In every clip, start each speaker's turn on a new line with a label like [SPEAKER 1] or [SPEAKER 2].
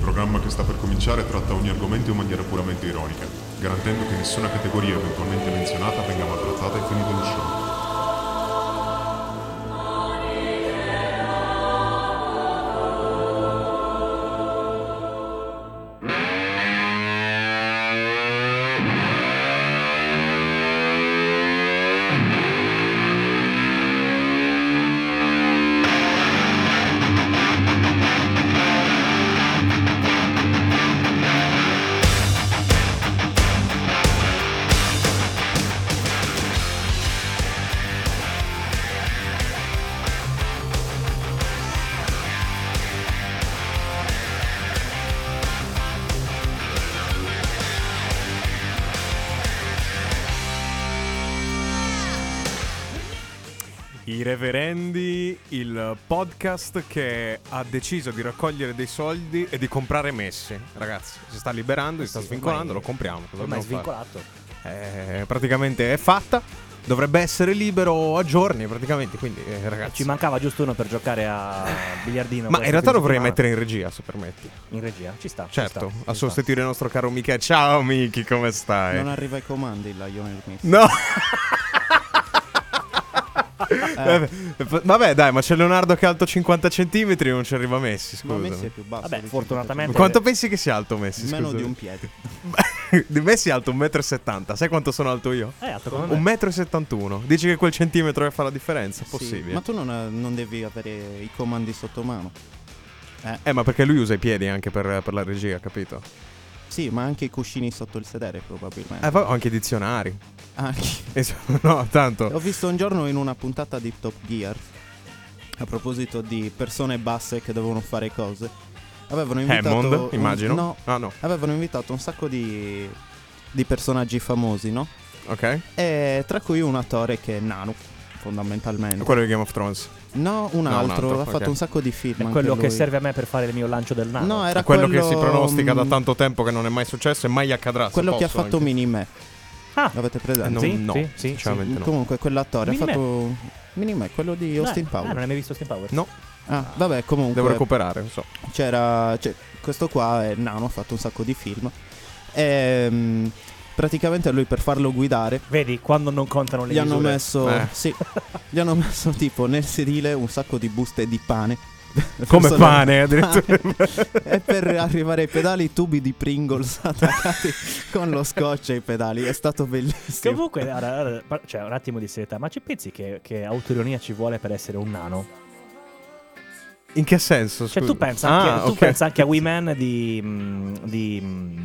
[SPEAKER 1] programma che sta per cominciare tratta ogni argomento in maniera puramente ironica, garantendo che nessuna categoria eventualmente menzionata venga maltrattata e finito lo show.
[SPEAKER 2] I Reverendi, il podcast che ha deciso di raccogliere dei soldi e di comprare Messi. Ragazzi, si sta liberando, si sta
[SPEAKER 3] Eh Sì,
[SPEAKER 2] svincolando, lo
[SPEAKER 3] ormai-
[SPEAKER 2] compriamo. Cosa
[SPEAKER 3] Ormai è
[SPEAKER 2] dobbiamo fare?
[SPEAKER 3] svincolato.
[SPEAKER 2] Eh, praticamente è fatta. Dovrebbe essere libero a giorni, praticamente. Quindi, eh, ragazzi.
[SPEAKER 3] Ci mancava giusto uno per giocare a biliardino.
[SPEAKER 2] Eh. Ma
[SPEAKER 3] questo
[SPEAKER 2] in realtà
[SPEAKER 3] fine
[SPEAKER 2] lo vorrei
[SPEAKER 3] settimana.
[SPEAKER 2] mettere in regia, se permetti.
[SPEAKER 3] in regia. Ci sta. ci
[SPEAKER 2] Certo,
[SPEAKER 3] sta,
[SPEAKER 2] a
[SPEAKER 3] ci sta.
[SPEAKER 2] sostituire il nostro caro Michele. Ciao Miki, come stai?
[SPEAKER 4] Non arriva ai comandi la Lionel Messi.
[SPEAKER 2] Eh. No. Vabbè, Vabbè, dai, ma c'è Leonardo che è alto 50 cm, non ci arriva Messi,
[SPEAKER 4] Ma
[SPEAKER 2] scusa.
[SPEAKER 4] Messi è più basso.
[SPEAKER 3] Vabbè,
[SPEAKER 4] di
[SPEAKER 3] fortunatamente-
[SPEAKER 2] Quanto pensi che sia alto Messi?
[SPEAKER 4] 50. Meno
[SPEAKER 2] scusa?
[SPEAKER 4] di un piede.
[SPEAKER 2] Di Messi è alto 1,70 m. Sai quanto sono alto io?
[SPEAKER 3] Eh, alto come me.
[SPEAKER 2] 1,71 m. Dici che quel centimetro che fa la differenza? Possibile.
[SPEAKER 4] Sì, Ma tu non, non devi avere i comandi sotto mano.
[SPEAKER 2] Eh, ma perché lui usa i piedi anche per, per la regia, capito?
[SPEAKER 4] Sì, ma anche i cuscini sotto il sedere probabilmente.
[SPEAKER 2] Eh, poi ho anche i dizionari.
[SPEAKER 4] Anche-
[SPEAKER 2] Insomma, no, tanto.
[SPEAKER 4] Ho visto un giorno in una puntata di Top Gear, a proposito di persone basse che devono fare cose, avevano invitato...
[SPEAKER 2] Hammond,
[SPEAKER 4] un-
[SPEAKER 2] immagino.
[SPEAKER 4] no,
[SPEAKER 2] Ah, no.
[SPEAKER 4] avevano invitato un sacco di, di personaggi famosi, no?
[SPEAKER 2] Ok.
[SPEAKER 4] E tra cui un attore che è Nanu, fondamentalmente.
[SPEAKER 2] Quello di Game of Thrones.
[SPEAKER 4] No, un
[SPEAKER 2] No, un
[SPEAKER 4] altro,
[SPEAKER 2] altro,
[SPEAKER 4] ha
[SPEAKER 2] ok.
[SPEAKER 4] fatto un sacco di film.
[SPEAKER 3] È
[SPEAKER 4] anche
[SPEAKER 3] quello che
[SPEAKER 4] lui.
[SPEAKER 3] serve a me per fare il mio lancio del nano.
[SPEAKER 4] No, era
[SPEAKER 2] quello, che si pronostica
[SPEAKER 4] pronostica
[SPEAKER 2] da tanto tempo che non è mai successo e mai accadrà. se
[SPEAKER 4] Quello che ha
[SPEAKER 2] posso
[SPEAKER 4] fatto
[SPEAKER 2] anche.
[SPEAKER 4] Minime.
[SPEAKER 3] Ah.
[SPEAKER 4] L'avete presente?
[SPEAKER 2] Eh, non-
[SPEAKER 3] Sì,
[SPEAKER 2] no,
[SPEAKER 3] sì, sì,
[SPEAKER 2] sinceramente no.
[SPEAKER 4] Comunque, quell'attore
[SPEAKER 3] Minimè?
[SPEAKER 4] ha fatto. Minime, quello di Austin
[SPEAKER 3] Eh, Ah,
[SPEAKER 4] Power.
[SPEAKER 3] non hai mai visto Austin Power?
[SPEAKER 2] No.
[SPEAKER 4] Ah, vabbè, comunque.
[SPEAKER 2] Devo recuperare, non so.
[SPEAKER 4] c'era. c'è- questo qua è nano, ha fatto un sacco di film. Ehm, praticamente lui per farlo guidare.
[SPEAKER 3] Vedi, quando non contano le
[SPEAKER 4] Gli hanno
[SPEAKER 3] misure.
[SPEAKER 4] messo.
[SPEAKER 2] Eh.
[SPEAKER 4] Sì, gli hanno messo tipo nel sedile un sacco di buste di pane.
[SPEAKER 2] Come
[SPEAKER 4] Sono-
[SPEAKER 2] pane, addirittura.
[SPEAKER 4] E per arrivare ai pedali, tubi di Pringles attaccati con lo scotch ai pedali. È stato bellissimo.
[SPEAKER 3] Comunque, ora- ora- par- cioè, un attimo di serietà, ma ci pensi che, che autoironia ci vuole per essere un nano?
[SPEAKER 2] In che senso?
[SPEAKER 3] Cioè,
[SPEAKER 2] scusa?
[SPEAKER 3] tu pensa,
[SPEAKER 2] Ah,
[SPEAKER 3] anche, tu
[SPEAKER 2] ok.
[SPEAKER 3] pensa anche a Women di. mm, di. mm,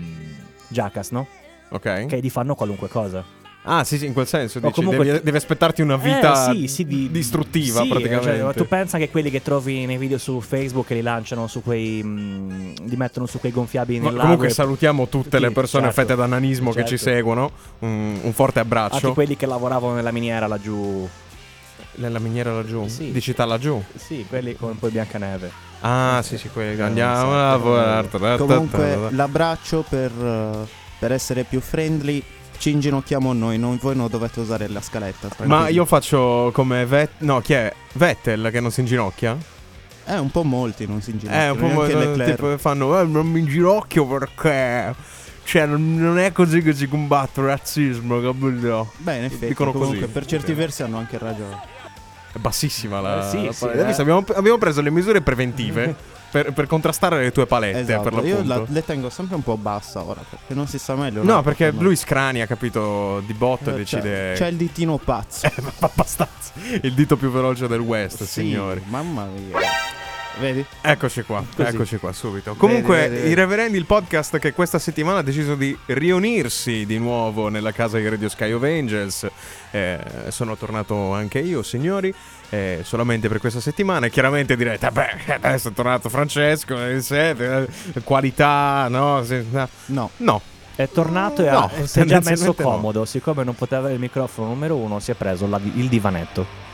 [SPEAKER 3] Jackass, no?
[SPEAKER 2] Ok.
[SPEAKER 3] Che gli fanno qualunque cosa.
[SPEAKER 2] Ah, sì, sì, in quel senso.
[SPEAKER 3] O
[SPEAKER 2] Dici,
[SPEAKER 3] comunque-
[SPEAKER 2] devi, devi aspettarti una vita
[SPEAKER 3] Eh, sì, sì, di-
[SPEAKER 2] distruttiva,
[SPEAKER 3] sì,
[SPEAKER 2] praticamente.
[SPEAKER 3] cioè, ma tu pensa anche quelli che trovi nei video su Facebook che li lanciano su quei. mm, li mettono su quei gonfiabili
[SPEAKER 2] Ma
[SPEAKER 3] nel
[SPEAKER 2] comunque
[SPEAKER 3] lago. e-
[SPEAKER 2] salutiamo tutte le
[SPEAKER 3] Sì,
[SPEAKER 2] persone
[SPEAKER 3] certo.
[SPEAKER 2] affette da nanismo che ci
[SPEAKER 3] Certo. Ah,
[SPEAKER 2] seguono. Un, un forte
[SPEAKER 3] Anche
[SPEAKER 2] abbraccio.
[SPEAKER 3] quelli che lavoravano nella miniera laggiù.
[SPEAKER 2] Nella miniera laggiù.
[SPEAKER 3] Sì.
[SPEAKER 2] Di città laggiù.
[SPEAKER 3] Sì, quelli con poi Biancaneve.
[SPEAKER 2] Ah, sì, sì, quelli.
[SPEAKER 3] Eh,
[SPEAKER 2] Andiamo
[SPEAKER 3] esatto.
[SPEAKER 2] a lavorare.
[SPEAKER 4] Comunque l'abbraccio per, eh, per essere più friendly ci inginocchiamo noi, non, voi non dovete usare la scaletta.
[SPEAKER 2] Ma
[SPEAKER 4] tranquilli.
[SPEAKER 2] io faccio come Vettel. No, chi è? Vettel che non si inginocchia?
[SPEAKER 4] Eh, un po' molti non si
[SPEAKER 2] Eh,
[SPEAKER 4] inginocchiano.
[SPEAKER 2] un po' mo-
[SPEAKER 4] neanche Leclerc.
[SPEAKER 2] tipo fanno. "Eh, non mi inginocchio perché. Cioè, non non è così che si combatte il razzismo, capito?
[SPEAKER 4] Beh, in effetti,
[SPEAKER 2] dicono così.
[SPEAKER 4] comunque per certi
[SPEAKER 2] Sì.
[SPEAKER 4] versi hanno anche ragione.
[SPEAKER 2] È bassissima la.
[SPEAKER 3] Eh, sì,
[SPEAKER 2] la
[SPEAKER 3] sì,
[SPEAKER 2] paletta. Hai
[SPEAKER 3] eh.
[SPEAKER 2] visto? abbiamo, abbiamo preso le misure preventive per, per contrastare le tue palette, Eh, per
[SPEAKER 4] esatto, io
[SPEAKER 2] l'appunto.
[SPEAKER 4] la, le tengo sempre un po' bassa ora, perché non si sa meglio.
[SPEAKER 2] No, perché lui scrania, capito? Di botto e
[SPEAKER 4] C'è,
[SPEAKER 2] decide.
[SPEAKER 4] c'è il ditino pazzo.
[SPEAKER 2] abbastanza. Il dito più veloce del West,
[SPEAKER 4] Sì,
[SPEAKER 2] signori.
[SPEAKER 4] Mamma mia. Vedi?
[SPEAKER 2] Eccoci qua,
[SPEAKER 3] Così.
[SPEAKER 2] eccoci qua subito. Comunque,
[SPEAKER 4] vedi, vedi.
[SPEAKER 2] i Reverendi, il podcast che questa settimana ha deciso di riunirsi di nuovo nella casa di Radio Sky of Angels. Eh, sono tornato anche io, signori, eh, solamente per questa settimana. E chiaramente direte, beh, adesso è tornato Francesco, eh, siete, eh, qualità, no? se- no.
[SPEAKER 4] No.
[SPEAKER 2] No,
[SPEAKER 3] È tornato e
[SPEAKER 2] No,
[SPEAKER 3] ha- si è già messo
[SPEAKER 2] tendenzialmente no.
[SPEAKER 3] comodo. Siccome non poteva avere il microfono numero uno, si è preso la- il divanetto.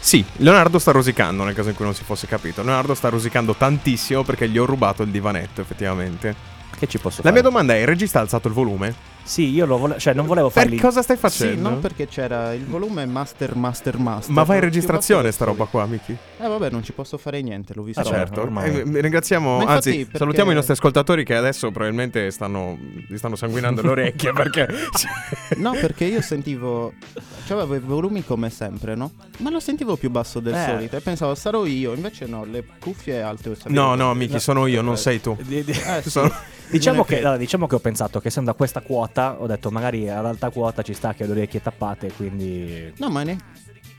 [SPEAKER 2] Sì, Leonardo sta rosicando nel caso in cui non si fosse capito. Leonardo sta rosicando tantissimo perché gli ho rubato il divanetto, effettivamente.
[SPEAKER 3] Che ci posso
[SPEAKER 2] La
[SPEAKER 3] fare?
[SPEAKER 2] mia domanda è: il regista ha alzato il volume?
[SPEAKER 3] Sì, io lo vole- cioè, non volevo
[SPEAKER 2] Per
[SPEAKER 3] farli.
[SPEAKER 2] cosa stai
[SPEAKER 4] Sì,
[SPEAKER 2] facendo?
[SPEAKER 4] no, perché c'era il volume Master Master Master.
[SPEAKER 2] Ma va in
[SPEAKER 4] Non ci
[SPEAKER 2] registrazione
[SPEAKER 4] posso
[SPEAKER 2] sta roba qua, Miki?
[SPEAKER 4] fare- Eh vabbè, non ci posso fare niente, l'ho visto.
[SPEAKER 3] Ah,
[SPEAKER 2] Eh,
[SPEAKER 3] no,
[SPEAKER 2] certo.
[SPEAKER 3] ormai.
[SPEAKER 2] Eh, mi ringraziamo,
[SPEAKER 4] Ma infatti,
[SPEAKER 2] anzi,
[SPEAKER 4] perché-
[SPEAKER 2] salutiamo i nostri ascoltatori che adesso probabilmente stanno, gli stanno sanguinando le orecchie perché...
[SPEAKER 4] No, perché io sentivo. Cioè, avevo i volumi come sempre, no? Ma lo sentivo più basso del
[SPEAKER 3] Eh.
[SPEAKER 4] solito. E pensavo sarò io. Invece no, le cuffie alte. sapevo-
[SPEAKER 2] No, no, Miki,
[SPEAKER 4] Eh,
[SPEAKER 2] sono io, non sei tu.
[SPEAKER 3] Di- di-
[SPEAKER 4] eh, sì.
[SPEAKER 2] Sono-
[SPEAKER 3] Diciamo
[SPEAKER 4] Non è
[SPEAKER 3] che,
[SPEAKER 4] che-
[SPEAKER 3] allora, diciamo che ho pensato che essendo a questa quota, ho detto magari ad alta quota ci sta che ho le orecchie tappate, quindi...
[SPEAKER 4] No, ma ne...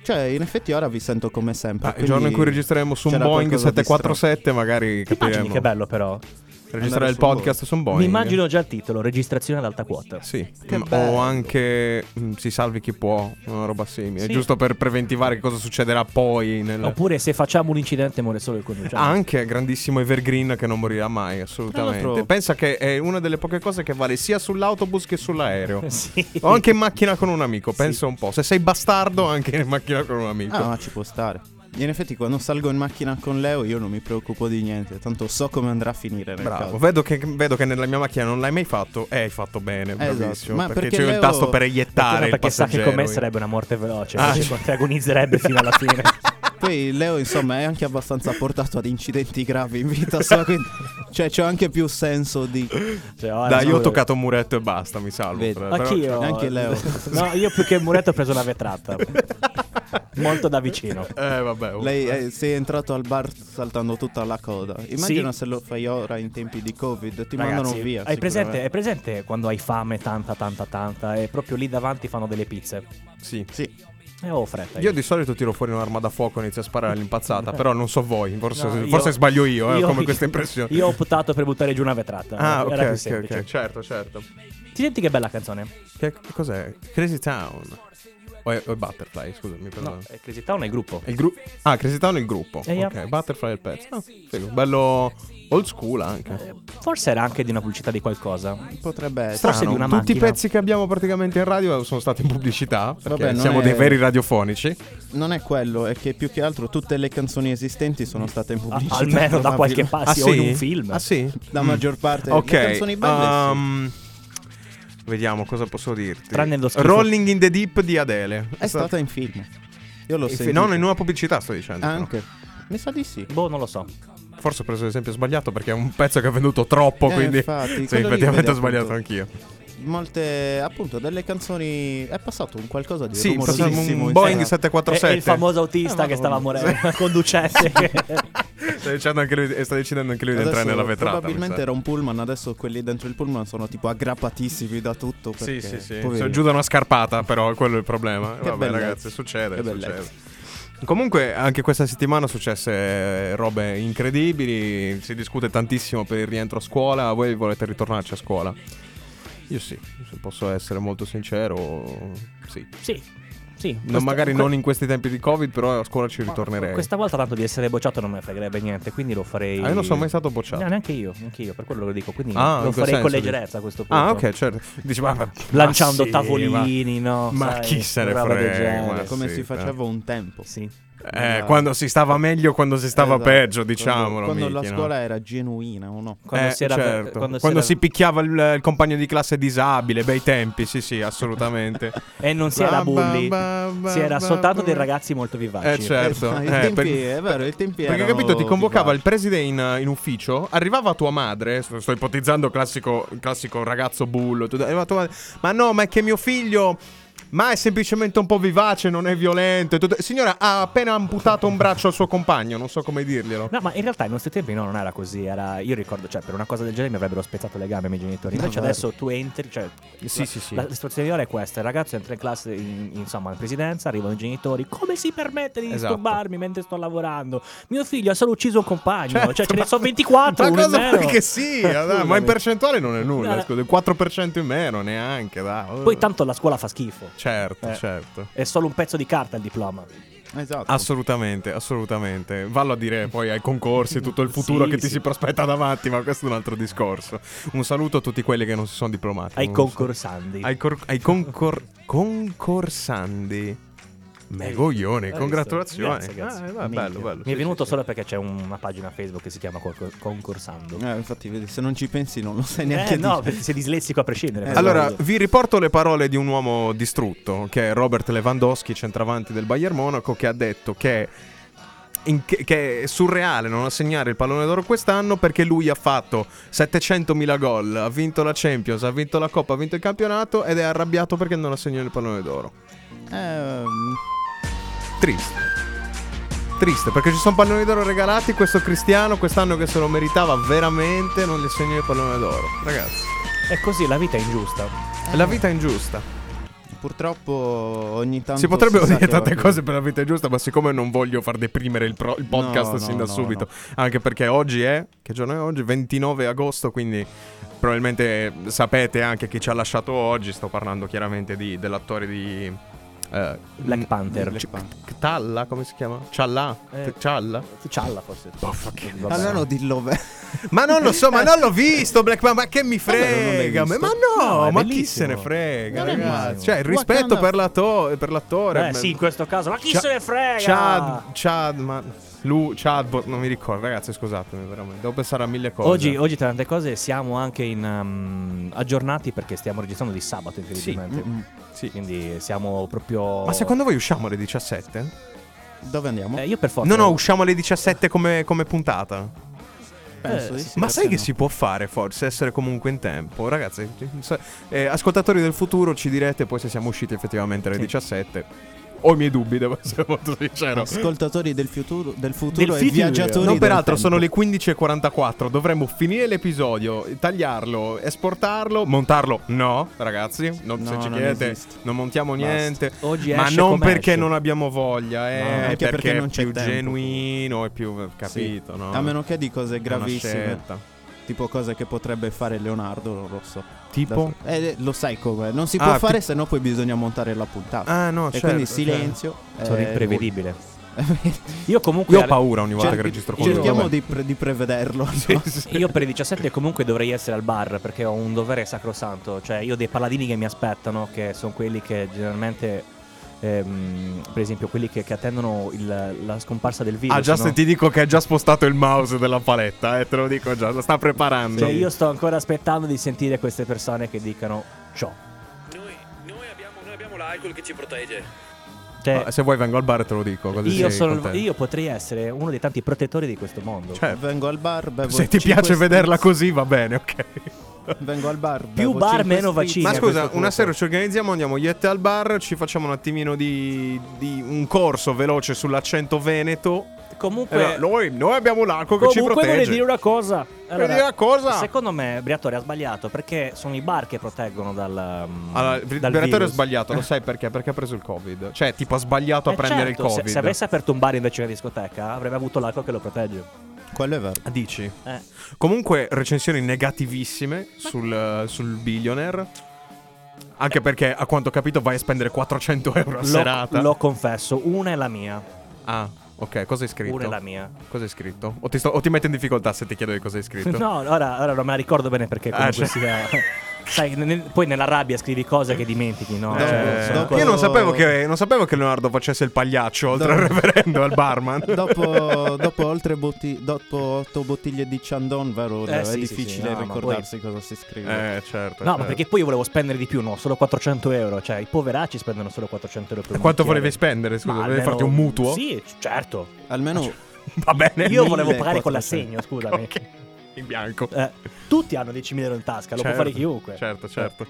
[SPEAKER 4] Cioè, in effetti ora vi sento come sempre.
[SPEAKER 2] Ah, il
[SPEAKER 4] quindi
[SPEAKER 2] giorno in cui registreremo su un
[SPEAKER 4] c'era
[SPEAKER 2] Boeing
[SPEAKER 4] qualcosa di
[SPEAKER 2] 747 magari
[SPEAKER 3] Ti immagini
[SPEAKER 2] capiremo.
[SPEAKER 3] che bello però?
[SPEAKER 2] Registrare
[SPEAKER 4] Andare
[SPEAKER 2] il
[SPEAKER 4] su un
[SPEAKER 2] podcast su un Boeing.
[SPEAKER 3] Mi immagino già il titolo, registrazione ad alta quota.
[SPEAKER 2] Sì,
[SPEAKER 4] Che
[SPEAKER 2] mm, o
[SPEAKER 4] bello.
[SPEAKER 2] anche mm, si salvi chi può, una roba simile,
[SPEAKER 3] Sì.
[SPEAKER 2] giusto per preventivare che cosa succederà poi nel...
[SPEAKER 3] Oppure se facciamo un incidente muore solo il conducente.
[SPEAKER 2] Anche grandissimo Evergreen che non morirà mai, assolutamente.
[SPEAKER 4] Tra l'altro-
[SPEAKER 2] Pensa che è una delle poche cose che vale sia sull'autobus che sull'aereo.
[SPEAKER 3] Sì.
[SPEAKER 2] O anche in macchina con un amico, pensa un po'. Se sei bastardo, anche in macchina con un amico.
[SPEAKER 4] Ah, ma ci può stare. In effetti, quando salgo in macchina con Leo, io non mi preoccupo di niente. Tanto so come andrà a finire. Nel
[SPEAKER 2] Bravo,
[SPEAKER 4] caso.
[SPEAKER 2] vedo che, vedo che nella mia macchina non l'hai mai fatto e hai fatto bene,
[SPEAKER 4] Esatto,
[SPEAKER 2] bravissimo.
[SPEAKER 4] ma
[SPEAKER 2] perché,
[SPEAKER 4] perché
[SPEAKER 2] c'è il
[SPEAKER 4] Leo-
[SPEAKER 2] tasto per
[SPEAKER 3] Perché no,
[SPEAKER 2] eiettare il
[SPEAKER 3] perché sa che con me
[SPEAKER 2] passeggero.
[SPEAKER 3] sarebbe una morte veloce,
[SPEAKER 2] Ah,
[SPEAKER 3] invece
[SPEAKER 2] sì.
[SPEAKER 3] con te agonizzerebbe fino alla fine.
[SPEAKER 4] Poi Leo, insomma, è anche abbastanza portato ad incidenti gravi in vita sua. Quindi, cioè, c'ho anche più senso di.
[SPEAKER 3] Cioè, ora
[SPEAKER 2] Dai,
[SPEAKER 3] sono-
[SPEAKER 2] io ho toccato un muretto e basta, mi salvo.
[SPEAKER 4] Vedi.
[SPEAKER 2] Però-
[SPEAKER 3] Anch'io.
[SPEAKER 4] Neanche Leo.
[SPEAKER 3] No, io più che il muretto ho preso una vetrata. Molto da vicino.
[SPEAKER 2] Eh, vabbè. oh.
[SPEAKER 4] Lei eh, si è entrato al bar saltando tutta la coda. Immagina
[SPEAKER 3] Sì.
[SPEAKER 4] se lo fai ora in tempi di Covid,
[SPEAKER 3] Ragazzi,
[SPEAKER 4] ti mandano via.
[SPEAKER 3] Hai presente, hai
[SPEAKER 4] sicuramente.
[SPEAKER 3] presente quando hai fame tanta, tanta, tanta e proprio lì davanti fanno delle pizze?
[SPEAKER 2] Sì.
[SPEAKER 4] Sì.
[SPEAKER 3] E ho fretta.
[SPEAKER 2] Io di solito tiro fuori un'arma da fuoco e inizio a sparare all'impazzata, però non so voi, forse,
[SPEAKER 3] No, io-
[SPEAKER 2] forse sbaglio io, eh,
[SPEAKER 3] io-
[SPEAKER 2] come questa impressione.
[SPEAKER 3] Io ho optato per buttare giù una vetrata.
[SPEAKER 2] Ah,
[SPEAKER 3] era
[SPEAKER 2] ok,
[SPEAKER 3] più
[SPEAKER 2] ok,
[SPEAKER 3] semplice.
[SPEAKER 2] ok, certo, certo.
[SPEAKER 3] Ti senti che bella canzone?
[SPEAKER 2] Che, che cos'è? Crazy Town. O è, o è Butterfly, scusami, perdono.
[SPEAKER 3] No, è Crazy Town è il gruppo.
[SPEAKER 2] È il gru- ah, Crazy Town è il gruppo.
[SPEAKER 3] Eh, yeah.
[SPEAKER 2] Ok, Butterfly è il pezzo. Ah, figo, bello old school
[SPEAKER 3] Eh,
[SPEAKER 2] anche.
[SPEAKER 3] Forse era anche di una pubblicità di qualcosa.
[SPEAKER 2] Ah,
[SPEAKER 4] Potrebbe essere.
[SPEAKER 3] Forse di
[SPEAKER 2] Strano,
[SPEAKER 3] una
[SPEAKER 2] tutti i
[SPEAKER 3] macchina.
[SPEAKER 2] pezzi che abbiamo praticamente in radio sono stati in pubblicità, perché
[SPEAKER 4] Vabbè, non
[SPEAKER 2] siamo
[SPEAKER 4] è-
[SPEAKER 2] dei veri radiofonici.
[SPEAKER 4] Non è quello, è che più che altro tutte le canzoni esistenti sono state in
[SPEAKER 3] Ah,
[SPEAKER 4] pubblicità.
[SPEAKER 3] almeno da
[SPEAKER 4] probabil-
[SPEAKER 3] qualche Mm. parte o in un film.
[SPEAKER 2] Ah sì?
[SPEAKER 4] La maggior parte
[SPEAKER 2] Ok.
[SPEAKER 4] le canzoni belle. sì.
[SPEAKER 2] um, Vediamo cosa posso dirti.
[SPEAKER 3] Tranne lo schifo.
[SPEAKER 2] Rolling in the Deep di Adele.
[SPEAKER 4] È stata in film. Io l'ho
[SPEAKER 2] Sì,
[SPEAKER 4] sentito.
[SPEAKER 2] no, in una pubblicità sto dicendo. però.
[SPEAKER 4] Anche. Mi sa di sì.
[SPEAKER 3] Boh, non lo so.
[SPEAKER 2] Forse ho preso l'esempio sbagliato perché è un pezzo che è venduto troppo,
[SPEAKER 4] Eh,
[SPEAKER 2] quindi...
[SPEAKER 4] infatti,
[SPEAKER 2] sì,
[SPEAKER 4] quello lì,
[SPEAKER 2] effettivamente
[SPEAKER 4] vedi,
[SPEAKER 2] ho sbagliato
[SPEAKER 4] appunto.
[SPEAKER 2] anch'io.
[SPEAKER 4] Molte, appunto, delle canzoni. È passato un qualcosa di
[SPEAKER 2] Sì, facciamo
[SPEAKER 4] rumorosissimo.
[SPEAKER 2] un
[SPEAKER 4] in
[SPEAKER 2] Boeing Eh,
[SPEAKER 4] sala.
[SPEAKER 3] Eh, È,
[SPEAKER 2] 747.
[SPEAKER 3] è il famoso autista che stava morendo, conducente.
[SPEAKER 2] Sta dicendo anche lui, sta decidendo anche lui di
[SPEAKER 4] Adesso
[SPEAKER 2] entrare nella vetrata. mi
[SPEAKER 4] Probabilmente
[SPEAKER 2] sa.
[SPEAKER 4] era un pullman, adesso quelli dentro il pullman sono tipo aggrappatissimi da tutto. Perché,
[SPEAKER 2] Sì, sì, sì.
[SPEAKER 4] poveri.
[SPEAKER 2] Sono giù da una scarpata, però quello è il problema.
[SPEAKER 4] Che
[SPEAKER 2] Vabbè,
[SPEAKER 4] bellezza.
[SPEAKER 2] ragazzi, succede.
[SPEAKER 4] Che
[SPEAKER 2] succede.
[SPEAKER 4] bellezza.
[SPEAKER 2] Comunque, anche questa settimana successe eh, robe incredibili. Si discute tantissimo per il rientro a scuola. Voi volete ritornarci a scuola? Io sì, se posso essere molto sincero, sì.
[SPEAKER 3] sì, sì.
[SPEAKER 2] Non-
[SPEAKER 3] Questa-
[SPEAKER 2] magari
[SPEAKER 3] que-
[SPEAKER 2] non in questi tempi di Covid, però a scuola ci ritornerei.
[SPEAKER 3] Questa volta tanto di essere bocciato non me ne fregherebbe niente, quindi lo farei...
[SPEAKER 2] Ah, io non sono mai stato bocciato.
[SPEAKER 3] No, neanche io, neanche io, per quello lo dico. Quindi
[SPEAKER 2] Ah, in
[SPEAKER 3] lo
[SPEAKER 2] quel
[SPEAKER 3] farei con
[SPEAKER 2] senso,
[SPEAKER 3] leggerezza a questo punto.
[SPEAKER 2] Ah, ok, certo. Dici, ma, ma- ma
[SPEAKER 3] Lanciando
[SPEAKER 2] sì,
[SPEAKER 3] tavolini, no?
[SPEAKER 2] ma
[SPEAKER 3] sai,
[SPEAKER 2] chi se ne
[SPEAKER 3] roba del
[SPEAKER 2] frega,
[SPEAKER 3] genere.
[SPEAKER 2] ma-
[SPEAKER 4] Come
[SPEAKER 2] Sì, eh.
[SPEAKER 4] si faceva
[SPEAKER 2] però.
[SPEAKER 4] un tempo.
[SPEAKER 3] Sì.
[SPEAKER 2] ma- eh,
[SPEAKER 4] Ma-
[SPEAKER 2] quando si stava meglio, quando si stava
[SPEAKER 4] Esatto.
[SPEAKER 2] peggio,
[SPEAKER 4] Quando-
[SPEAKER 2] diciamolo.
[SPEAKER 4] Quando,
[SPEAKER 2] Miki,
[SPEAKER 4] la
[SPEAKER 2] no?
[SPEAKER 4] scuola era genuina o no?
[SPEAKER 3] Quando
[SPEAKER 2] Eh,
[SPEAKER 3] si era-
[SPEAKER 2] certo. quando,
[SPEAKER 3] quando si era-
[SPEAKER 2] si picchiava il, il compagno di classe disabile, bei tempi, sì sì, assolutamente.
[SPEAKER 3] E Eh, non si
[SPEAKER 2] Ba,
[SPEAKER 3] era bulli,
[SPEAKER 2] ba, ba,
[SPEAKER 3] si era
[SPEAKER 2] ba,
[SPEAKER 3] soltanto
[SPEAKER 2] ba.
[SPEAKER 3] dei ragazzi molto vivaci.
[SPEAKER 2] Eh certo.
[SPEAKER 4] Eh,
[SPEAKER 2] Eh,
[SPEAKER 4] I tempi,
[SPEAKER 2] per-
[SPEAKER 4] è vero, i tempi
[SPEAKER 2] Perché
[SPEAKER 4] erano
[SPEAKER 2] capito, ti convocava il
[SPEAKER 4] vivaci.
[SPEAKER 2] preside in, in ufficio, arrivava tua madre, sto, sto ipotizzando classico, il classico ragazzo bullo, tu- arrivava tua madre, ma no, ma è che mio figlio... Ma è semplicemente un po' vivace, non è violento. e tutto- Signora, ha appena amputato un braccio al suo compagno, non so come dirglielo.
[SPEAKER 3] No, ma in realtà ai nostri tempi no, non era così. Era, io ricordo, cioè, per una cosa del genere mi avrebbero spezzato le gambe i miei genitori. Invece
[SPEAKER 4] Davvero?
[SPEAKER 3] adesso tu entri, cioè.
[SPEAKER 2] Sì,
[SPEAKER 3] la,
[SPEAKER 2] sì, sì.
[SPEAKER 3] La, la situazione migliore è questa: il ragazzo entra in classe, in- insomma, in presidenza, arrivano i genitori. Come si permette di
[SPEAKER 2] Esatto.
[SPEAKER 3] disturbarmi mentre sto lavorando? Mio figlio ha solo ucciso un compagno.
[SPEAKER 2] Certo,
[SPEAKER 3] cioè, ce ne
[SPEAKER 2] ma-
[SPEAKER 3] sono 24.
[SPEAKER 2] Ma
[SPEAKER 3] uno in
[SPEAKER 2] cosa
[SPEAKER 3] meno.
[SPEAKER 2] vuoi che sia? dai, ma in percentuale non è nulla,
[SPEAKER 3] No.
[SPEAKER 2] scusa, il 4% in meno neanche, dai. Uh,
[SPEAKER 3] Poi tanto la scuola fa schifo.
[SPEAKER 2] Certo,
[SPEAKER 3] Eh.
[SPEAKER 2] certo.
[SPEAKER 3] È solo un pezzo di carta il diploma.
[SPEAKER 4] Esatto.
[SPEAKER 2] Assolutamente, assolutamente. Vallo a dire poi ai concorsi e tutto il futuro
[SPEAKER 3] Mm, Sì,
[SPEAKER 2] che ti
[SPEAKER 3] sì.
[SPEAKER 2] si prospetta davanti, ma questo è un altro discorso. Un saluto a tutti quelli che non si sono diplomati.
[SPEAKER 3] Ai
[SPEAKER 2] non so.
[SPEAKER 3] concorsandi.
[SPEAKER 2] Ai, cor- ai concor- concorsandi. Me coglione,
[SPEAKER 3] Hai
[SPEAKER 2] congratulazioni.
[SPEAKER 3] visto? Eh, Grazie, grazie.
[SPEAKER 2] Ah, eh, bello,
[SPEAKER 4] Minchia.
[SPEAKER 2] bello.
[SPEAKER 3] Mi
[SPEAKER 2] Sì,
[SPEAKER 3] è venuto
[SPEAKER 2] sì,
[SPEAKER 3] solo perché c'è una pagina Facebook che si chiama Concor- Concorsando.
[SPEAKER 4] Eh, infatti, vedi, se non ci pensi non lo sai neanche
[SPEAKER 3] Eh, no,
[SPEAKER 4] dire.
[SPEAKER 3] perché sei dislessico a prescindere.
[SPEAKER 4] Eh,
[SPEAKER 3] per
[SPEAKER 2] Allora,
[SPEAKER 3] sbaglio.
[SPEAKER 2] vi riporto le parole di un uomo distrutto, che è Robert Lewandowski, centravanti del Bayern Monaco, che ha detto che, in- che- che è surreale non assegnare il pallone d'oro quest'anno perché lui ha fatto 700.000 gol, ha vinto la Champions, ha vinto la Coppa, ha vinto il campionato ed è arrabbiato perché non assegna il pallone d'oro.
[SPEAKER 4] Ehm,
[SPEAKER 2] Triste. Triste, perché ci sono palloni d'oro regalati, questo Cristiano quest'anno che se lo meritava veramente non gli assegna il pallone d'oro. Ragazzi,
[SPEAKER 3] è così, la vita è ingiusta.
[SPEAKER 2] la vita è ingiusta.
[SPEAKER 4] purtroppo ogni tanto.
[SPEAKER 2] Si potrebbero
[SPEAKER 4] sa
[SPEAKER 2] dire
[SPEAKER 4] che va
[SPEAKER 2] tante
[SPEAKER 4] giù.
[SPEAKER 2] cose per la vita è giusta, ma siccome non voglio far deprimere il, pro- il podcast
[SPEAKER 4] No, no,
[SPEAKER 2] sin da
[SPEAKER 4] no,
[SPEAKER 2] subito, anche perché oggi è, che giorno è oggi? 29 agosto, quindi probabilmente sapete anche chi ci ha lasciato oggi, sto parlando chiaramente di- dell'attore di... eh,
[SPEAKER 3] Black
[SPEAKER 2] m-
[SPEAKER 3] Panther.
[SPEAKER 2] cioè,
[SPEAKER 4] Black Panther.
[SPEAKER 2] Talla, come si chiama? Cialla?
[SPEAKER 3] Eh.
[SPEAKER 2] Cialla?
[SPEAKER 3] Cialla forse. Vabbè.
[SPEAKER 4] Allora no, dillo beh.
[SPEAKER 2] Ma non lo so, ma non l'ho visto Black Panther, ma che mi
[SPEAKER 3] non l'hai
[SPEAKER 2] frega? Ma
[SPEAKER 3] visto?
[SPEAKER 2] no,
[SPEAKER 3] No, è
[SPEAKER 2] ma chi se
[SPEAKER 3] bellissimo.
[SPEAKER 2] ne frega?
[SPEAKER 4] Non è
[SPEAKER 2] Ragazzi?
[SPEAKER 4] malissimo.
[SPEAKER 2] Cioè, il rispetto
[SPEAKER 4] Wakanda-
[SPEAKER 2] per, l'atto- per l'attore.
[SPEAKER 3] Eh,
[SPEAKER 2] ma-
[SPEAKER 3] sì, in questo caso, ma chi
[SPEAKER 2] Cia-
[SPEAKER 3] se ne frega?
[SPEAKER 2] Chad, Chad, ma lui, Chad, boh, non mi ricordo, ragazzi, scusatemi, veramente. Devo pensare a mille cose.
[SPEAKER 3] Oggi, oggi tra tante cose siamo anche in, um, aggiornati perché stiamo registrando di sabato incredibilmente.
[SPEAKER 4] Mm, mm.
[SPEAKER 2] Sì.
[SPEAKER 3] Quindi siamo proprio...
[SPEAKER 2] Ma secondo voi usciamo alle 17?
[SPEAKER 4] Dove andiamo?
[SPEAKER 3] Eh, io per forza...
[SPEAKER 2] No, no, usciamo alle 17 come, come puntata.
[SPEAKER 4] Penso di
[SPEAKER 3] sì.
[SPEAKER 4] sì,
[SPEAKER 2] ma
[SPEAKER 4] perché
[SPEAKER 2] sai che
[SPEAKER 4] no?
[SPEAKER 2] si può fare forse? Essere comunque in tempo, ragazzi. sa- eh, ascoltatori del futuro, ci direte poi se siamo usciti effettivamente alle
[SPEAKER 3] Sì.
[SPEAKER 2] 17. Ho i miei dubbi, devo essere molto sincero.
[SPEAKER 4] Ascoltatori del futuro, del futuro e
[SPEAKER 3] futuro.
[SPEAKER 4] viaggiatori.
[SPEAKER 2] Non
[SPEAKER 4] del
[SPEAKER 2] peraltro,
[SPEAKER 4] tempo.
[SPEAKER 2] sono le 15.44. Dovremmo finire l'episodio, tagliarlo, esportarlo, montarlo. No, ragazzi, non, se
[SPEAKER 4] No,
[SPEAKER 2] ci
[SPEAKER 4] non
[SPEAKER 2] chiedete,
[SPEAKER 4] esiste.
[SPEAKER 2] non montiamo
[SPEAKER 4] Basta.
[SPEAKER 2] niente.
[SPEAKER 3] Oggi
[SPEAKER 2] Ma
[SPEAKER 3] esce
[SPEAKER 2] non
[SPEAKER 3] come
[SPEAKER 2] perché
[SPEAKER 3] esce.
[SPEAKER 2] non abbiamo voglia, eh,
[SPEAKER 4] No, anche
[SPEAKER 2] perché,
[SPEAKER 4] perché non c'è
[SPEAKER 2] è più
[SPEAKER 4] tempo.
[SPEAKER 2] genuino, è più eh,
[SPEAKER 4] Sì.
[SPEAKER 2] capito, no?
[SPEAKER 4] A meno che di cose
[SPEAKER 2] È una
[SPEAKER 4] gravissime,
[SPEAKER 2] scelta.
[SPEAKER 4] tipo cose che potrebbe fare Leonardo, non lo so.
[SPEAKER 2] Tipo
[SPEAKER 4] Da- eh, lo sai come, non si
[SPEAKER 2] Ah,
[SPEAKER 4] può
[SPEAKER 2] ti-
[SPEAKER 4] fare, se no poi bisogna montare la puntata.
[SPEAKER 2] Ah, no,
[SPEAKER 4] e
[SPEAKER 2] certo,
[SPEAKER 4] quindi
[SPEAKER 2] certo.
[SPEAKER 4] silenzio.
[SPEAKER 3] Sono
[SPEAKER 4] eh,
[SPEAKER 3] imprevedibile. Io comunque...
[SPEAKER 2] Io ho paura ogni volta
[SPEAKER 4] Cerchi-
[SPEAKER 2] che registro con
[SPEAKER 4] cerchiamo
[SPEAKER 2] lui.
[SPEAKER 4] di, pre- di prevederlo. no?
[SPEAKER 3] Io per le 17 comunque dovrei essere al bar perché ho un dovere sacrosanto, cioè io ho dei paladini che mi aspettano, che sono quelli che generalmente, ehm, per esempio, quelli che, che attendono il- la scomparsa del virus.
[SPEAKER 2] Ah, già,
[SPEAKER 3] no?
[SPEAKER 2] se ti dico che hai già spostato il mouse della paletta, eh, te lo dico già, lo sta preparando.
[SPEAKER 3] Cioè, io sto ancora aspettando di sentire queste persone che dicano ciò.
[SPEAKER 5] Noi, noi abbiamo, noi abbiamo l'alcol che ci protegge.
[SPEAKER 3] Cioè,
[SPEAKER 2] Ah, se vuoi vengo al bar e te lo dico. Così
[SPEAKER 3] io,
[SPEAKER 2] sei
[SPEAKER 3] sono-
[SPEAKER 2] contento.
[SPEAKER 3] io potrei essere uno dei tanti protettori di questo mondo.
[SPEAKER 2] Cioè,
[SPEAKER 4] Vengo al bar, bevo
[SPEAKER 2] se ti
[SPEAKER 4] cinque
[SPEAKER 2] piace
[SPEAKER 4] spritz.
[SPEAKER 2] vederla così va bene, ok.
[SPEAKER 4] Vengo al bar.
[SPEAKER 3] Più
[SPEAKER 4] bevo
[SPEAKER 3] bar,
[SPEAKER 4] cinque
[SPEAKER 3] meno
[SPEAKER 4] spritz.
[SPEAKER 3] vaccini.
[SPEAKER 2] Ma
[SPEAKER 3] Sì, a
[SPEAKER 2] scusa,
[SPEAKER 3] questo
[SPEAKER 2] una
[SPEAKER 3] punto.
[SPEAKER 2] sera ci organizziamo, andiamo io e te al bar, ci facciamo un attimino di, di un corso veloce sull'accento veneto. Eh,
[SPEAKER 3] Comunque,
[SPEAKER 2] noi, noi abbiamo l'arco che ci
[SPEAKER 3] comunque vorrei
[SPEAKER 2] protegge.
[SPEAKER 3] dire una cosa. Allora,
[SPEAKER 2] dire una cosa?
[SPEAKER 3] Secondo me Briatore ha sbagliato perché sono i bar che proteggono dal. mm,
[SPEAKER 2] Allora, il
[SPEAKER 3] dal
[SPEAKER 2] liberatore ha
[SPEAKER 3] virus.
[SPEAKER 2] sbagliato, lo sai perché? Perché ha preso il Covid. Cioè, tipo ha sbagliato a
[SPEAKER 3] Eh,
[SPEAKER 2] prendere
[SPEAKER 3] certo,
[SPEAKER 2] il
[SPEAKER 3] se-
[SPEAKER 2] Covid.
[SPEAKER 3] Se, avesse aperto un bar invece che una discoteca, avrebbe avuto l'alcol che lo protegge.
[SPEAKER 4] Quello è vero.
[SPEAKER 2] Ah, Dici?
[SPEAKER 3] Eh.
[SPEAKER 2] Comunque, recensioni negativissime sul, eh, sul billionaire. Anche perché, a quanto ho capito, vai a spendere 400 euro a serata.
[SPEAKER 3] Lo, lo confesso, una è la mia.
[SPEAKER 2] Ah, ok, cosa hai scritto?
[SPEAKER 3] Una è la mia.
[SPEAKER 2] Cosa hai scritto? O ti, sto- o ti metto in difficoltà se ti chiedo di cosa hai scritto?
[SPEAKER 3] No, ora, ora non me la ricordo bene perché
[SPEAKER 2] Ah,
[SPEAKER 3] comunque sia- Sai, nel- poi nella rabbia scrivi cose che dimentichi, no?
[SPEAKER 2] Eh,
[SPEAKER 3] Cioè, sono
[SPEAKER 4] dopo-
[SPEAKER 2] Io
[SPEAKER 3] cose-
[SPEAKER 2] non sapevo, che, non sapevo che Leonardo facesse il pagliaccio oltre al
[SPEAKER 4] Dopo-
[SPEAKER 2] reverendo al barman.
[SPEAKER 4] Eh, dopo, dopo oltre botti- dopo otto bottiglie di Chandon, vero?
[SPEAKER 3] Eh,
[SPEAKER 4] è
[SPEAKER 3] sì, sì, sì,
[SPEAKER 4] difficile
[SPEAKER 3] no, ma
[SPEAKER 4] ricordarsi cosa si scrive.
[SPEAKER 2] Eh, certo.
[SPEAKER 3] No, ma
[SPEAKER 2] certo.
[SPEAKER 3] perché poi io volevo spendere di più, no? Solo 400 euro. Cioè, i poveracci spendono solo 400 euro per un
[SPEAKER 2] Quanto
[SPEAKER 3] bicchiere.
[SPEAKER 2] volevi spendere? Scusa,
[SPEAKER 3] Ma
[SPEAKER 2] volevi
[SPEAKER 3] almeno-
[SPEAKER 2] farti un mutuo?
[SPEAKER 3] Sì, c- certo.
[SPEAKER 4] Almeno
[SPEAKER 2] Va bene.
[SPEAKER 3] Io volevo
[SPEAKER 4] 1400.
[SPEAKER 3] pagare con l'assegno, scusami.
[SPEAKER 2] Ok. In bianco.
[SPEAKER 3] Eh, tutti hanno 10.000 euro in tasca, lo
[SPEAKER 2] Certo,
[SPEAKER 3] può fare chiunque. Eh.
[SPEAKER 2] Certo, certo.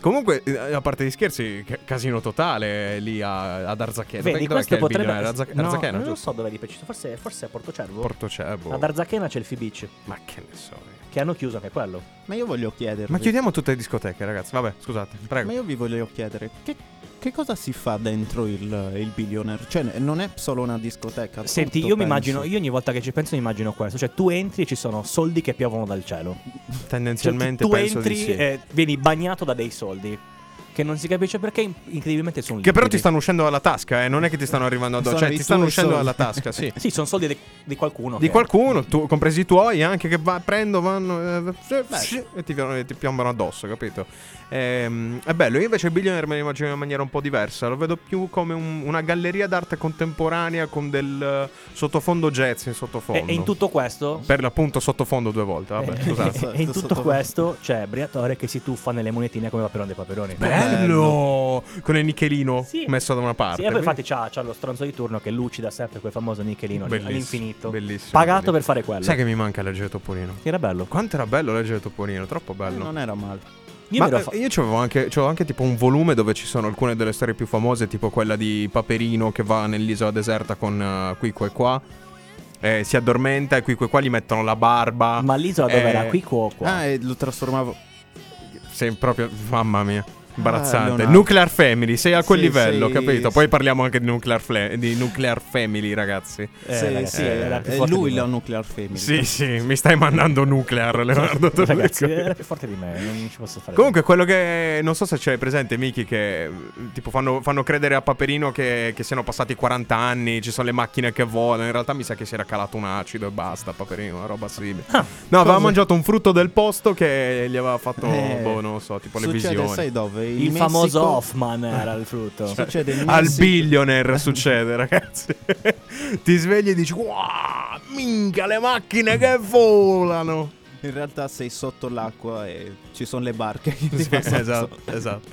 [SPEAKER 2] Comunque, eh, a parte gli scherzi, ca- casino totale eh, lì a- ad Arzachena. Dov'è
[SPEAKER 3] Vedi,
[SPEAKER 2] che
[SPEAKER 3] questo
[SPEAKER 2] è il
[SPEAKER 3] potrebbe
[SPEAKER 2] billionaire? Arza-
[SPEAKER 3] No,
[SPEAKER 2] Arzachena,
[SPEAKER 3] non lo
[SPEAKER 2] giusto?
[SPEAKER 3] so dove è di preciso, forse, forse a Portocervo.
[SPEAKER 2] Portocebo.
[SPEAKER 3] Ad Arzachena c'è il Fibich,
[SPEAKER 2] Ma che ne so. io.
[SPEAKER 3] che hanno chiuso anche quello.
[SPEAKER 4] Ma io voglio chiedervi.
[SPEAKER 2] Ma chiudiamo tutte le discoteche, ragazzi. Vabbè, scusate, prego.
[SPEAKER 4] Ma io vi volevo chiedere, che, che cosa si fa dentro il, il billionaire? Cioè, non è solo una discoteca.
[SPEAKER 3] Senti,
[SPEAKER 4] tutto,
[SPEAKER 3] io mi
[SPEAKER 4] penso. Eh,
[SPEAKER 3] immagino, io ogni volta che ci penso mi immagino questo, cioè tu entri e ci sono soldi che piovono dal cielo. Cioè, tu-
[SPEAKER 2] Tendenzialmente
[SPEAKER 3] tu
[SPEAKER 2] penso
[SPEAKER 3] entri
[SPEAKER 2] di sì.
[SPEAKER 3] e vieni bagnato da dei soldi. che non si capisce perché in- incredibilmente sono
[SPEAKER 2] Che però ti
[SPEAKER 3] liquidi.
[SPEAKER 2] stanno uscendo dalla tasca, eh? non è che ti stanno arrivando addosso,
[SPEAKER 4] Sono
[SPEAKER 2] cioè
[SPEAKER 4] i
[SPEAKER 2] ti stanno
[SPEAKER 4] tuoi
[SPEAKER 2] uscendo
[SPEAKER 4] soldi.
[SPEAKER 2] dalla tasca, sì.
[SPEAKER 3] Sì, sono soldi de- di qualcuno.
[SPEAKER 2] Di
[SPEAKER 3] che-
[SPEAKER 2] qualcuno, tu- compresi i tuoi, anche che va- prendo, vanno eh,
[SPEAKER 4] Beh.
[SPEAKER 2] e ti, e ti piombano addosso, capito? Ehm, è bello, io invece Billionaire me lo immagino in maniera un po' diversa, lo vedo più come un- una galleria d'arte contemporanea con del eh, sottofondo jazz in
[SPEAKER 3] E,
[SPEAKER 2] sottofondo.
[SPEAKER 3] e in tutto questo.
[SPEAKER 2] Per l'appunto sottofondo due volte, vabbè,
[SPEAKER 3] eh,
[SPEAKER 2] scusate.
[SPEAKER 3] e in tutto
[SPEAKER 4] Sotto-
[SPEAKER 3] questo c'è Briatore che si tuffa nelle monetine come Paperone dei Paperoni.
[SPEAKER 2] Bello! Con il nichelino
[SPEAKER 3] Sì.
[SPEAKER 2] messo da una parte.
[SPEAKER 3] Sì, e poi
[SPEAKER 2] quindi-
[SPEAKER 3] infatti c'ha, c'ha lo stronzo di turno che lucida sempre quel famoso nichelino
[SPEAKER 2] Bellissimo,
[SPEAKER 3] all'infinito.
[SPEAKER 2] bellissimo, bellissimo.
[SPEAKER 3] Pagato per fare quello.
[SPEAKER 2] Sai che mi manca leggere Topolino?
[SPEAKER 3] Era bello.
[SPEAKER 2] Quanto era bello leggere Topolino, troppo bello.
[SPEAKER 4] Non era male.
[SPEAKER 3] Io
[SPEAKER 2] Ma
[SPEAKER 3] me lo
[SPEAKER 2] eh,
[SPEAKER 3] fa-
[SPEAKER 2] io c'avevo anche, c'avevo anche tipo un volume dove ci sono alcune delle storie più famose, tipo quella di Paperino che va nell'isola deserta con eh, Quico e qua. eh, si addormenta e Quico e qua gli mettono la barba.
[SPEAKER 3] Ma l'isola dove
[SPEAKER 2] eh,
[SPEAKER 3] era? Qui o qua?
[SPEAKER 4] Ah, e lo trasformavo.
[SPEAKER 2] Sei proprio. Mamma mia. Imbarazzante.
[SPEAKER 4] Leonardo.
[SPEAKER 2] nuclear Family, sei a quel
[SPEAKER 4] Sì,
[SPEAKER 2] livello,
[SPEAKER 4] sei-
[SPEAKER 2] capito? Poi
[SPEAKER 4] sì.
[SPEAKER 2] parliamo anche di Nuclear, fla- di nuclear Family, ragazzi.
[SPEAKER 3] Eh,
[SPEAKER 4] sì,
[SPEAKER 3] ragazzi,
[SPEAKER 4] sì,
[SPEAKER 3] era
[SPEAKER 4] eh,
[SPEAKER 3] più forte
[SPEAKER 4] lui
[SPEAKER 3] di
[SPEAKER 4] la
[SPEAKER 3] me.
[SPEAKER 4] nuclear family.
[SPEAKER 2] Sì, sì, mi stai mandando nuclear, Leonardo. te lo
[SPEAKER 3] Ragazzi,
[SPEAKER 2] dico.
[SPEAKER 3] era più forte di me, non ci posso fare.
[SPEAKER 2] eh. Comunque, quello che. Non so se c'è presente, Miki, che. mh, Tipo, fanno, fanno credere a Paperino che, che siano passati 40 anni, ci sono le macchine che volano. In realtà mi sa che si era calato un acido e basta, Paperino, una roba simile. no, aveva
[SPEAKER 4] Ah, Cosa?
[SPEAKER 2] mangiato un frutto del posto che gli aveva fatto.
[SPEAKER 4] Eh,
[SPEAKER 2] boh, non lo so, tipo le
[SPEAKER 4] Succede,
[SPEAKER 2] visioni.
[SPEAKER 4] sai dove? In
[SPEAKER 3] il famoso
[SPEAKER 4] Messico-
[SPEAKER 3] Hoffman era il frutto.
[SPEAKER 4] Succede in
[SPEAKER 2] Al
[SPEAKER 4] Messico-
[SPEAKER 2] billionaire succede, ragazzi. Ti svegli e dici: Wow, minchia, le macchine che volano.
[SPEAKER 4] In realtà sei sotto l'acqua e ci sono le barche che ti
[SPEAKER 2] Sì,
[SPEAKER 4] passano
[SPEAKER 2] esatto,
[SPEAKER 4] sotto.
[SPEAKER 2] esatto.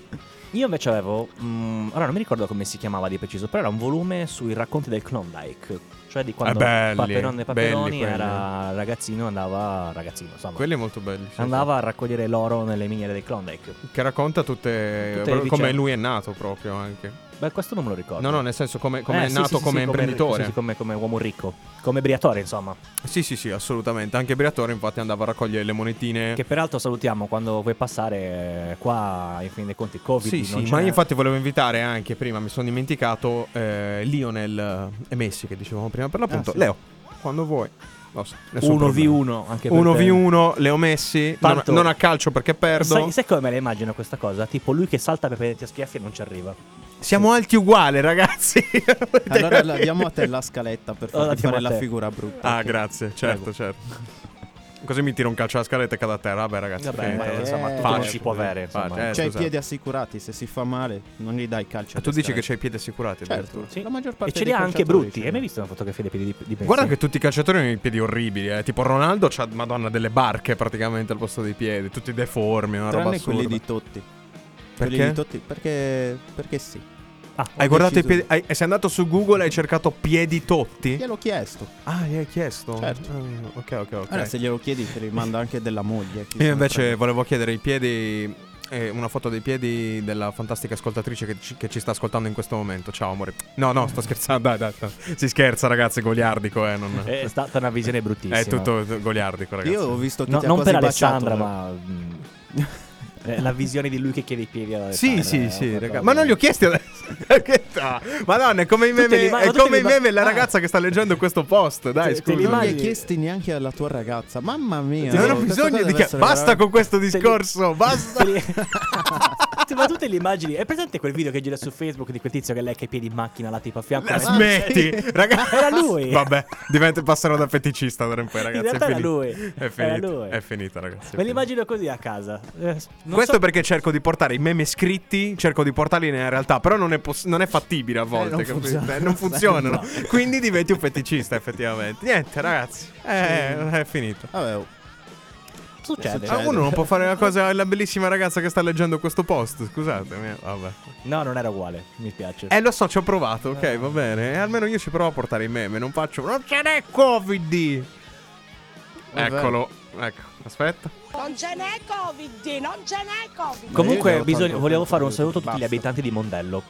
[SPEAKER 3] Io invece avevo, mm, ora non mi ricordo come si chiamava di preciso, però era un volume sui racconti del Klondike, cioè di quando
[SPEAKER 2] Eh, belli,
[SPEAKER 3] Paperone e Paperoni
[SPEAKER 2] belli quelli.
[SPEAKER 3] era ragazzino, andava ragazzino, insomma,
[SPEAKER 2] Quelli molto belli. sì, sì.
[SPEAKER 3] andava a raccogliere l'oro nelle miniere del Klondike.
[SPEAKER 2] Che racconta tutte,
[SPEAKER 3] Tutte le
[SPEAKER 2] proprio come
[SPEAKER 3] vicende.
[SPEAKER 2] lui è nato proprio anche.
[SPEAKER 3] Beh, questo non me lo ricordo.
[SPEAKER 2] No, no, nel senso come, come
[SPEAKER 3] Eh,
[SPEAKER 2] è
[SPEAKER 3] sì,
[SPEAKER 2] nato
[SPEAKER 3] sì, sì,
[SPEAKER 2] come
[SPEAKER 3] sì,
[SPEAKER 2] imprenditore.
[SPEAKER 3] sì, sì, come, come uomo ricco, come briatore, insomma.
[SPEAKER 2] Sì, sì, sì, assolutamente. Anche Briatore infatti andava a raccogliere le monetine.
[SPEAKER 3] Che peraltro salutiamo quando vuoi passare eh, qua, in fin dei conti, Covid.
[SPEAKER 2] Sì,
[SPEAKER 3] non
[SPEAKER 2] sì,
[SPEAKER 3] ce
[SPEAKER 2] ma
[SPEAKER 3] n'è.
[SPEAKER 2] io infatti volevo invitare anche prima, mi sono dimenticato eh, Lionel eh, e Messi che dicevamo prima per l'appunto.
[SPEAKER 4] Ah, sì.
[SPEAKER 2] Leo, quando vuoi. No, so, nessun
[SPEAKER 3] 1v1 anche per
[SPEAKER 2] problema.
[SPEAKER 3] te.
[SPEAKER 2] 1v1, Leo Messi. Non,
[SPEAKER 3] Tanto-
[SPEAKER 2] non a calcio perché perdo.
[SPEAKER 3] Sai, sai come me la immagino questa cosa? Tipo lui che salta per prenderti a schiaffi e non ci arriva.
[SPEAKER 2] Siamo alti uguali, ragazzi.
[SPEAKER 4] Allora la diamo a te la scaletta per
[SPEAKER 3] Allora,
[SPEAKER 4] farti
[SPEAKER 3] diamo
[SPEAKER 4] fare
[SPEAKER 3] a
[SPEAKER 4] la
[SPEAKER 3] te.
[SPEAKER 4] figura brutta.
[SPEAKER 2] Ah, grazie, certo, certo. Così mi tiro un calcio alla scaletta e cado a terra. Vabbè, ragazzi,
[SPEAKER 3] Vabbè,
[SPEAKER 2] finita.
[SPEAKER 3] ma,
[SPEAKER 4] eh,
[SPEAKER 3] insomma, tutto
[SPEAKER 4] facile,
[SPEAKER 3] non si può avere.
[SPEAKER 2] facile,
[SPEAKER 3] Insomma.
[SPEAKER 2] eh.
[SPEAKER 4] C'hai Cioè, i
[SPEAKER 2] scusate.
[SPEAKER 4] piedi assicurati, se si fa male non gli dai calcio.
[SPEAKER 2] Ah, tu dici che c'hai i piedi assicurati? addirittura?
[SPEAKER 4] Certo,
[SPEAKER 3] Sì.
[SPEAKER 4] la maggior
[SPEAKER 3] E
[SPEAKER 4] parte
[SPEAKER 3] ce li
[SPEAKER 4] dei
[SPEAKER 3] ha anche
[SPEAKER 4] calciatori
[SPEAKER 3] brutti.
[SPEAKER 4] ce
[SPEAKER 3] Hai
[SPEAKER 2] eh,
[SPEAKER 4] li
[SPEAKER 3] mai
[SPEAKER 4] ha.
[SPEAKER 3] visto una fotografia di piedi di, di Pensi?
[SPEAKER 2] Guarda che tutti i calciatori hanno i piedi orribili, eh. tipo Ronaldo c'ha madonna delle barche praticamente al posto dei piedi, tutti deformi, una roba
[SPEAKER 4] Tranne
[SPEAKER 2] assurda.
[SPEAKER 4] quelli di Totti. Quelli
[SPEAKER 2] Perché?
[SPEAKER 4] di Totti perché perché sì.
[SPEAKER 3] Ah,
[SPEAKER 2] Hai guardato i
[SPEAKER 4] deciso-
[SPEAKER 2] piedi, hai, sei andato su Google e hai cercato piedi totti?
[SPEAKER 4] Gliel'ho chiesto.
[SPEAKER 2] Ah, gli hai chiesto?
[SPEAKER 4] Certo.
[SPEAKER 2] Ah, ok, ok, ok.
[SPEAKER 4] Allora se glielo chiedi ti rimanda anche della moglie. chi se
[SPEAKER 2] Io
[SPEAKER 4] ne
[SPEAKER 2] invece
[SPEAKER 4] frega.
[SPEAKER 2] volevo chiedere i piedi, eh, una foto dei piedi della fantastica ascoltatrice che ci, che ci sta ascoltando in questo momento. Ciao amore. No, no, sto scherzando, Ah, dai, dai, dai. Si scherza ragazzi, goliardico, eh. non-
[SPEAKER 3] è stata una visione bruttissima.
[SPEAKER 2] È tutto goliardico, ragazzi.
[SPEAKER 4] Io ho visto che
[SPEAKER 3] No,
[SPEAKER 4] ti ha
[SPEAKER 3] non
[SPEAKER 4] quasi
[SPEAKER 3] per
[SPEAKER 4] baciato,
[SPEAKER 3] Alessandra,
[SPEAKER 4] eh.
[SPEAKER 3] ma. mm, eh, la visione di lui che chiede i piedi ad
[SPEAKER 2] Sì,
[SPEAKER 3] Alessandra.
[SPEAKER 2] sì,
[SPEAKER 3] eh,
[SPEAKER 2] sì,
[SPEAKER 3] una
[SPEAKER 2] raga-
[SPEAKER 3] cosa-
[SPEAKER 2] Ma non li ho chiesti adesso. che ta- Madonna, è come i
[SPEAKER 3] Tutte
[SPEAKER 2] meme,
[SPEAKER 3] le ma-
[SPEAKER 2] è
[SPEAKER 3] tutte
[SPEAKER 2] come
[SPEAKER 3] le
[SPEAKER 2] i
[SPEAKER 3] ma-
[SPEAKER 2] meme la
[SPEAKER 3] ah.
[SPEAKER 2] ragazza che sta leggendo questo post. Dai,
[SPEAKER 3] Te-
[SPEAKER 2] scusa.
[SPEAKER 3] te li
[SPEAKER 4] Non li hai
[SPEAKER 3] Immagini-
[SPEAKER 4] chiesti neanche alla tua ragazza. Mamma mia.
[SPEAKER 2] Non ho
[SPEAKER 4] oh, questa
[SPEAKER 2] bisogno
[SPEAKER 4] cosa
[SPEAKER 2] di
[SPEAKER 4] deve
[SPEAKER 2] che...
[SPEAKER 4] essere
[SPEAKER 2] Basta
[SPEAKER 4] veramente-
[SPEAKER 2] con questo
[SPEAKER 3] li-
[SPEAKER 2] discorso. Basta.
[SPEAKER 3] Sì, ma tutte le immagini. È presente quel video che gira su Facebook di quel tizio che lecca i piedi in macchina, la tipo a fianco.
[SPEAKER 2] La
[SPEAKER 3] alla-
[SPEAKER 2] smetti, ragazzi.
[SPEAKER 3] Era lui.
[SPEAKER 2] Vabbè, diventa, passerò da feticista d'ora in poi, ragazzi.
[SPEAKER 3] realtà
[SPEAKER 2] è
[SPEAKER 3] era
[SPEAKER 2] finita.
[SPEAKER 3] lui.
[SPEAKER 2] È
[SPEAKER 3] Era
[SPEAKER 2] finita,
[SPEAKER 3] lui.
[SPEAKER 2] è finita, ragazzi. è
[SPEAKER 3] Me
[SPEAKER 2] finita.
[SPEAKER 3] li immagino così a casa. Eh, non
[SPEAKER 2] Questo
[SPEAKER 3] so-
[SPEAKER 2] perché cerco di portare i meme scritti, cerco di portarli nella realtà, però non è, poss- non è fattibile a volte,
[SPEAKER 4] non
[SPEAKER 2] capito?
[SPEAKER 4] funziona.
[SPEAKER 2] Eh, non funzionano. Quindi diventi un feticista, effettivamente. Niente, ragazzi, eh, è finito.
[SPEAKER 4] Vabbè, oh, Ah,
[SPEAKER 3] succede.
[SPEAKER 2] Ma uno non può fare la cosa alla bellissima ragazza che sta leggendo questo post, scusatemi. Vabbè.
[SPEAKER 3] No, non era uguale. Mi piace.
[SPEAKER 2] Eh, lo so, ci ho provato,
[SPEAKER 3] Eh.
[SPEAKER 2] ok, va bene. E almeno io ci provo a portare i meme, non faccio... Non ce n'è Covid!
[SPEAKER 4] Vabbè.
[SPEAKER 2] Eccolo, ecco, aspetta.
[SPEAKER 6] Non ce n'è Covid, non ce n'è Covid.
[SPEAKER 4] Io
[SPEAKER 3] Comunque,
[SPEAKER 4] ne ho
[SPEAKER 3] bisogna-
[SPEAKER 4] tanto
[SPEAKER 3] volevo
[SPEAKER 4] tanto
[SPEAKER 3] fare un saluto a tutti
[SPEAKER 4] basta.
[SPEAKER 3] gli abitanti di Mondello.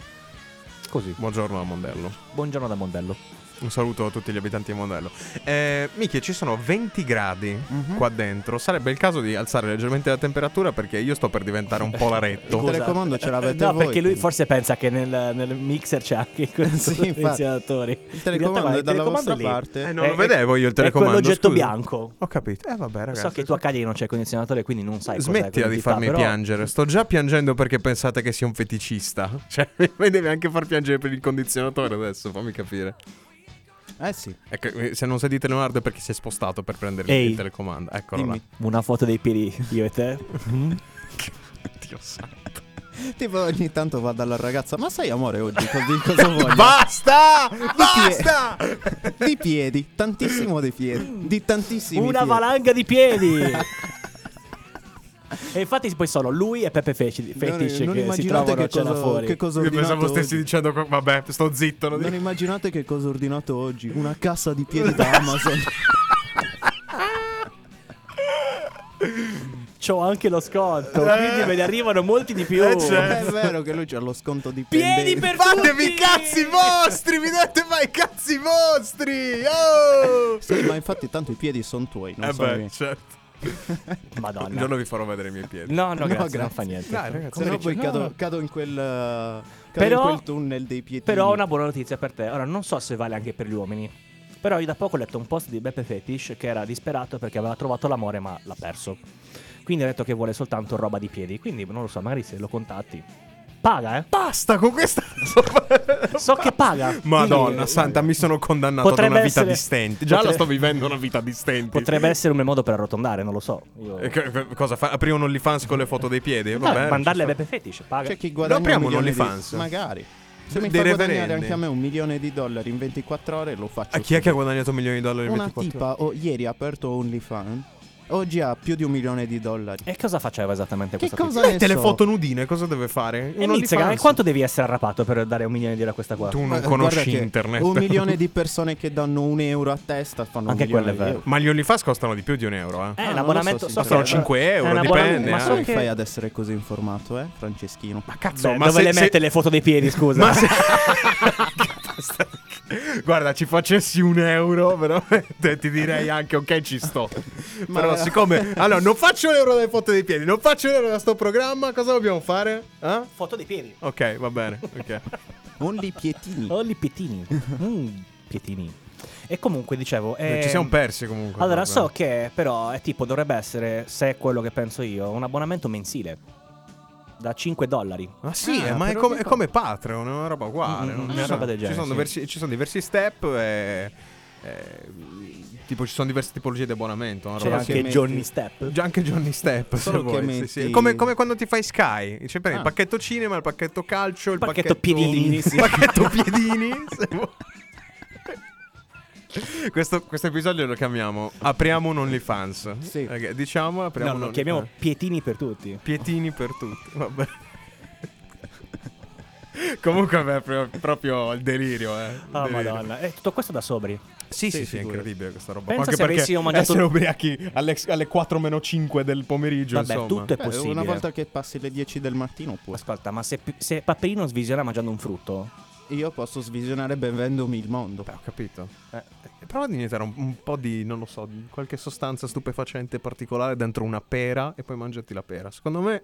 [SPEAKER 3] Così.
[SPEAKER 2] Buongiorno a Mondello.
[SPEAKER 3] Buongiorno da Mondello.
[SPEAKER 2] Un saluto a tutti gli abitanti di Mondello. Eh, Miki, ci sono 20 gradi qua dentro. Sarebbe il caso di alzare leggermente la temperatura perché io sto per diventare un po' laretto.
[SPEAKER 4] Il telecomando ce l'avete
[SPEAKER 3] No,
[SPEAKER 4] voi,
[SPEAKER 3] perché lui
[SPEAKER 4] quindi.
[SPEAKER 3] forse pensa che nel, nel mixer c'è anche questo
[SPEAKER 4] Sì, infatti.
[SPEAKER 3] potenziatore.
[SPEAKER 4] Il telecomando è dalla vostra parte.
[SPEAKER 2] Eh, non lo vedevo io il telecomando.
[SPEAKER 3] È quell'oggetto
[SPEAKER 2] scusa.
[SPEAKER 3] bianco.
[SPEAKER 2] Ho capito. Eh, vabbè, ragazzi.
[SPEAKER 3] so che tu a Cagliari non c'è il condizionatore, quindi non sai cos'è
[SPEAKER 2] Smettila di
[SPEAKER 3] quell'entità,
[SPEAKER 2] farmi
[SPEAKER 3] però-
[SPEAKER 2] piangere. Sto già piangendo perché pensate che sia un feticista. Cioè, mi devi anche far piangere per il condizionatore adesso, fammi capire.
[SPEAKER 4] Eh sì,
[SPEAKER 2] Ecco, eh, se non sentite Leonardo è perché si è spostato per prendere
[SPEAKER 3] Ehi.
[SPEAKER 2] il telecomando. Eccolo
[SPEAKER 4] dimmi.
[SPEAKER 3] Una foto dei piedi, io e te.
[SPEAKER 2] là. Dio santo.
[SPEAKER 4] Tipo ogni tanto va dalla ragazza, ma sai amore oggi così cosa voglio?
[SPEAKER 2] Basta!
[SPEAKER 4] pie-
[SPEAKER 2] Basta!
[SPEAKER 4] Di piedi, tantissimo dei piedi, di tantissimi
[SPEAKER 3] Una
[SPEAKER 4] piedi.
[SPEAKER 3] valanga di piedi! E infatti poi sono lui e Peppe Feci- Fetish
[SPEAKER 4] non, non
[SPEAKER 3] che si
[SPEAKER 4] immaginate
[SPEAKER 3] trovano
[SPEAKER 4] che
[SPEAKER 3] a cena
[SPEAKER 4] cosa,
[SPEAKER 3] fuori.
[SPEAKER 4] che cosa ho
[SPEAKER 2] Io pensavo
[SPEAKER 4] ordinato
[SPEAKER 2] stessi
[SPEAKER 4] oggi.
[SPEAKER 2] dicendo, co- vabbè, sto zitto. non
[SPEAKER 4] Non
[SPEAKER 2] dico-
[SPEAKER 4] immaginate che cosa ho ordinato oggi, una cassa di piedi da Amazon.
[SPEAKER 3] C'ho anche lo sconto, quindi me ne arrivano molti di più.
[SPEAKER 2] Eh, certo.
[SPEAKER 4] è vero che lui c'ha lo sconto di
[SPEAKER 3] Piedi per
[SPEAKER 2] Fatevi
[SPEAKER 3] tutti!
[SPEAKER 2] i cazzi vostri! Mi date mai i cazzi vostri! Oh!
[SPEAKER 4] Sì, ma infatti tanto i piedi sono tuoi, non
[SPEAKER 2] Eh
[SPEAKER 4] sono
[SPEAKER 2] beh,
[SPEAKER 4] miei.
[SPEAKER 2] certo. Un
[SPEAKER 3] Madonna.
[SPEAKER 2] giorno vi farò vedere i miei piedi.
[SPEAKER 3] Ah, No, no, grazie, non
[SPEAKER 4] grazie.
[SPEAKER 3] fa niente.
[SPEAKER 2] Dai, ragazzi,
[SPEAKER 4] Se no poi
[SPEAKER 2] no,
[SPEAKER 4] cado,
[SPEAKER 2] no.
[SPEAKER 4] cado in quel eh, cado
[SPEAKER 3] Però-
[SPEAKER 4] in quel tunnel dei piedi.
[SPEAKER 3] Però ho una buona notizia per te. Ora, non so se vale anche per gli uomini. Però io da poco ho letto un post di Beppe Fetish che era disperato perché aveva trovato l'amore ma l'ha perso. Quindi ha detto che vuole soltanto roba di piedi. Quindi non lo so, magari se lo contatti. Paga, eh?
[SPEAKER 2] Basta con questa.
[SPEAKER 3] So che paga.
[SPEAKER 2] Madonna
[SPEAKER 3] Quindi,
[SPEAKER 2] santa, mi sono condannato ad
[SPEAKER 3] Potrebbe
[SPEAKER 2] una vita
[SPEAKER 3] essere-
[SPEAKER 2] di stenti. Già la
[SPEAKER 3] potrebbe-
[SPEAKER 2] sto vivendo una vita di stenti.
[SPEAKER 3] Potrebbe essere un bel modo per arrotondare, non lo so. Io...
[SPEAKER 2] Eh, che- Cosa fa? Aprire un OnlyFans con le foto dei piedi?
[SPEAKER 3] No,
[SPEAKER 2] Va bene,
[SPEAKER 3] mandarle a
[SPEAKER 2] ci sta.
[SPEAKER 3] Beppe Fetish, paga.
[SPEAKER 4] C'è chi guadagna
[SPEAKER 2] apriamo un
[SPEAKER 4] milione di-
[SPEAKER 2] OnlyFans.
[SPEAKER 4] Magari. Se mi
[SPEAKER 2] Dei
[SPEAKER 4] fa guadagnare
[SPEAKER 2] reverendi.
[SPEAKER 4] anche a me un milione di dollari in 24 ore lo faccio.
[SPEAKER 2] Ah, chi è che ha
[SPEAKER 4] subito.
[SPEAKER 2] guadagnato milioni di dollari in
[SPEAKER 4] Una
[SPEAKER 2] 24 ore?
[SPEAKER 4] tipa oh, ieri ha aperto OnlyFans. Oggi ha più di un milione di dollari.
[SPEAKER 2] Eh,
[SPEAKER 3] E cosa faceva esattamente
[SPEAKER 4] Che
[SPEAKER 3] questa
[SPEAKER 4] cosa ne
[SPEAKER 2] Mette le
[SPEAKER 4] so?
[SPEAKER 2] foto nudine, cosa deve fare?
[SPEAKER 3] E Mizzica, e quanto devi essere arrapato per dare un milione di lire a questa qua?
[SPEAKER 2] Tu non
[SPEAKER 4] Ma Eh, guarda
[SPEAKER 2] conosci
[SPEAKER 4] che
[SPEAKER 2] internet.
[SPEAKER 4] Un milione di persone che danno un euro a testa fanno
[SPEAKER 3] Anche
[SPEAKER 4] un milione
[SPEAKER 3] quello è
[SPEAKER 4] di
[SPEAKER 3] vero.
[SPEAKER 2] Ma gli OnlyFans costano di più di un euro, eh?
[SPEAKER 3] Eh,
[SPEAKER 4] Ah, non lo
[SPEAKER 3] l'abbonamento
[SPEAKER 4] so,
[SPEAKER 3] so che-
[SPEAKER 4] Costano
[SPEAKER 2] 5 euro,
[SPEAKER 3] è un abbonamento-
[SPEAKER 2] dipende,
[SPEAKER 3] Ma
[SPEAKER 2] eh.
[SPEAKER 4] euro.
[SPEAKER 3] so
[SPEAKER 4] Come
[SPEAKER 3] che...
[SPEAKER 4] fai ad essere così informato, eh, Franceschino?
[SPEAKER 3] Ah,
[SPEAKER 2] Ma cazzo,
[SPEAKER 3] Beh,
[SPEAKER 2] ma
[SPEAKER 3] dove
[SPEAKER 2] se,
[SPEAKER 3] le
[SPEAKER 2] se-
[SPEAKER 3] mette le foto dei piedi, scusa?
[SPEAKER 2] Ma se... Basta. Guarda, ci facessi un euro, veramente ti direi anche ok, ci sto.
[SPEAKER 4] Ma
[SPEAKER 2] Però
[SPEAKER 4] vera-
[SPEAKER 2] siccome allora non faccio l'euro delle foto dei piedi, non faccio l'euro da sto programma, cosa dobbiamo fare? Eh?
[SPEAKER 3] Foto dei piedi.
[SPEAKER 2] Ok, va bene, ok.
[SPEAKER 4] Only pietini.
[SPEAKER 3] Olli pietini. Mm, pietini. E comunque dicevo... ehm,
[SPEAKER 2] Eh, Ci siamo persi comunque.
[SPEAKER 3] Allora,
[SPEAKER 2] proprio.
[SPEAKER 3] so che però è tipo, dovrebbe essere, se è quello che penso io, un abbonamento mensile. Da 5 dollari.
[SPEAKER 2] Ma sì,
[SPEAKER 4] Ah,
[SPEAKER 2] eh, ma è
[SPEAKER 4] però
[SPEAKER 2] come,
[SPEAKER 4] che
[SPEAKER 2] è
[SPEAKER 4] fa-
[SPEAKER 2] come Patreon, è una roba uguale.
[SPEAKER 3] Mm,
[SPEAKER 2] non
[SPEAKER 3] mm,
[SPEAKER 2] so.
[SPEAKER 3] una roba del
[SPEAKER 2] ci,
[SPEAKER 3] genere,
[SPEAKER 2] sono
[SPEAKER 3] sì.
[SPEAKER 2] diversi, ci sono diversi step e, e, tipo ci sono diverse tipologie di abbonamento. una
[SPEAKER 3] C'è
[SPEAKER 2] roba
[SPEAKER 4] Solo
[SPEAKER 3] anche
[SPEAKER 4] che metti-
[SPEAKER 3] Johnny Step.
[SPEAKER 2] Già anche Johnny Step, se
[SPEAKER 4] Solo che
[SPEAKER 2] vuoi. sì,
[SPEAKER 4] metti-
[SPEAKER 2] sì. È Come, come quando ti fai Sky. C'è per il
[SPEAKER 4] Ah.
[SPEAKER 2] pacchetto cinema, il pacchetto calcio, il
[SPEAKER 3] pacchetto
[SPEAKER 2] pacchetto
[SPEAKER 3] piedini,
[SPEAKER 2] Il
[SPEAKER 3] sì.
[SPEAKER 2] pacchetto piedini. se vuoi. Questo, questo episodio lo chiamiamo Apriamo un OnlyFans.
[SPEAKER 4] Sì.
[SPEAKER 2] Ok, diciamo, apriamo
[SPEAKER 3] No,
[SPEAKER 2] un
[SPEAKER 3] lo
[SPEAKER 2] OnlyFans.
[SPEAKER 3] chiamiamo pietini per tutti.
[SPEAKER 2] Pietini per tutti. Vabbè. Comunque, beh, pro- proprio il delirio, eh.
[SPEAKER 3] Oh,
[SPEAKER 2] Delirio.
[SPEAKER 3] madonna. E tutto questo da sobri.
[SPEAKER 2] Sì, sì,
[SPEAKER 4] Sì,
[SPEAKER 2] sì, è
[SPEAKER 4] figurati.
[SPEAKER 2] incredibile questa roba. qua,
[SPEAKER 3] Pensa se
[SPEAKER 2] anche perché
[SPEAKER 3] avessimo mangiato-
[SPEAKER 2] essere ubriachi alle, alle 4 meno 5 del pomeriggio,
[SPEAKER 3] Vabbè,
[SPEAKER 2] insomma.
[SPEAKER 3] tutto è
[SPEAKER 4] Beh,
[SPEAKER 3] possibile.
[SPEAKER 4] Eh, una volta che passi le 10 del mattino oppure
[SPEAKER 3] Ascolta, ma se, se Paperino svisiona mangiando un frutto,
[SPEAKER 4] io posso svisionare bevendomi il mondo.
[SPEAKER 2] Beh, ho capito. Eh, prova ad iniettare un, un po' di, non lo so, di qualche sostanza stupefacente particolare dentro una pera e poi mangiati la pera. Secondo me...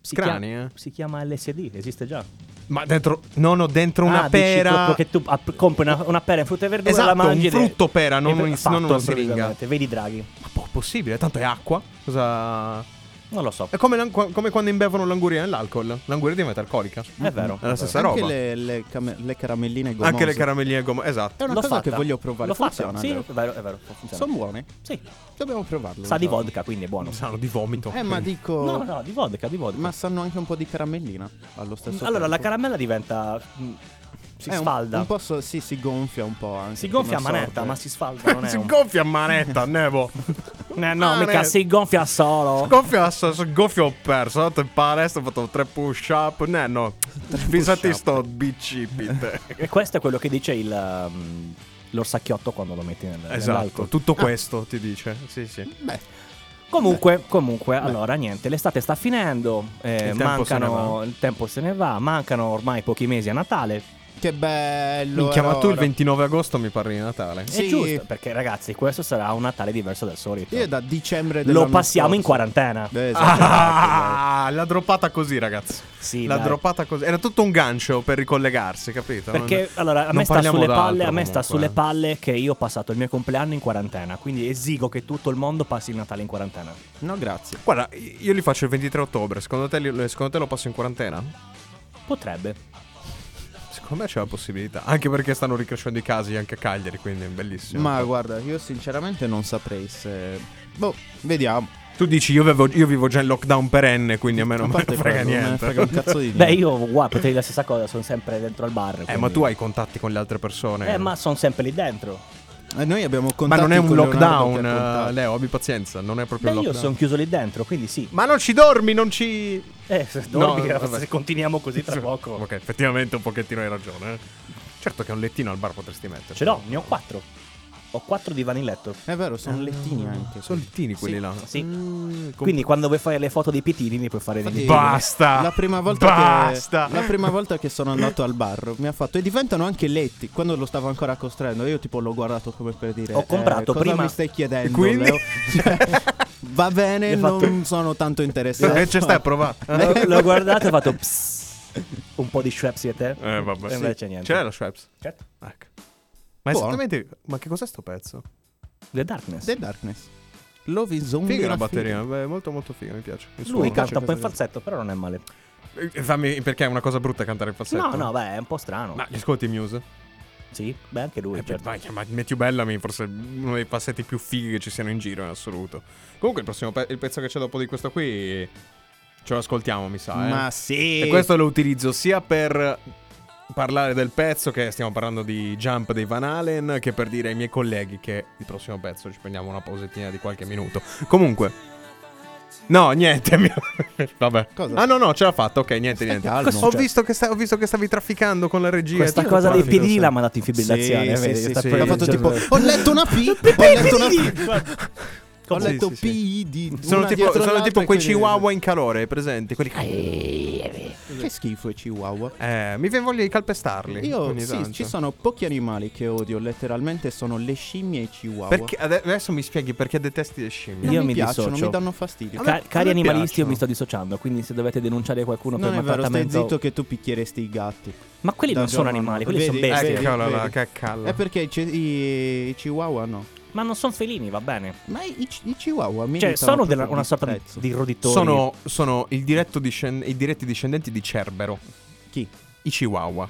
[SPEAKER 3] si,
[SPEAKER 2] Scrani,
[SPEAKER 3] chiama,
[SPEAKER 2] eh.
[SPEAKER 3] si chiama LSD, esiste già.
[SPEAKER 2] Ma dentro... No, no, dentro una
[SPEAKER 3] Ah, dici
[SPEAKER 2] pera...
[SPEAKER 3] proprio che tu app- compri una, una pera in frutta e verdura
[SPEAKER 2] Esatto,
[SPEAKER 3] la
[SPEAKER 2] un
[SPEAKER 3] mangi ed è-
[SPEAKER 2] frutto pera, non
[SPEAKER 3] è
[SPEAKER 2] un-
[SPEAKER 3] fatto,
[SPEAKER 2] non una siringa.
[SPEAKER 3] assolutamente. Vedi Draghi.
[SPEAKER 2] Ma po- possibile, tanto è acqua. Cosa...
[SPEAKER 3] Non lo so.
[SPEAKER 2] È come, l'an- come quando imbevono l'anguria nell'alcol. L'anguria diventa alcolica.
[SPEAKER 3] È vero.
[SPEAKER 2] È la stessa
[SPEAKER 4] Anche
[SPEAKER 2] roba.
[SPEAKER 4] le, le came- le caramelline gomose.
[SPEAKER 2] Anche le caramelline e gomma. Esatto.
[SPEAKER 4] È una
[SPEAKER 3] L'ho
[SPEAKER 4] cosa
[SPEAKER 3] fatta.
[SPEAKER 4] che voglio provare.
[SPEAKER 3] L'ho fatta.
[SPEAKER 4] Funziona,
[SPEAKER 3] Sì,
[SPEAKER 4] vero?
[SPEAKER 3] è vero, è vero. funziona.
[SPEAKER 4] Sono buone.
[SPEAKER 3] Sì,
[SPEAKER 4] Dobbiamo provarlo.
[SPEAKER 3] sa di
[SPEAKER 4] Però.
[SPEAKER 3] vodka, quindi è buono.
[SPEAKER 2] Sanno di vomito.
[SPEAKER 4] Eh, ma dico
[SPEAKER 3] No, no, di vodka, di vodka.
[SPEAKER 4] ma sanno anche un po' di caramellina allo stesso
[SPEAKER 3] allora, la
[SPEAKER 4] tempo.
[SPEAKER 3] caramella diventa mh, si
[SPEAKER 4] Eh, un-
[SPEAKER 3] sfalda.
[SPEAKER 4] Un, po' so- sì, si gonfia un po' anche.
[SPEAKER 3] si gonfia a
[SPEAKER 4] come eh.
[SPEAKER 3] manetta,
[SPEAKER 4] sorbe.
[SPEAKER 3] ma si sfalda, non è
[SPEAKER 2] si
[SPEAKER 3] un...
[SPEAKER 2] gonfia a manetta, Nevo.
[SPEAKER 3] Eh, no,
[SPEAKER 2] Ah,
[SPEAKER 3] mica
[SPEAKER 2] ne-
[SPEAKER 3] si gonfia solo.
[SPEAKER 2] Gonfio, gonfio ho perso. Sono andato in palestra, ho fatto tre push up. Ne, no. Fisati sto bicipite.
[SPEAKER 3] E questo è quello che dice il um, l'orsacchiotto quando lo metti nel
[SPEAKER 2] esatto.
[SPEAKER 3] nell'alcol.
[SPEAKER 2] Tutto questo ti dice. Sì, sì.
[SPEAKER 4] Beh,
[SPEAKER 3] Comunque, comunque, allora niente, l'estate sta finendo, eh,
[SPEAKER 2] Il tempo se ne
[SPEAKER 3] mancano, il tempo se ne va, mancano ormai pochi mesi a Natale.
[SPEAKER 4] Che bello.
[SPEAKER 2] Minchia, ma
[SPEAKER 4] era
[SPEAKER 2] tu il
[SPEAKER 4] ora.
[SPEAKER 2] 29 agosto mi parli di Natale.
[SPEAKER 4] Sì.
[SPEAKER 3] È giusto, perché ragazzi, questo sarà un Natale diverso dal solito.
[SPEAKER 4] Io da dicembre
[SPEAKER 3] Lo
[SPEAKER 4] dell'anno
[SPEAKER 3] passiamo in
[SPEAKER 4] scorso.
[SPEAKER 3] quarantena.
[SPEAKER 4] Eh, esatto.
[SPEAKER 2] Ah, l'ha droppata così, ragazzi.
[SPEAKER 3] Sì,
[SPEAKER 2] l'ha
[SPEAKER 3] dai.
[SPEAKER 2] droppata così. Era tutto un gancio per ricollegarsi, capito?
[SPEAKER 3] Perché
[SPEAKER 2] Non-
[SPEAKER 3] allora a
[SPEAKER 2] non
[SPEAKER 3] me, sta
[SPEAKER 2] parliamo
[SPEAKER 3] sulle,
[SPEAKER 2] d'altro,
[SPEAKER 3] palle, a me sta
[SPEAKER 2] comunque.
[SPEAKER 3] sulle palle che io ho passato il mio compleanno in quarantena. Quindi esigo che tutto il mondo passi il Natale in quarantena.
[SPEAKER 4] esatto. No, grazie.
[SPEAKER 2] Guarda, io li faccio il 23 ottobre. Secondo te, li- secondo te lo passo in quarantena?
[SPEAKER 3] Potrebbe.
[SPEAKER 2] Secondo me c'è la possibilità. Anche perché stanno ricrescendo i casi anche a Cagliari, quindi è bellissimo.
[SPEAKER 4] Ma guarda, io sinceramente non saprei se. Boh, vediamo.
[SPEAKER 2] tu dici, io, avevo- io vivo già in lockdown perenne, quindi a me non
[SPEAKER 4] A
[SPEAKER 2] me
[SPEAKER 4] parte
[SPEAKER 2] ne frega
[SPEAKER 4] quello, non me ne
[SPEAKER 2] niente.
[SPEAKER 4] frega un cazzo di niente.
[SPEAKER 3] Beh, io guarda, potrei dire la stessa cosa, sono sempre dentro al bar.
[SPEAKER 2] Eh,
[SPEAKER 3] quindi-
[SPEAKER 2] ma tu hai contatti con le altre persone.
[SPEAKER 3] Eh, ma sono sempre lì dentro.
[SPEAKER 4] E Eh, noi abbiamo
[SPEAKER 2] Ma
[SPEAKER 4] contatti
[SPEAKER 2] non è un
[SPEAKER 4] con Leonardo
[SPEAKER 2] lockdown,
[SPEAKER 4] che ha contatti.
[SPEAKER 2] eh, Leo, abbi pazienza, non è proprio
[SPEAKER 3] Beh,
[SPEAKER 2] un
[SPEAKER 3] io
[SPEAKER 2] lockdown.
[SPEAKER 3] sono chiuso lì dentro, quindi sì.
[SPEAKER 2] Ma non ci dormi, non ci...
[SPEAKER 3] Eh, se,
[SPEAKER 2] No,
[SPEAKER 3] dormi,
[SPEAKER 2] vabbè.
[SPEAKER 3] se continuiamo così tra poco.
[SPEAKER 2] Ok, effettivamente un pochettino hai ragione. eh. Certo che un lettino al bar potresti mettere.
[SPEAKER 3] Ce l'ho, ne ho quattro. Ho quattro divani in letto.
[SPEAKER 4] È vero, sono lettini anche.
[SPEAKER 2] Eh, Sono lettini quelli
[SPEAKER 3] Sì,
[SPEAKER 2] là.
[SPEAKER 3] sì.
[SPEAKER 2] Mm, com-
[SPEAKER 3] Quindi quando vuoi fare le foto dei pitini li puoi fare dei
[SPEAKER 4] Infatti,
[SPEAKER 3] pitini.
[SPEAKER 2] Basta!
[SPEAKER 4] La prima, volta
[SPEAKER 2] Basta!
[SPEAKER 4] Che, la prima volta che sono andato al bar mi ha fatto. E diventano anche letti. Quando lo stavo ancora costruendo, io tipo l'ho guardato come per dire.
[SPEAKER 3] Ho
[SPEAKER 4] "Eh,
[SPEAKER 3] comprato
[SPEAKER 4] cosa
[SPEAKER 3] prima-
[SPEAKER 4] mi stai chiedendo?
[SPEAKER 2] Quindi?
[SPEAKER 4] Leo?" Cioè, va bene,
[SPEAKER 3] Hai fatto-
[SPEAKER 4] non sono tanto interessato.
[SPEAKER 2] Eh, ci stai a provare.
[SPEAKER 3] L'ho, l'ho guardato e ho fatto psst, un po' di Schweppes e te.
[SPEAKER 2] Eh, vabbè.
[SPEAKER 3] E invece niente.
[SPEAKER 2] C'è lo Schweppes.
[SPEAKER 3] Certo.
[SPEAKER 2] Ecco. Ma
[SPEAKER 4] Buono.
[SPEAKER 2] esattamente... Ma che cos'è sto pezzo?
[SPEAKER 3] The Darkness.
[SPEAKER 4] The Darkness. Love is only
[SPEAKER 2] Figa la
[SPEAKER 4] a
[SPEAKER 2] batteria, beh, molto molto figa, mi piace. Il suono,
[SPEAKER 3] Lui
[SPEAKER 2] mi
[SPEAKER 3] canta un po' in
[SPEAKER 2] piace
[SPEAKER 3] falsetto, però non è male.
[SPEAKER 2] questa cosa. Eh, Fammi, perché è una cosa brutta cantare in falsetto.
[SPEAKER 3] No, no, beh, è un po' strano.
[SPEAKER 2] Certo. Ma gli ascolti Muse?
[SPEAKER 3] Sì, beh, anche lui.
[SPEAKER 2] Eh,
[SPEAKER 3] certo.
[SPEAKER 2] vai, ma Matthew Bellamy forse uno dei passetti più fighi che ci siano in giro in assoluto. Comunque il prossimo pe- il pezzo che c'è dopo di questo qui ce lo ascoltiamo, mi sa. eh.
[SPEAKER 4] Ma sì.
[SPEAKER 2] E questo lo utilizzo sia per parlare del pezzo che stiamo parlando di Jump dei Van Halen che per dire ai miei colleghi che il prossimo pezzo ci prendiamo una pausettina di qualche minuto. Comunque No, niente. mi- Vabbè.
[SPEAKER 4] Cosa?
[SPEAKER 2] Ah no, no, ce l'ha fatta. Ok, niente,
[SPEAKER 4] Stai
[SPEAKER 2] niente.
[SPEAKER 4] calmo.
[SPEAKER 2] Ho,
[SPEAKER 3] Cioè-
[SPEAKER 2] visto che sta- ho visto che stavi trafficando con la regia.
[SPEAKER 3] Questa
[SPEAKER 2] Io
[SPEAKER 3] cosa dei
[SPEAKER 2] traffico
[SPEAKER 3] piedini l'ha
[SPEAKER 2] sempre.
[SPEAKER 3] mandato in fibrillazione.
[SPEAKER 4] Sì,
[SPEAKER 3] vedi,
[SPEAKER 4] sì, sì,
[SPEAKER 3] sta
[SPEAKER 4] sì.
[SPEAKER 3] poi-
[SPEAKER 4] Ha fatto
[SPEAKER 3] cioè-
[SPEAKER 4] tipo Ho letto una P Ho letto una P Ho letto
[SPEAKER 2] Sì, sì,
[SPEAKER 4] P di
[SPEAKER 2] Sono
[SPEAKER 4] una
[SPEAKER 2] tipo,
[SPEAKER 4] dietro
[SPEAKER 2] sono
[SPEAKER 4] l'altra Eh.
[SPEAKER 2] tipo
[SPEAKER 4] e
[SPEAKER 2] quei
[SPEAKER 4] quindi-
[SPEAKER 2] chihuahua in calore, presenti? Quelli...
[SPEAKER 4] Che schifo i chihuahua
[SPEAKER 2] Eh, mi viene voglia di calpestarli.
[SPEAKER 4] Io
[SPEAKER 2] ogni
[SPEAKER 4] sì,
[SPEAKER 2] tanto.
[SPEAKER 4] ci sono pochi animali che odio letteralmente sono le scimmie e i chihuahua
[SPEAKER 2] Perché, ade- adesso mi spieghi perché detesti le scimmie.
[SPEAKER 4] Non
[SPEAKER 3] Io
[SPEAKER 4] mi,
[SPEAKER 3] mi
[SPEAKER 4] piacciono,
[SPEAKER 3] dissocio.
[SPEAKER 4] mi danno fastidio
[SPEAKER 2] A me-
[SPEAKER 3] Ca-
[SPEAKER 2] a me
[SPEAKER 3] cari animalisti,
[SPEAKER 2] piacciono.
[SPEAKER 3] io mi sto dissociando. Quindi, se dovete denunciare qualcuno per
[SPEAKER 4] Non è vero, stai
[SPEAKER 3] maltrattamento,
[SPEAKER 4] zitto che tu picchieresti i gatti
[SPEAKER 3] ma quelli
[SPEAKER 4] Da
[SPEAKER 3] non sono
[SPEAKER 4] Giovanni.
[SPEAKER 3] animali, quelli
[SPEAKER 4] Vedi?
[SPEAKER 3] sono
[SPEAKER 4] Eh,
[SPEAKER 3] bestie.
[SPEAKER 4] vedi?
[SPEAKER 2] Eccola là, che calla.
[SPEAKER 4] È perché i, ci- i- i chihuahua no
[SPEAKER 3] Ma non sono felini, va bene.
[SPEAKER 4] Ma i, ci- i chihuahua mi
[SPEAKER 3] Cioè,
[SPEAKER 4] irritano
[SPEAKER 3] sono
[SPEAKER 4] proprio
[SPEAKER 3] della- una
[SPEAKER 4] di
[SPEAKER 3] sorta di-
[SPEAKER 4] prezzo.
[SPEAKER 3] di roditori.
[SPEAKER 2] sono, sono il diretto discen- i diretti discendenti di Cerbero,
[SPEAKER 4] Chi?
[SPEAKER 2] i chihuahua.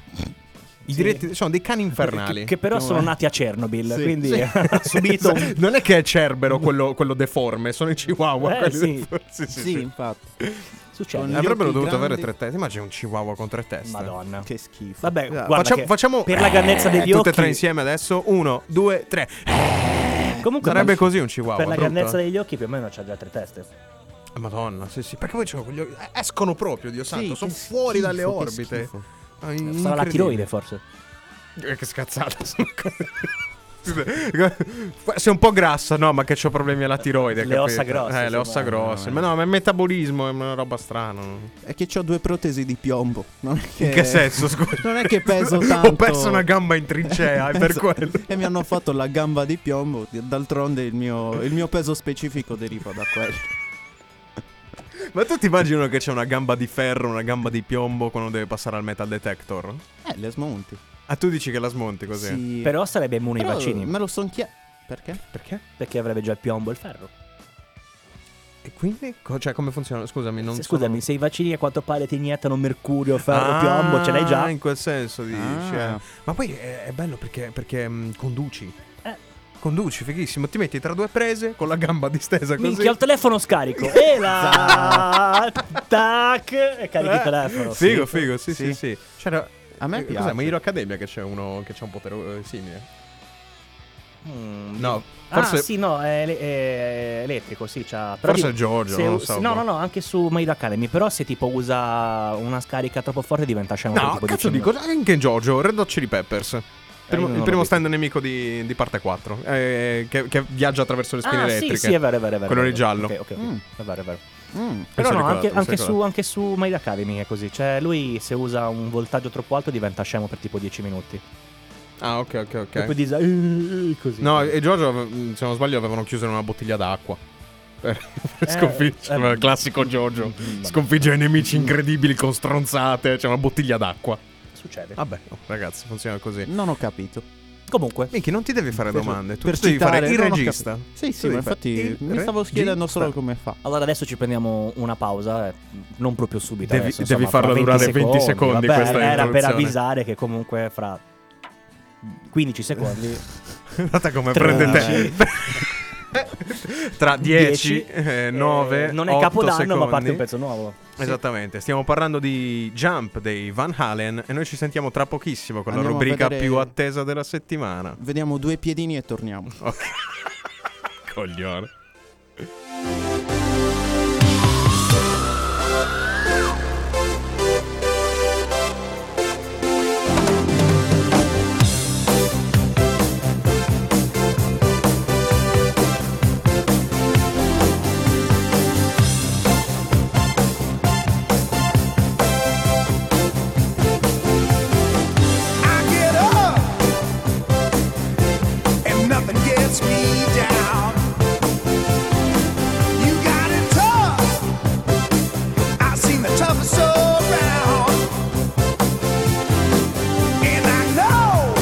[SPEAKER 2] I diretti, sono dei cani infernali.
[SPEAKER 3] Che, che però sono nati a Chernobyl,
[SPEAKER 4] Sì.
[SPEAKER 3] quindi
[SPEAKER 4] Sì.
[SPEAKER 3] ha subito un
[SPEAKER 2] Non è che è Cerbero quello, quello deforme, sono i chihuahua.
[SPEAKER 3] Eh,
[SPEAKER 2] quelli
[SPEAKER 3] sì.
[SPEAKER 2] deformi. sì, sì,
[SPEAKER 4] Sì,
[SPEAKER 2] sì.
[SPEAKER 4] infatti
[SPEAKER 3] successo.
[SPEAKER 4] Con gli
[SPEAKER 2] Avrebbero
[SPEAKER 4] occhi
[SPEAKER 2] dovuto avere
[SPEAKER 4] grandi.
[SPEAKER 2] tre teste. Immagina un chihuahua con tre teste.
[SPEAKER 3] Madonna. Eh,
[SPEAKER 4] Che schifo
[SPEAKER 3] Vabbè,
[SPEAKER 2] Guarda,
[SPEAKER 3] guarda
[SPEAKER 2] facciamo,
[SPEAKER 3] che
[SPEAKER 2] facciamo- Eh,
[SPEAKER 3] per la grandezza degli
[SPEAKER 2] tutte e
[SPEAKER 3] occhi
[SPEAKER 2] tre insieme adesso. Uno, due, tre.
[SPEAKER 3] Comunque
[SPEAKER 2] Sarebbe
[SPEAKER 3] per-
[SPEAKER 2] così un chihuahua.
[SPEAKER 3] Per la
[SPEAKER 2] brutto.
[SPEAKER 3] grandezza degli occhi più o meno c'ha già tre teste.
[SPEAKER 2] Madonna, sì, sì. Perché poi c'hanno quegli occhi- escono proprio, Dio santo.
[SPEAKER 4] che
[SPEAKER 2] Sono
[SPEAKER 4] schifo,
[SPEAKER 2] fuori dalle
[SPEAKER 4] che
[SPEAKER 2] orbite.
[SPEAKER 4] schifo.
[SPEAKER 2] Ah,
[SPEAKER 3] Sarà la
[SPEAKER 2] incredibile.
[SPEAKER 3] tiroide forse.
[SPEAKER 2] Eh, Che scazzata. sono cose- Sei un po' grassa, no, ma che ho problemi alla tiroide.
[SPEAKER 3] Le ossa
[SPEAKER 2] capito?
[SPEAKER 3] grosse,
[SPEAKER 2] Eh, le
[SPEAKER 3] sì,
[SPEAKER 2] ossa
[SPEAKER 3] ma-
[SPEAKER 2] grosse. Ma no, ma il metabolismo è una roba strana. In
[SPEAKER 4] È che ho due protesi di piombo. Non è che,
[SPEAKER 2] Eh, che senso, scusa?
[SPEAKER 4] Non è che peso
[SPEAKER 2] Ho
[SPEAKER 4] tanto.
[SPEAKER 2] perso una gamba in trincea, è per
[SPEAKER 4] Penso-
[SPEAKER 2] quello.
[SPEAKER 4] E mi hanno fatto la gamba di piombo. D'altronde il mio, il mio peso specifico deriva da quello.
[SPEAKER 2] Ma tu ti immagini uno che c'è una gamba di ferro, una gamba di piombo quando deve passare al metal detector?
[SPEAKER 4] Eh, le smonti.
[SPEAKER 2] Ah, tu dici che la smonti così?
[SPEAKER 4] Sì.
[SPEAKER 3] Però sarebbe immune ai
[SPEAKER 4] Però
[SPEAKER 3] vaccini.
[SPEAKER 4] Me lo son chiesto. Perché?
[SPEAKER 2] Perché?
[SPEAKER 3] Perché avrebbe già il piombo e il ferro.
[SPEAKER 2] E quindi? Co- cioè, come funziona? Scusami, non
[SPEAKER 3] Se- scusami,
[SPEAKER 2] sono-
[SPEAKER 3] se i vaccini a quanto pare ti iniettano mercurio, ferro,
[SPEAKER 2] Ah,
[SPEAKER 3] piombo, ce l'hai già.
[SPEAKER 2] in quel senso dici.
[SPEAKER 4] Ah.
[SPEAKER 2] eh. Ma poi è, è bello perché, perché, mh, conduci.
[SPEAKER 3] Eh.
[SPEAKER 2] Conduci, fighissimo. Ti metti tra due prese con la gamba distesa così. Esatto.
[SPEAKER 3] Minchia, ho il telefono scarico. E la tac e carichi il telefono.
[SPEAKER 2] Eh, Figo, figo, sì, sì, sì.
[SPEAKER 4] Sì.
[SPEAKER 2] C'era...
[SPEAKER 4] A me
[SPEAKER 2] eh,
[SPEAKER 4] piace.
[SPEAKER 2] Cos'è? Ma Hero Academia che c'è uno che c'è un potere eh, simile.
[SPEAKER 3] Mm,
[SPEAKER 2] No,
[SPEAKER 3] Ah,
[SPEAKER 2] forse
[SPEAKER 3] sì, no, è, ele- è elettrico, sì, c'ha... però
[SPEAKER 2] Forse è
[SPEAKER 3] dico,
[SPEAKER 2] Giorgio,
[SPEAKER 3] se-
[SPEAKER 2] non so, boh.
[SPEAKER 3] No, no, no, anche su My Hero Academy, però se tipo usa una scarica troppo forte diventa scemo. quel
[SPEAKER 2] No,
[SPEAKER 3] tipo
[SPEAKER 2] cazzo di
[SPEAKER 3] film. Eh,
[SPEAKER 2] cosa? Anche Giorgio, Red Hot Chili Peppers. Primo-
[SPEAKER 4] non
[SPEAKER 2] il
[SPEAKER 4] l'ho
[SPEAKER 2] primo
[SPEAKER 4] visto.
[SPEAKER 2] stand nemico di, di parte 4, eh, che, che viaggia attraverso le spine
[SPEAKER 3] ah,
[SPEAKER 2] elettriche.
[SPEAKER 3] Sì, sì, è vero, è vero. È vero
[SPEAKER 2] Quello
[SPEAKER 3] è
[SPEAKER 2] lì
[SPEAKER 3] vero.
[SPEAKER 2] giallo.
[SPEAKER 3] Ok, ok, ok.
[SPEAKER 4] Mm.
[SPEAKER 3] È vero, è vero.
[SPEAKER 4] Mm.
[SPEAKER 2] Mi
[SPEAKER 3] Però
[SPEAKER 2] sono
[SPEAKER 3] no,
[SPEAKER 2] ricordato,
[SPEAKER 3] anche,
[SPEAKER 2] mi sono
[SPEAKER 3] anche su,
[SPEAKER 2] ricordato.
[SPEAKER 3] anche su Maid Academy è così. Cioè, lui se usa un voltaggio troppo alto diventa scemo per tipo 10 minuti.
[SPEAKER 2] Ah, ok, ok, ok.
[SPEAKER 3] E poi dice "Eh, eh, così.
[SPEAKER 2] No, e Giorgio, ave- se non sbaglio, avevano chiuso in una bottiglia d'acqua. Per, per
[SPEAKER 3] Eh,
[SPEAKER 2] sconfiggere.
[SPEAKER 3] eh.
[SPEAKER 2] classico Giorgio.
[SPEAKER 3] Mm,
[SPEAKER 2] Sconfiggere i nemici incredibili con stronzate. C'è una bottiglia d'acqua.
[SPEAKER 3] Succede.
[SPEAKER 2] Vabbè, oh, ragazzi, funziona così.
[SPEAKER 4] Non ho capito.
[SPEAKER 3] Comunque,
[SPEAKER 2] Minchia, non ti devi fare domande. Tu,
[SPEAKER 4] Per
[SPEAKER 2] tu devi fare
[SPEAKER 4] citare,
[SPEAKER 2] il
[SPEAKER 4] non ho
[SPEAKER 2] regista.
[SPEAKER 4] capito. Sì, sì,
[SPEAKER 2] Tu
[SPEAKER 4] ma
[SPEAKER 2] devi fare
[SPEAKER 4] infatti
[SPEAKER 2] il
[SPEAKER 4] mi stavo
[SPEAKER 2] regista.
[SPEAKER 4] chiedendo solo come fa.
[SPEAKER 3] allora adesso ci prendiamo una pausa. eh, Non proprio subito.
[SPEAKER 2] Devi-
[SPEAKER 3] adesso,
[SPEAKER 2] devi
[SPEAKER 3] insomma, fra
[SPEAKER 2] farla durare 20 secondi
[SPEAKER 3] Vabbè,
[SPEAKER 2] questa
[SPEAKER 3] era per
[SPEAKER 2] introduzione.
[SPEAKER 3] avvisare che comunque fra 15 secondi.
[SPEAKER 2] Guarda come
[SPEAKER 3] Tredici.
[SPEAKER 2] prende te. Tra 10,
[SPEAKER 3] Dieci,
[SPEAKER 2] 9,
[SPEAKER 3] eh, non è capodanno, ma parte un pezzo nuovo.
[SPEAKER 2] Esattamente, stiamo parlando di Jump dei Van Halen e noi ci sentiamo tra pochissimo con
[SPEAKER 4] Andiamo
[SPEAKER 2] la
[SPEAKER 4] a
[SPEAKER 2] rubrica
[SPEAKER 4] vedere-
[SPEAKER 2] più attesa della settimana.
[SPEAKER 4] Vediamo due piedini e torniamo.
[SPEAKER 2] Oh. Coglione.
[SPEAKER 7] I get up and nothing gets me down. You got it tough. I've seen the toughest around, and I know,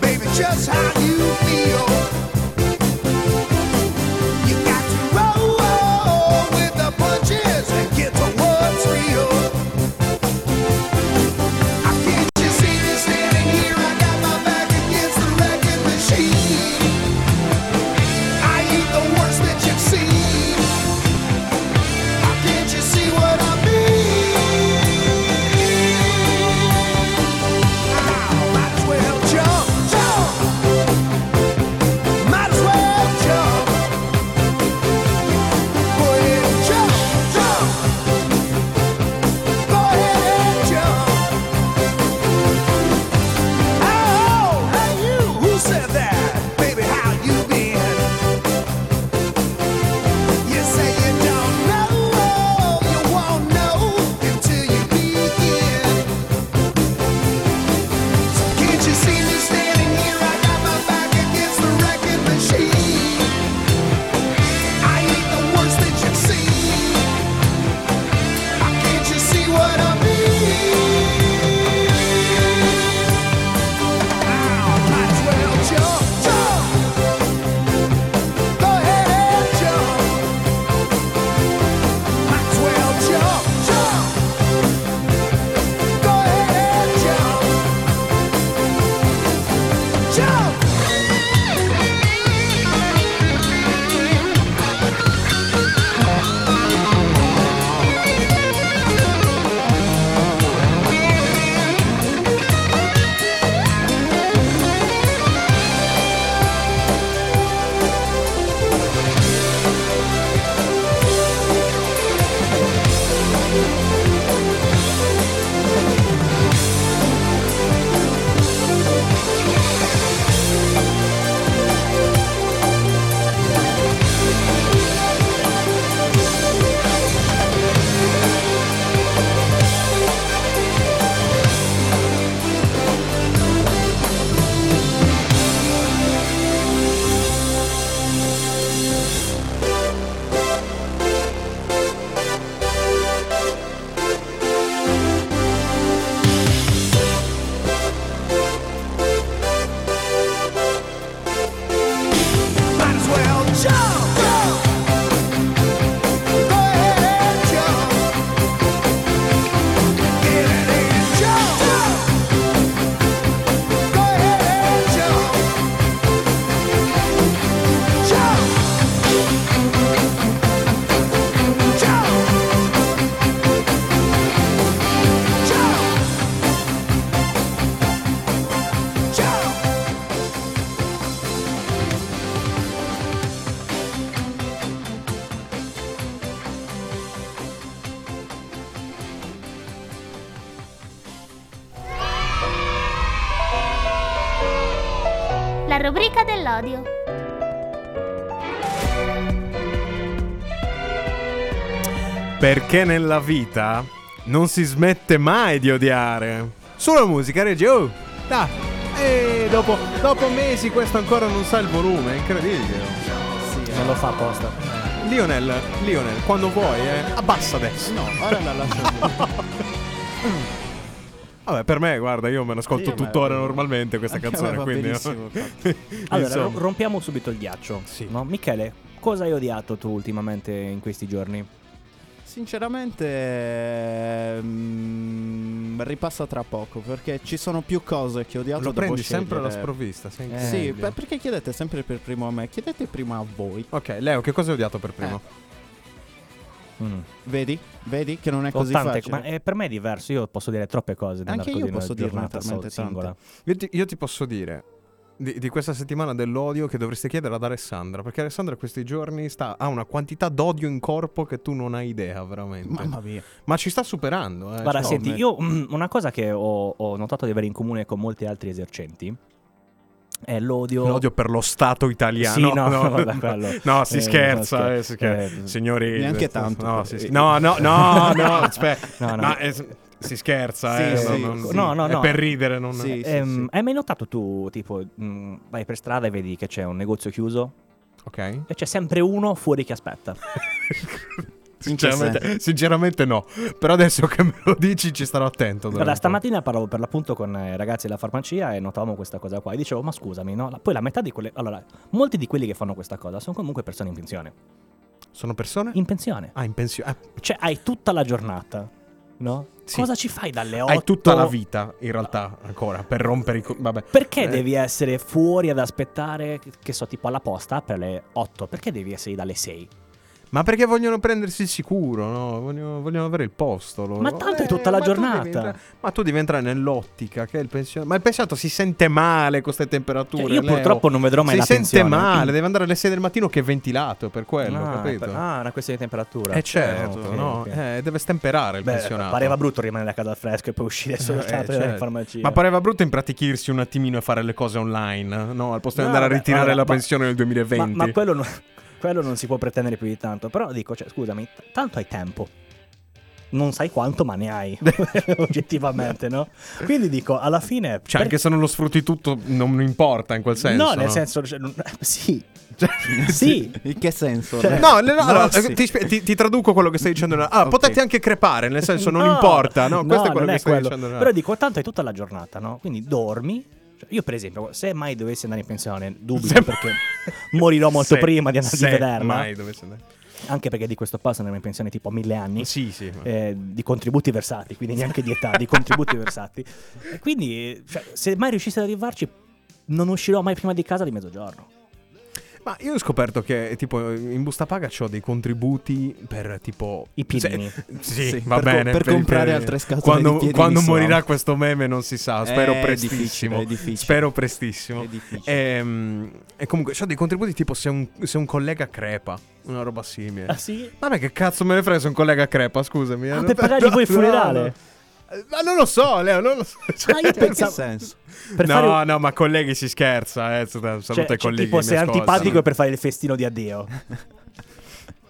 [SPEAKER 7] baby, just how you feel. You got to roll with the punches and get to what's real. Can't you see me standing here? I got my back against the wrecking machine. I ain't the worst that you've seen. How can't you see what I mean? Might as well jump, jump. Might as well jump. Go ahead and jump, jump. Go ahead and jump. Oh, hey you, who said that? Baby, how you been? You say you don't know, you won't know until you begin. So can't you see me standing here? I got my back against the wrecking machine. I ain't the worst that you've seen. Can't you see what I mean? Might as well jump, jump. Go ahead and jump. Might as well jump, jump. Go ahead and jump, jump. Might as well jump, jump. Go ahead and jump. Get it in, jump, jump. Go ahead and jump, jump, jump, jump, jump.
[SPEAKER 8] La rubrica dell'odio.
[SPEAKER 2] Perché nella vita non si smette mai di odiare. Solo musica, Reggie. Oh, dai. E dopo, dopo mesi questo ancora non sa il volume, è incredibile.
[SPEAKER 3] Non lo fa apposta.
[SPEAKER 2] Lionel, Lionel, quando vuoi, eh, abbassa adesso.
[SPEAKER 4] No, ora la lascio lì.
[SPEAKER 2] Vabbè, per me, guarda, io me l'ascolto
[SPEAKER 4] Sì, a me-
[SPEAKER 2] tuttora normalmente questa
[SPEAKER 4] anche a me
[SPEAKER 2] canzone,
[SPEAKER 4] va
[SPEAKER 2] quindi... eh.
[SPEAKER 4] benissimo,
[SPEAKER 3] Allora,
[SPEAKER 2] Insomma.
[SPEAKER 3] ro- rompiamo subito il ghiaccio.
[SPEAKER 2] Sì.
[SPEAKER 3] no? Michele, cosa hai odiato tu ultimamente in questi giorni?
[SPEAKER 4] Sinceramente ehm, ripassa tra poco perché ci sono più cose che ho odiato.
[SPEAKER 2] Lo
[SPEAKER 4] devo
[SPEAKER 2] prendi sempre alla
[SPEAKER 4] scegliere.
[SPEAKER 2] sprovvista. sei
[SPEAKER 3] Eh,
[SPEAKER 4] Sì,
[SPEAKER 2] incredibile.
[SPEAKER 4] beh, perché chiedete sempre per primo a me? Chiedete prima a voi.
[SPEAKER 2] Ok, Leo, che cosa hai odiato per primo?
[SPEAKER 3] Eh. Mm.
[SPEAKER 4] Vedi? Vedi che non è
[SPEAKER 3] Ho
[SPEAKER 4] così
[SPEAKER 3] tante-
[SPEAKER 4] facile.
[SPEAKER 3] ma eh, per me è diverso, io posso dire troppe cose nell'arco
[SPEAKER 4] Anche
[SPEAKER 3] di
[SPEAKER 4] io
[SPEAKER 3] una
[SPEAKER 4] posso dirne
[SPEAKER 3] giornata so-
[SPEAKER 4] talmente tante.
[SPEAKER 3] singola.
[SPEAKER 2] Io, ti, io ti posso dire di, di questa settimana dell'odio che dovresti chiedere ad Alessandra, perché Alessandra questi giorni sta- ha una quantità d'odio in corpo che tu non hai idea, veramente.
[SPEAKER 4] Mamma mia.
[SPEAKER 2] Ma ci sta superando, eh.
[SPEAKER 3] Guarda,
[SPEAKER 2] cioè-
[SPEAKER 3] senti,
[SPEAKER 4] me-
[SPEAKER 3] io mm, una cosa che ho, ho notato di avere in comune con molti altri esercenti è l'odio.
[SPEAKER 2] L'odio per lo Stato italiano.
[SPEAKER 3] Sì, no,
[SPEAKER 2] no,
[SPEAKER 3] vabbè, quello.
[SPEAKER 2] no, si
[SPEAKER 3] Eh, no,
[SPEAKER 2] scherza,
[SPEAKER 3] scher-
[SPEAKER 2] eh, si scherza.
[SPEAKER 3] eh,
[SPEAKER 2] Signori...
[SPEAKER 4] neanche tanto.
[SPEAKER 2] No, si-
[SPEAKER 4] Eh,
[SPEAKER 2] no, no, no, no, aspetta.
[SPEAKER 3] No, no.
[SPEAKER 2] Ma, eh, s- si scherza,
[SPEAKER 4] Sì,
[SPEAKER 2] eh.
[SPEAKER 4] sì,
[SPEAKER 2] non-
[SPEAKER 4] sì.
[SPEAKER 3] No, no,
[SPEAKER 2] è
[SPEAKER 3] no.
[SPEAKER 2] per ridere, non...
[SPEAKER 4] Sì, sì,
[SPEAKER 3] Ehm,
[SPEAKER 4] sì.
[SPEAKER 3] Hai mai notato tu, tipo, mm, vai per strada e vedi che c'è un negozio chiuso
[SPEAKER 2] Ok.
[SPEAKER 3] e c'è sempre uno fuori che aspetta?
[SPEAKER 2] Sinceramente, sinceramente no. Però adesso che me lo dici ci starò attento. durante
[SPEAKER 3] Guarda, stamattina parlavo per l'appunto con eh, i ragazzi della farmacia e notavamo questa cosa qua e dicevo, ma scusami, no? La- poi la metà di quelle... Allora, molti di quelli che fanno questa cosa sono comunque persone in pensione.
[SPEAKER 2] Sono persone?
[SPEAKER 3] In pensione.
[SPEAKER 2] Ah, in pensione. Ah,
[SPEAKER 3] Cioè, hai tutta la giornata, no?
[SPEAKER 2] Sì.
[SPEAKER 3] Cosa ci fai dalle 8?
[SPEAKER 2] hai tutta la vita, in realtà, ancora, per rompere i... co- Vabbè.
[SPEAKER 3] Perché
[SPEAKER 2] Eh.
[SPEAKER 3] devi essere fuori ad aspettare, che so, tipo alla posta per le 8? Perché devi essere dalle 6?
[SPEAKER 2] Ma perché vogliono prendersi il sicuro, no? Vogliono, vogliono avere il posto loro.
[SPEAKER 3] Ma tanto è
[SPEAKER 2] Eh,
[SPEAKER 3] tutta la
[SPEAKER 2] ma tu devi
[SPEAKER 3] giornata.
[SPEAKER 2] entrare- ma tu devi entrare nell'ottica, che è il pensionato. Ma il pensionato si sente male con queste temperature.
[SPEAKER 3] Cioè, io
[SPEAKER 2] Leo.
[SPEAKER 3] purtroppo non vedrò mai
[SPEAKER 2] si
[SPEAKER 3] la
[SPEAKER 2] sente
[SPEAKER 3] pensione. Mm.
[SPEAKER 2] male, deve andare alle 6 del mattino che è ventilato, per quello,
[SPEAKER 3] ah,
[SPEAKER 2] capito?
[SPEAKER 3] è per- ah, è una questione di temperatura.
[SPEAKER 2] Eh certo,
[SPEAKER 3] Ah, ok,
[SPEAKER 2] no?
[SPEAKER 3] ok.
[SPEAKER 2] Eh, deve stemperare il
[SPEAKER 3] Beh,
[SPEAKER 2] pensionato.
[SPEAKER 3] pareva brutto rimanere a casa al fresco e poi uscire solo
[SPEAKER 2] Eh,
[SPEAKER 3] eh, dalle
[SPEAKER 2] certo.
[SPEAKER 3] farmacie.
[SPEAKER 2] Ma pareva brutto impratichirsi un attimino e fare le cose online, no? Al posto di
[SPEAKER 3] No,
[SPEAKER 2] andare a
[SPEAKER 3] vabbè,
[SPEAKER 2] ritirare
[SPEAKER 3] vabbè,
[SPEAKER 2] la
[SPEAKER 3] ma-
[SPEAKER 2] pensione nel 2020.
[SPEAKER 3] Ma, ma quello, non, quello non si può pretendere più di tanto. Però dico, cioè, scusami, t- tanto hai tempo. Non sai quanto, ma ne hai. oggettivamente, no? Quindi dico, alla fine.
[SPEAKER 2] Cioè,
[SPEAKER 3] per-
[SPEAKER 2] anche se non lo sfrutti tutto, non importa in quel senso.
[SPEAKER 3] no, nel senso. cioè, non- sì,
[SPEAKER 2] Cioè,
[SPEAKER 3] sì.
[SPEAKER 4] In che senso?
[SPEAKER 3] Cioè-
[SPEAKER 4] Leo?
[SPEAKER 2] No, le- no,
[SPEAKER 3] No,
[SPEAKER 2] allora,
[SPEAKER 3] sì.
[SPEAKER 2] ti, spie- ti- ti traduco quello che stai dicendo. Allora,
[SPEAKER 4] Ok.
[SPEAKER 2] potete anche crepare, nel senso, non
[SPEAKER 3] No,
[SPEAKER 2] importa. No, questo è quello
[SPEAKER 3] non
[SPEAKER 2] che stai
[SPEAKER 3] quello.
[SPEAKER 2] dicendo.
[SPEAKER 3] Però dico, tanto è tutta la giornata, no? Quindi dormi. Cioè, io, per esempio, se mai dovessi andare in pensione, dubito
[SPEAKER 2] Se-
[SPEAKER 3] perché morirò molto
[SPEAKER 2] Se-
[SPEAKER 3] prima di andare
[SPEAKER 2] se
[SPEAKER 3] a vederla.
[SPEAKER 2] Mai dovesse andare.
[SPEAKER 3] Anche perché di questo passo andremo in pensione tipo a mille anni.
[SPEAKER 2] Sì, sì. ma-
[SPEAKER 3] eh, di contributi versati, quindi neanche di età, di contributi versati. E quindi, eh, cioè, se mai riuscisse ad arrivarci, non uscirò mai prima di casa di mezzogiorno.
[SPEAKER 2] Ma io ho scoperto che, tipo, in busta paga c'ho dei contributi per, tipo...
[SPEAKER 3] I pilini.
[SPEAKER 2] Se- Sì,
[SPEAKER 4] Sì,
[SPEAKER 2] va
[SPEAKER 4] per co-
[SPEAKER 2] bene.
[SPEAKER 4] per
[SPEAKER 2] i
[SPEAKER 4] comprare
[SPEAKER 2] pilini.
[SPEAKER 4] altre scatole
[SPEAKER 2] Quando,
[SPEAKER 4] di piedini
[SPEAKER 2] quando
[SPEAKER 4] suam.
[SPEAKER 2] morirà questo meme non si sa, spero
[SPEAKER 4] Eh, è
[SPEAKER 2] prestissimo.
[SPEAKER 4] difficile, è difficile.
[SPEAKER 2] Spero prestissimo.
[SPEAKER 4] È difficile.
[SPEAKER 2] Ehm, E, comunque c'ho dei contributi tipo se un, se un collega crepa, una roba simile.
[SPEAKER 3] Ah sì?
[SPEAKER 2] Ma me che cazzo me ne frega se un collega crepa, scusami. eh.
[SPEAKER 3] Ah, per pagargli poi il funerale?
[SPEAKER 2] no. Ma non lo so, Leo, non lo so. Cioè,
[SPEAKER 3] Ah, io
[SPEAKER 4] Cioè, in che
[SPEAKER 3] pensavo...
[SPEAKER 4] senso?
[SPEAKER 3] Per
[SPEAKER 2] no,
[SPEAKER 3] fare un-
[SPEAKER 2] no, ma colleghi si scherza, eh. Saluto
[SPEAKER 3] cioè,
[SPEAKER 2] ai
[SPEAKER 3] cioè,
[SPEAKER 2] colleghi.
[SPEAKER 3] tipo
[SPEAKER 2] che
[SPEAKER 3] sei
[SPEAKER 2] mi ascoltano.
[SPEAKER 3] antipatico è per fare il festino di addio.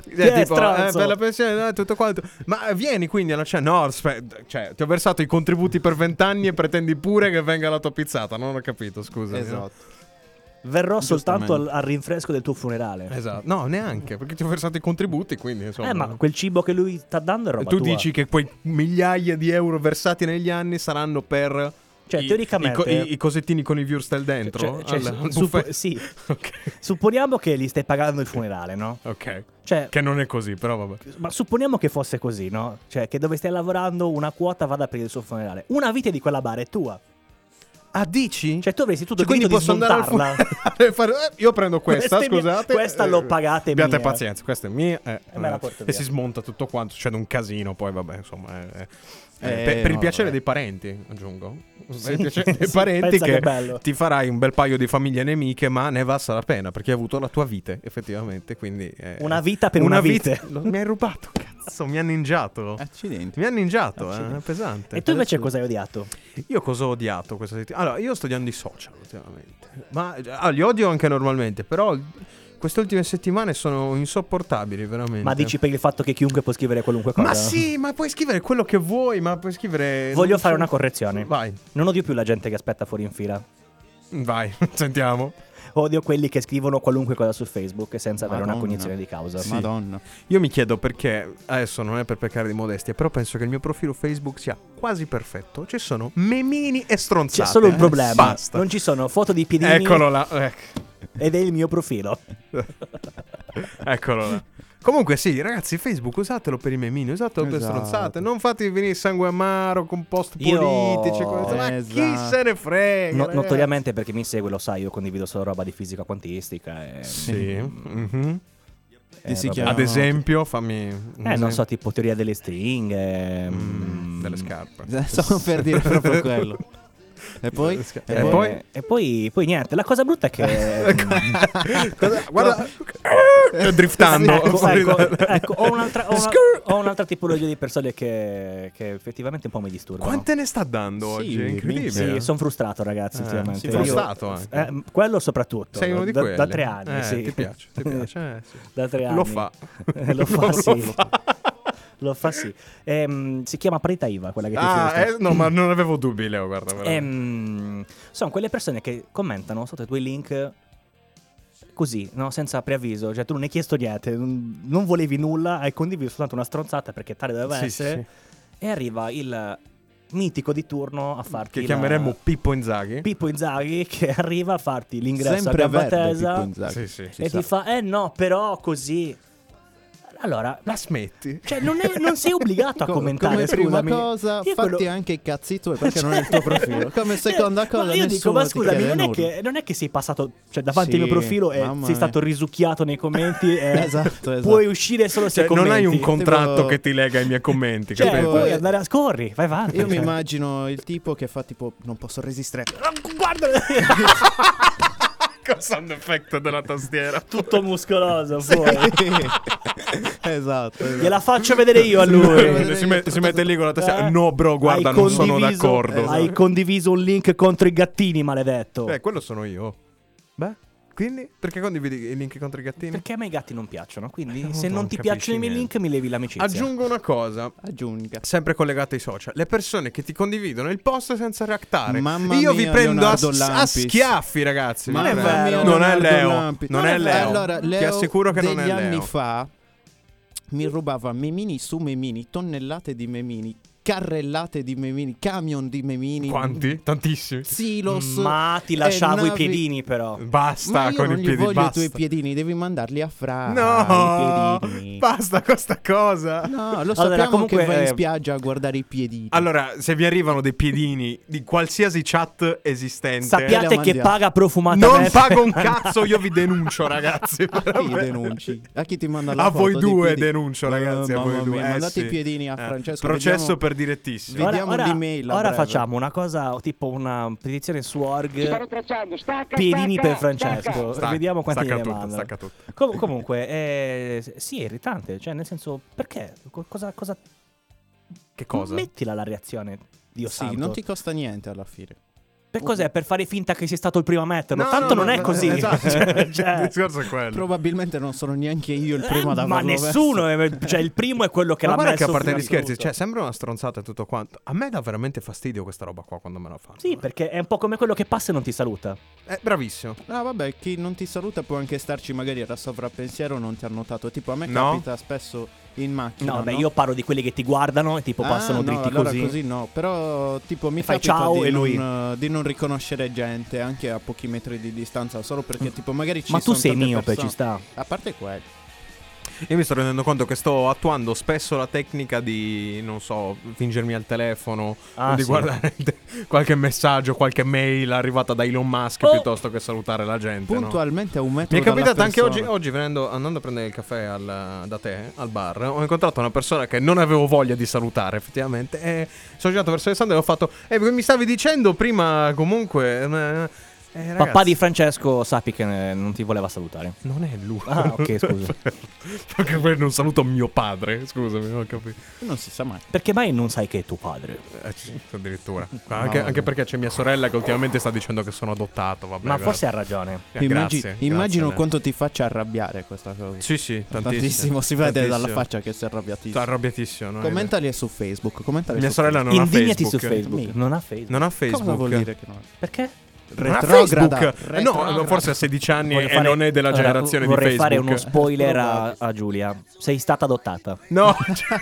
[SPEAKER 2] Eh,
[SPEAKER 3] Che
[SPEAKER 2] tipo, eh,
[SPEAKER 3] stronzo.
[SPEAKER 2] per la pensione, eh, tutto quanto. Ma eh, vieni quindi alla cena. No, aspetta, cioè, ti ho versato i contributi per vent'anni e pretendi pure che venga la tua pizzata. Non ho capito, scusa.
[SPEAKER 4] Esatto.
[SPEAKER 3] Verrò soltanto al,
[SPEAKER 4] Giustamente.
[SPEAKER 3] al rinfresco del tuo funerale.
[SPEAKER 2] Esatto. No, neanche, perché ti ho versato i contributi, quindi insomma.
[SPEAKER 3] Eh, ma quel cibo che lui sta dando è roba
[SPEAKER 2] tu
[SPEAKER 3] tua.
[SPEAKER 2] dici che quei migliaia di euro versati negli anni saranno per
[SPEAKER 3] Cioè,
[SPEAKER 2] i,
[SPEAKER 3] teoricamente-
[SPEAKER 2] i co- i- i cosettini con i viewstel dentro?
[SPEAKER 3] Cioè- cioè,
[SPEAKER 2] Al- al
[SPEAKER 3] suppo-
[SPEAKER 2] buffet?
[SPEAKER 3] sì.
[SPEAKER 2] Ok.
[SPEAKER 3] Supponiamo che gli stai pagando il funerale, no?
[SPEAKER 2] Ok.
[SPEAKER 3] Cioè,
[SPEAKER 2] Che non è così, però vabbè.
[SPEAKER 3] Ma supponiamo che fosse così, no? Cioè, che dove stai lavorando una quota vada per il suo funerale. Una vite di quella bar è tua.
[SPEAKER 2] Ah, dici?
[SPEAKER 3] Cioè, tu avresti tutto
[SPEAKER 2] Cioè,
[SPEAKER 3] il diritto di
[SPEAKER 2] funerale
[SPEAKER 3] smontarla.
[SPEAKER 2] e fare, eh, io prendo questa,
[SPEAKER 3] Questa è mia-
[SPEAKER 2] scusate. eh,
[SPEAKER 3] questa l'ho pagata, è
[SPEAKER 2] Abbiate
[SPEAKER 3] mia.
[SPEAKER 2] pazienza, questa è mia. eh,
[SPEAKER 3] E me la porto
[SPEAKER 2] e
[SPEAKER 3] via.
[SPEAKER 2] si smonta tutto quanto. C'è un casino, poi vabbè, insomma. eh, eh. Eh,
[SPEAKER 4] Eh,
[SPEAKER 2] per, per il
[SPEAKER 4] no,
[SPEAKER 2] piacere
[SPEAKER 4] vabbè.
[SPEAKER 2] dei parenti, aggiungo. Per il piacere dei
[SPEAKER 3] sì,
[SPEAKER 2] parenti
[SPEAKER 3] pensa
[SPEAKER 2] che,
[SPEAKER 3] che bello.
[SPEAKER 2] ti farai un bel paio di famiglie nemiche, ma ne valsa la pena perché hai avuto la tua vite, effettivamente. Quindi, eh,
[SPEAKER 3] Una vita Eh, per una vite.
[SPEAKER 2] Lo- mi hai rubato, cazzo. Cazzo, mi ha ninjato.
[SPEAKER 4] Accidenti.
[SPEAKER 2] Mi ha ninjato, eh?
[SPEAKER 3] Accidenti.
[SPEAKER 2] È pesante.
[SPEAKER 3] E tu invece
[SPEAKER 2] Adesso-
[SPEAKER 3] cosa hai odiato?
[SPEAKER 2] Io cosa ho odiato questa settimana? Allora, io sto odiando i social ultimamente. Ma ah, li odio anche normalmente, però queste ultime settimane sono insopportabili, veramente.
[SPEAKER 3] Ma dici per il fatto che chiunque può scrivere qualunque cosa?
[SPEAKER 2] Ma sì, ma puoi scrivere quello che vuoi, ma puoi scrivere...
[SPEAKER 3] Voglio
[SPEAKER 2] non
[SPEAKER 3] fare
[SPEAKER 2] so-
[SPEAKER 3] una correzione.
[SPEAKER 2] Vai,
[SPEAKER 3] Non odio più la gente che aspetta fuori in fila.
[SPEAKER 2] vai, sentiamo.
[SPEAKER 3] Odio quelli che scrivono qualunque cosa su Facebook senza avere una
[SPEAKER 4] Madonna.
[SPEAKER 3] cognizione di causa. Ma-
[SPEAKER 4] Madonna.
[SPEAKER 2] Io mi chiedo perché, adesso non è per peccare di modestia, però penso che il mio profilo Facebook sia quasi perfetto. Ci sono memini e stronzate.
[SPEAKER 3] C'è solo un
[SPEAKER 2] Eh,
[SPEAKER 3] problema.
[SPEAKER 2] Basta.
[SPEAKER 3] Non ci sono foto di piedini
[SPEAKER 2] Eccolo là, ecco.
[SPEAKER 3] ed è il mio profilo.
[SPEAKER 2] Eccolo là. Comunque sì, ragazzi, Facebook usatelo per i memini, usatelo per
[SPEAKER 4] Esatto.
[SPEAKER 2] stronzate, non fatevi venire sangue amaro con post
[SPEAKER 3] Io-
[SPEAKER 2] politici, cose- ma chi
[SPEAKER 4] Esatto.
[SPEAKER 2] se ne frega?
[SPEAKER 3] No-
[SPEAKER 2] ragazzi?
[SPEAKER 3] notoriamente perché mi segue, lo sai, io condivido solo roba di fisica quantistica. E,
[SPEAKER 2] Sì. mhm.
[SPEAKER 3] e
[SPEAKER 4] Ti si
[SPEAKER 3] roba-
[SPEAKER 4] chiama-
[SPEAKER 2] Ad esempio, fammi un
[SPEAKER 3] Eh, non so,
[SPEAKER 2] esempio.
[SPEAKER 3] tipo teoria delle stringhe. mm,
[SPEAKER 2] delle scarpe.
[SPEAKER 4] Stavo per dire proprio quello. E poi?
[SPEAKER 2] E
[SPEAKER 3] E,
[SPEAKER 2] poi-
[SPEAKER 3] poi, e poi, poi niente, la cosa brutta è che...
[SPEAKER 2] Cosa- Guarda, driftando.
[SPEAKER 3] ecco,
[SPEAKER 2] fuori
[SPEAKER 3] Eh, ecco,
[SPEAKER 2] da-
[SPEAKER 3] ecco, ho, un'altra, ho una-
[SPEAKER 2] Skrr.
[SPEAKER 3] ho un'altra tipologia di persone che, che effettivamente un po' mi disturbano.
[SPEAKER 2] Quante ne sta dando
[SPEAKER 4] Sì,
[SPEAKER 2] oggi? È incredibile.
[SPEAKER 3] Sì, sono frustrato ragazzi,
[SPEAKER 2] Eh,
[SPEAKER 3] ultimamente.
[SPEAKER 2] sì,
[SPEAKER 3] Io-
[SPEAKER 2] frustrato anche.
[SPEAKER 3] eh, quello soprattutto.
[SPEAKER 2] Sei uno di
[SPEAKER 3] da,
[SPEAKER 2] quelli.
[SPEAKER 3] Da tre anni,
[SPEAKER 2] Eh,
[SPEAKER 3] sì.
[SPEAKER 2] Ti piace, ti piace. eh, sì.
[SPEAKER 3] da tre anni.
[SPEAKER 2] Lo fa.
[SPEAKER 3] Eh, lo fa, sì. Lo fa, sì. Ehm, si chiama parità IVA, quella che ti
[SPEAKER 2] Ah,
[SPEAKER 3] frustra.
[SPEAKER 2] eh, no, ma non avevo dubbi, Leo, guarda. veramente.
[SPEAKER 3] Ehm, sono quelle persone che commentano sotto i tuoi link così, no? senza preavviso, cioè tu non hai chiesto niente, non non volevi nulla, hai condiviso soltanto una stronzata perché tale doveva
[SPEAKER 2] Sì,
[SPEAKER 3] essere e arriva il mitico di turno a farti
[SPEAKER 2] Che
[SPEAKER 3] la-
[SPEAKER 2] chiameremmo Pippo Inzaghi.
[SPEAKER 3] Pippo Inzaghi che arriva a farti l'ingresso
[SPEAKER 4] Sempre
[SPEAKER 3] a gamba
[SPEAKER 4] verde
[SPEAKER 3] tesa
[SPEAKER 4] Pippo Inzaghi.
[SPEAKER 2] Sì, sì.
[SPEAKER 3] e ti fa "Eh no, però così". Allora,
[SPEAKER 2] La smetti.
[SPEAKER 3] cioè non, è- non sei obbligato a
[SPEAKER 4] Co-
[SPEAKER 3] commentare,
[SPEAKER 4] come prima
[SPEAKER 3] scusami.
[SPEAKER 4] cosa,
[SPEAKER 3] Io
[SPEAKER 4] fatti
[SPEAKER 3] quello-
[SPEAKER 4] anche i cazzi tuoi perché non è il tuo profilo. Come seconda
[SPEAKER 3] Eh,
[SPEAKER 4] cosa,
[SPEAKER 3] ma io dico,
[SPEAKER 4] nessuno
[SPEAKER 3] ma
[SPEAKER 4] ti
[SPEAKER 3] scusami,
[SPEAKER 4] chiede
[SPEAKER 3] non è,
[SPEAKER 4] nulla.
[SPEAKER 3] che, non è che sei passato cioè, davanti
[SPEAKER 4] Sì,
[SPEAKER 3] al mio profilo e
[SPEAKER 4] mamma
[SPEAKER 3] sei
[SPEAKER 4] mia.
[SPEAKER 3] stato risucchiato nei commenti. e
[SPEAKER 4] Esatto, esatto.
[SPEAKER 3] Puoi uscire solo se
[SPEAKER 2] Cioè,
[SPEAKER 3] commenti.
[SPEAKER 2] non hai un contratto
[SPEAKER 4] Tipo-
[SPEAKER 2] che ti lega ai miei commenti,
[SPEAKER 3] Cioè,
[SPEAKER 2] capito?
[SPEAKER 3] puoi andare a scorri, vai avanti.
[SPEAKER 4] Io mi
[SPEAKER 3] cioè.
[SPEAKER 4] immagino il tipo che fa tipo non posso resistere.
[SPEAKER 3] Guarda,
[SPEAKER 2] Con sound effect della tastiera.
[SPEAKER 3] tutto muscoloso fuori.
[SPEAKER 4] esatto. esatto.
[SPEAKER 3] Gliela faccio vedere io a lui.
[SPEAKER 2] Cioè, si, mette, si mette lì con la tastiera.
[SPEAKER 3] Eh?
[SPEAKER 2] No, bro, guarda,
[SPEAKER 3] Hai
[SPEAKER 2] non sono
[SPEAKER 3] condiviso- eh,
[SPEAKER 2] d'accordo.
[SPEAKER 3] Hai condiviso un link contro i gattini, maledetto.
[SPEAKER 2] Eh, quello sono io. Beh, quindi perché condividi i link contro i gattini?
[SPEAKER 3] Perché a me i gatti non piacciono, quindi
[SPEAKER 2] Eh,
[SPEAKER 3] se
[SPEAKER 2] non
[SPEAKER 3] non ti
[SPEAKER 2] capisci
[SPEAKER 3] piacciono i miei
[SPEAKER 2] niente.
[SPEAKER 3] link mi levi l'amicizia.
[SPEAKER 2] Aggiungo una cosa.
[SPEAKER 4] Aggiunga.
[SPEAKER 2] Sempre collegata ai social, le persone che ti condividono il post senza reactare.
[SPEAKER 4] Mamma
[SPEAKER 2] Io
[SPEAKER 4] mia,
[SPEAKER 2] vi prendo a,
[SPEAKER 4] Leonardo
[SPEAKER 2] a
[SPEAKER 4] Lampis.
[SPEAKER 2] schiaffi, ragazzi.
[SPEAKER 4] Ma
[SPEAKER 2] non,
[SPEAKER 3] non è
[SPEAKER 2] è
[SPEAKER 3] vero.
[SPEAKER 2] non è
[SPEAKER 4] Leonardo
[SPEAKER 2] Leo.
[SPEAKER 4] Lampi.
[SPEAKER 2] Non è Leo.
[SPEAKER 4] Allora,
[SPEAKER 2] Ti
[SPEAKER 4] Leo
[SPEAKER 2] assicuro che non è
[SPEAKER 4] degli
[SPEAKER 2] Leo.
[SPEAKER 4] anni fa mi rubava memini su memini, tonnellate di memini, carrellate di memini, camion di memini.
[SPEAKER 2] Quanti? Tantissimi.
[SPEAKER 4] Silos.
[SPEAKER 3] Ma ti
[SPEAKER 4] e
[SPEAKER 3] lasciavo i
[SPEAKER 4] eh, navi-
[SPEAKER 3] piedini, però.
[SPEAKER 2] Basta
[SPEAKER 4] Ma io
[SPEAKER 2] con
[SPEAKER 4] non
[SPEAKER 2] i
[SPEAKER 4] gli
[SPEAKER 2] piedi
[SPEAKER 4] voglio
[SPEAKER 2] basta.
[SPEAKER 4] i tuoi piedini, devi mandarli a Fra.
[SPEAKER 2] No,
[SPEAKER 4] i piedini.
[SPEAKER 2] basta con sta cosa.
[SPEAKER 4] No, lo
[SPEAKER 3] Allora,
[SPEAKER 4] sappiamo
[SPEAKER 3] comunque,
[SPEAKER 4] che vai
[SPEAKER 3] eh,
[SPEAKER 4] in spiaggia a guardare i piedini.
[SPEAKER 2] Allora, se vi arrivano dei piedini di qualsiasi chat esistente,
[SPEAKER 4] la
[SPEAKER 3] Sappiate che
[SPEAKER 4] mandiamo.
[SPEAKER 3] paga profumata.
[SPEAKER 2] non pago un cazzo, io vi denuncio, ragazzi.
[SPEAKER 4] a chi denunci? A chi ti manda la
[SPEAKER 2] A
[SPEAKER 4] foto
[SPEAKER 2] voi
[SPEAKER 4] dei
[SPEAKER 2] due
[SPEAKER 4] piedini?
[SPEAKER 2] denuncio, ragazzi.
[SPEAKER 4] Eh,
[SPEAKER 2] a voi
[SPEAKER 4] mamma
[SPEAKER 2] due.
[SPEAKER 4] mia,
[SPEAKER 2] Eh,
[SPEAKER 4] mandate
[SPEAKER 2] sì.
[SPEAKER 4] i piedini a
[SPEAKER 2] Eh,
[SPEAKER 4] Francesco.
[SPEAKER 2] Processo
[SPEAKER 4] vediamo-
[SPEAKER 2] per direttissimo.
[SPEAKER 4] Vedi- vediamo l'email a
[SPEAKER 3] Ora
[SPEAKER 4] breve.
[SPEAKER 3] facciamo una cosa, tipo una petizione su
[SPEAKER 6] Ci
[SPEAKER 3] org.
[SPEAKER 6] stanno tracciando, stacca,
[SPEAKER 3] Piedini
[SPEAKER 6] stacca,
[SPEAKER 3] per Francesco.
[SPEAKER 6] stacca.
[SPEAKER 2] Stacca.
[SPEAKER 3] Vediamo quanti
[SPEAKER 2] Stacca
[SPEAKER 3] ne
[SPEAKER 2] tutto,
[SPEAKER 3] mandano.
[SPEAKER 2] stacca tutto.
[SPEAKER 3] Com- comunque, eh, sì, è irritante. Cioè, nel senso, perché? Co- Cosa, cosa-
[SPEAKER 2] Che cosa?
[SPEAKER 3] Mettila la reazione. Dio
[SPEAKER 4] Sì,
[SPEAKER 3] santo.
[SPEAKER 4] non ti costa niente alla fine.
[SPEAKER 3] Per cos'è? Per fare finta che sei stato il primo a metterlo?
[SPEAKER 2] No,
[SPEAKER 3] Tanto
[SPEAKER 2] no,
[SPEAKER 3] non
[SPEAKER 2] no,
[SPEAKER 3] è
[SPEAKER 2] no,
[SPEAKER 3] così.
[SPEAKER 2] esatto, cioè,
[SPEAKER 3] Cioè,
[SPEAKER 2] il discorso è quello.
[SPEAKER 4] Probabilmente non sono neanche io il primo
[SPEAKER 3] eh,
[SPEAKER 4] ad averlo
[SPEAKER 3] ma nessuno,
[SPEAKER 4] messo.
[SPEAKER 3] è- cioè il primo è quello che
[SPEAKER 2] Ma
[SPEAKER 3] l'ha
[SPEAKER 2] guarda
[SPEAKER 3] messo.
[SPEAKER 2] che a parte
[SPEAKER 3] fino
[SPEAKER 2] gli
[SPEAKER 3] in
[SPEAKER 2] scherzi,
[SPEAKER 3] assoluto.
[SPEAKER 2] cioè, sembra una stronzata e tutto quanto. A me dà veramente fastidio questa roba qua quando me la fanno.
[SPEAKER 3] Sì, perché è un po' come quello che passa e non ti saluta.
[SPEAKER 2] Eh, bravissimo.
[SPEAKER 4] Ah, vabbè, chi non ti saluta può anche starci magari era sovrappensiero, non ti ha notato. Tipo a me
[SPEAKER 2] No.
[SPEAKER 4] capita spesso in macchina.
[SPEAKER 3] No, beh, io parlo di quelli che ti guardano e tipo
[SPEAKER 4] Ah,
[SPEAKER 3] passano
[SPEAKER 4] no,
[SPEAKER 3] dritti
[SPEAKER 4] allora
[SPEAKER 3] così.
[SPEAKER 4] no, però tipo mi
[SPEAKER 3] Fai
[SPEAKER 4] capita
[SPEAKER 3] ciao
[SPEAKER 4] di
[SPEAKER 3] e
[SPEAKER 4] non,
[SPEAKER 3] lui-
[SPEAKER 4] eh, di non riconoscere gente anche a pochi metri di distanza solo perché tipo magari ci
[SPEAKER 3] Mm. Ma tu
[SPEAKER 4] sono
[SPEAKER 3] sei
[SPEAKER 4] tante
[SPEAKER 3] miope,
[SPEAKER 4] persone.
[SPEAKER 3] ci sta.
[SPEAKER 4] A parte
[SPEAKER 2] Eh,
[SPEAKER 4] quello.
[SPEAKER 2] Io mi sto rendendo conto che sto attuando spesso la tecnica di, non so, fingermi al telefono,
[SPEAKER 3] Ah,
[SPEAKER 2] o di
[SPEAKER 3] sì.
[SPEAKER 2] guardare il te- qualche messaggio, qualche mail arrivata da Elon Musk
[SPEAKER 3] Oh.
[SPEAKER 2] piuttosto che salutare la gente. no?
[SPEAKER 4] Puntualmente a un metro
[SPEAKER 2] Mi è
[SPEAKER 4] dalla
[SPEAKER 2] capitato anche oggi, oh,
[SPEAKER 4] persona.
[SPEAKER 2] oggi venendo, andando a prendere il caffè al- da te al bar, ho incontrato una persona che non avevo voglia di salutare effettivamente e sono girato verso Alessandro e ho fatto, eh, mi stavi dicendo prima comunque... eh, Eh, ragazzi,
[SPEAKER 3] Papà di Francesco sappi che eh, non ti voleva salutare.
[SPEAKER 2] Non è lui.
[SPEAKER 3] Ah, ok, scusa.
[SPEAKER 2] Perché quello non saluto mio padre, scusami, non ho capito.
[SPEAKER 4] Non si sa mai.
[SPEAKER 2] Cioè,
[SPEAKER 3] Perché mai non sai che è tuo padre?
[SPEAKER 2] Eh, sì, addirittura. Ma Anche, anche perché c'è mia sorella che ultimamente sta dicendo che sono adottato, vabbè.
[SPEAKER 3] Ma
[SPEAKER 2] guarda.
[SPEAKER 3] forse ha ragione.
[SPEAKER 2] Eh,
[SPEAKER 4] Immagini-
[SPEAKER 2] grazie,
[SPEAKER 4] immagino
[SPEAKER 2] grazie.
[SPEAKER 4] quanto ti faccia arrabbiare questa cosa.
[SPEAKER 2] Sì, sì, tantissimo.
[SPEAKER 4] tantissimo, si vede
[SPEAKER 2] Tantissimo.
[SPEAKER 4] dalla faccia che sei
[SPEAKER 2] Sta
[SPEAKER 4] arrabbiatissimo.
[SPEAKER 2] arrabbiatissimo. no?
[SPEAKER 4] Commentali su Facebook. Commentali
[SPEAKER 2] Mia
[SPEAKER 4] su
[SPEAKER 2] sorella non
[SPEAKER 3] Indignati
[SPEAKER 2] ha Facebook.
[SPEAKER 3] su Facebook.
[SPEAKER 4] Mi-
[SPEAKER 3] Non ha Facebook.
[SPEAKER 2] Non ha
[SPEAKER 4] Facebook.
[SPEAKER 2] Facebook.
[SPEAKER 4] Cosa vuol dire che no?
[SPEAKER 3] Perché?
[SPEAKER 2] Non ha
[SPEAKER 4] Retrograda.
[SPEAKER 2] Facebook. Eh, No,
[SPEAKER 4] Retrograda.
[SPEAKER 2] forse ha 16 anni
[SPEAKER 3] Voglio
[SPEAKER 2] e
[SPEAKER 3] fare-
[SPEAKER 2] non è della
[SPEAKER 3] Allora,
[SPEAKER 2] generazione di
[SPEAKER 3] vorrei
[SPEAKER 2] Facebook.
[SPEAKER 3] fare uno spoiler a,
[SPEAKER 4] Probabile.
[SPEAKER 3] a Giulia. Sei stata adottata.
[SPEAKER 2] No,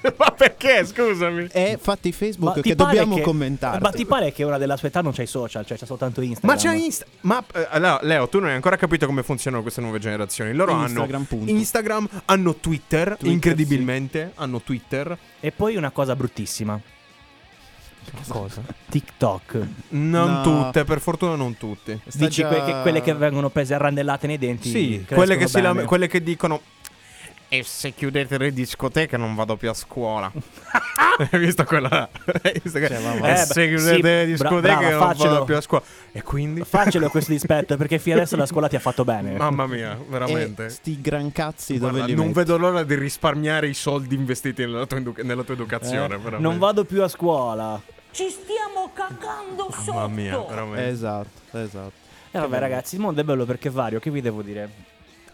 [SPEAKER 2] cioè, ma perché? Scusami.
[SPEAKER 4] È Eh, fatti Facebook
[SPEAKER 3] Ma ti
[SPEAKER 4] che
[SPEAKER 3] pare
[SPEAKER 4] dobbiamo
[SPEAKER 3] che-
[SPEAKER 4] commentare.
[SPEAKER 3] Ma ti pare che una della sua età non c'hai social, cioè c'ha soltanto
[SPEAKER 2] Ma
[SPEAKER 3] Instagram?
[SPEAKER 2] c'è Instagram. Ma eh, allora, Leo, tu non hai ancora capito come funzionano queste nuove generazioni. Loro
[SPEAKER 4] Instagram,
[SPEAKER 2] hanno
[SPEAKER 4] punto.
[SPEAKER 2] Instagram, hanno Twitter,
[SPEAKER 4] Twitter,
[SPEAKER 2] incredibilmente, hanno Twitter.
[SPEAKER 3] E poi una cosa bruttissima. Cosa? TikTok.
[SPEAKER 2] Non
[SPEAKER 4] No.
[SPEAKER 2] tutte, per fortuna non tutti.
[SPEAKER 4] Sta
[SPEAKER 3] Dici
[SPEAKER 4] già-
[SPEAKER 3] que- che quelle che vengono prese a randellate nei denti.
[SPEAKER 2] Sì,
[SPEAKER 3] crescono
[SPEAKER 2] quelle che, si
[SPEAKER 3] bene.
[SPEAKER 2] lame- quelle che dicono E se chiudete le discoteche non vado più a scuola Hai visto quella? Hai visto che-
[SPEAKER 4] vabbè.
[SPEAKER 2] e
[SPEAKER 3] Eh,
[SPEAKER 2] se
[SPEAKER 3] beh,
[SPEAKER 2] chiudete
[SPEAKER 3] sì,
[SPEAKER 2] le
[SPEAKER 3] bra-
[SPEAKER 2] discoteche
[SPEAKER 3] brava,
[SPEAKER 2] non vado
[SPEAKER 3] faccelo.
[SPEAKER 2] più a scuola E quindi?
[SPEAKER 3] Faccelo questo dispetto perché fino adesso la scuola ti ha fatto bene.
[SPEAKER 2] Mamma mia, veramente
[SPEAKER 4] E Eh, sti gran cazzi
[SPEAKER 2] Guarda,
[SPEAKER 4] dove li
[SPEAKER 2] non
[SPEAKER 4] metti?
[SPEAKER 2] vedo l'ora di risparmiare i soldi investiti nella tua, edu- nella tua
[SPEAKER 3] Eh,
[SPEAKER 2] educazione. veramente.
[SPEAKER 3] non vado più a scuola.
[SPEAKER 6] Ci stiamo cagando sotto.
[SPEAKER 2] Mamma mia, veramente.
[SPEAKER 4] Esatto, esatto.
[SPEAKER 3] E vabbè ragazzi, il mondo è bello perché è vario, che vi devo dire?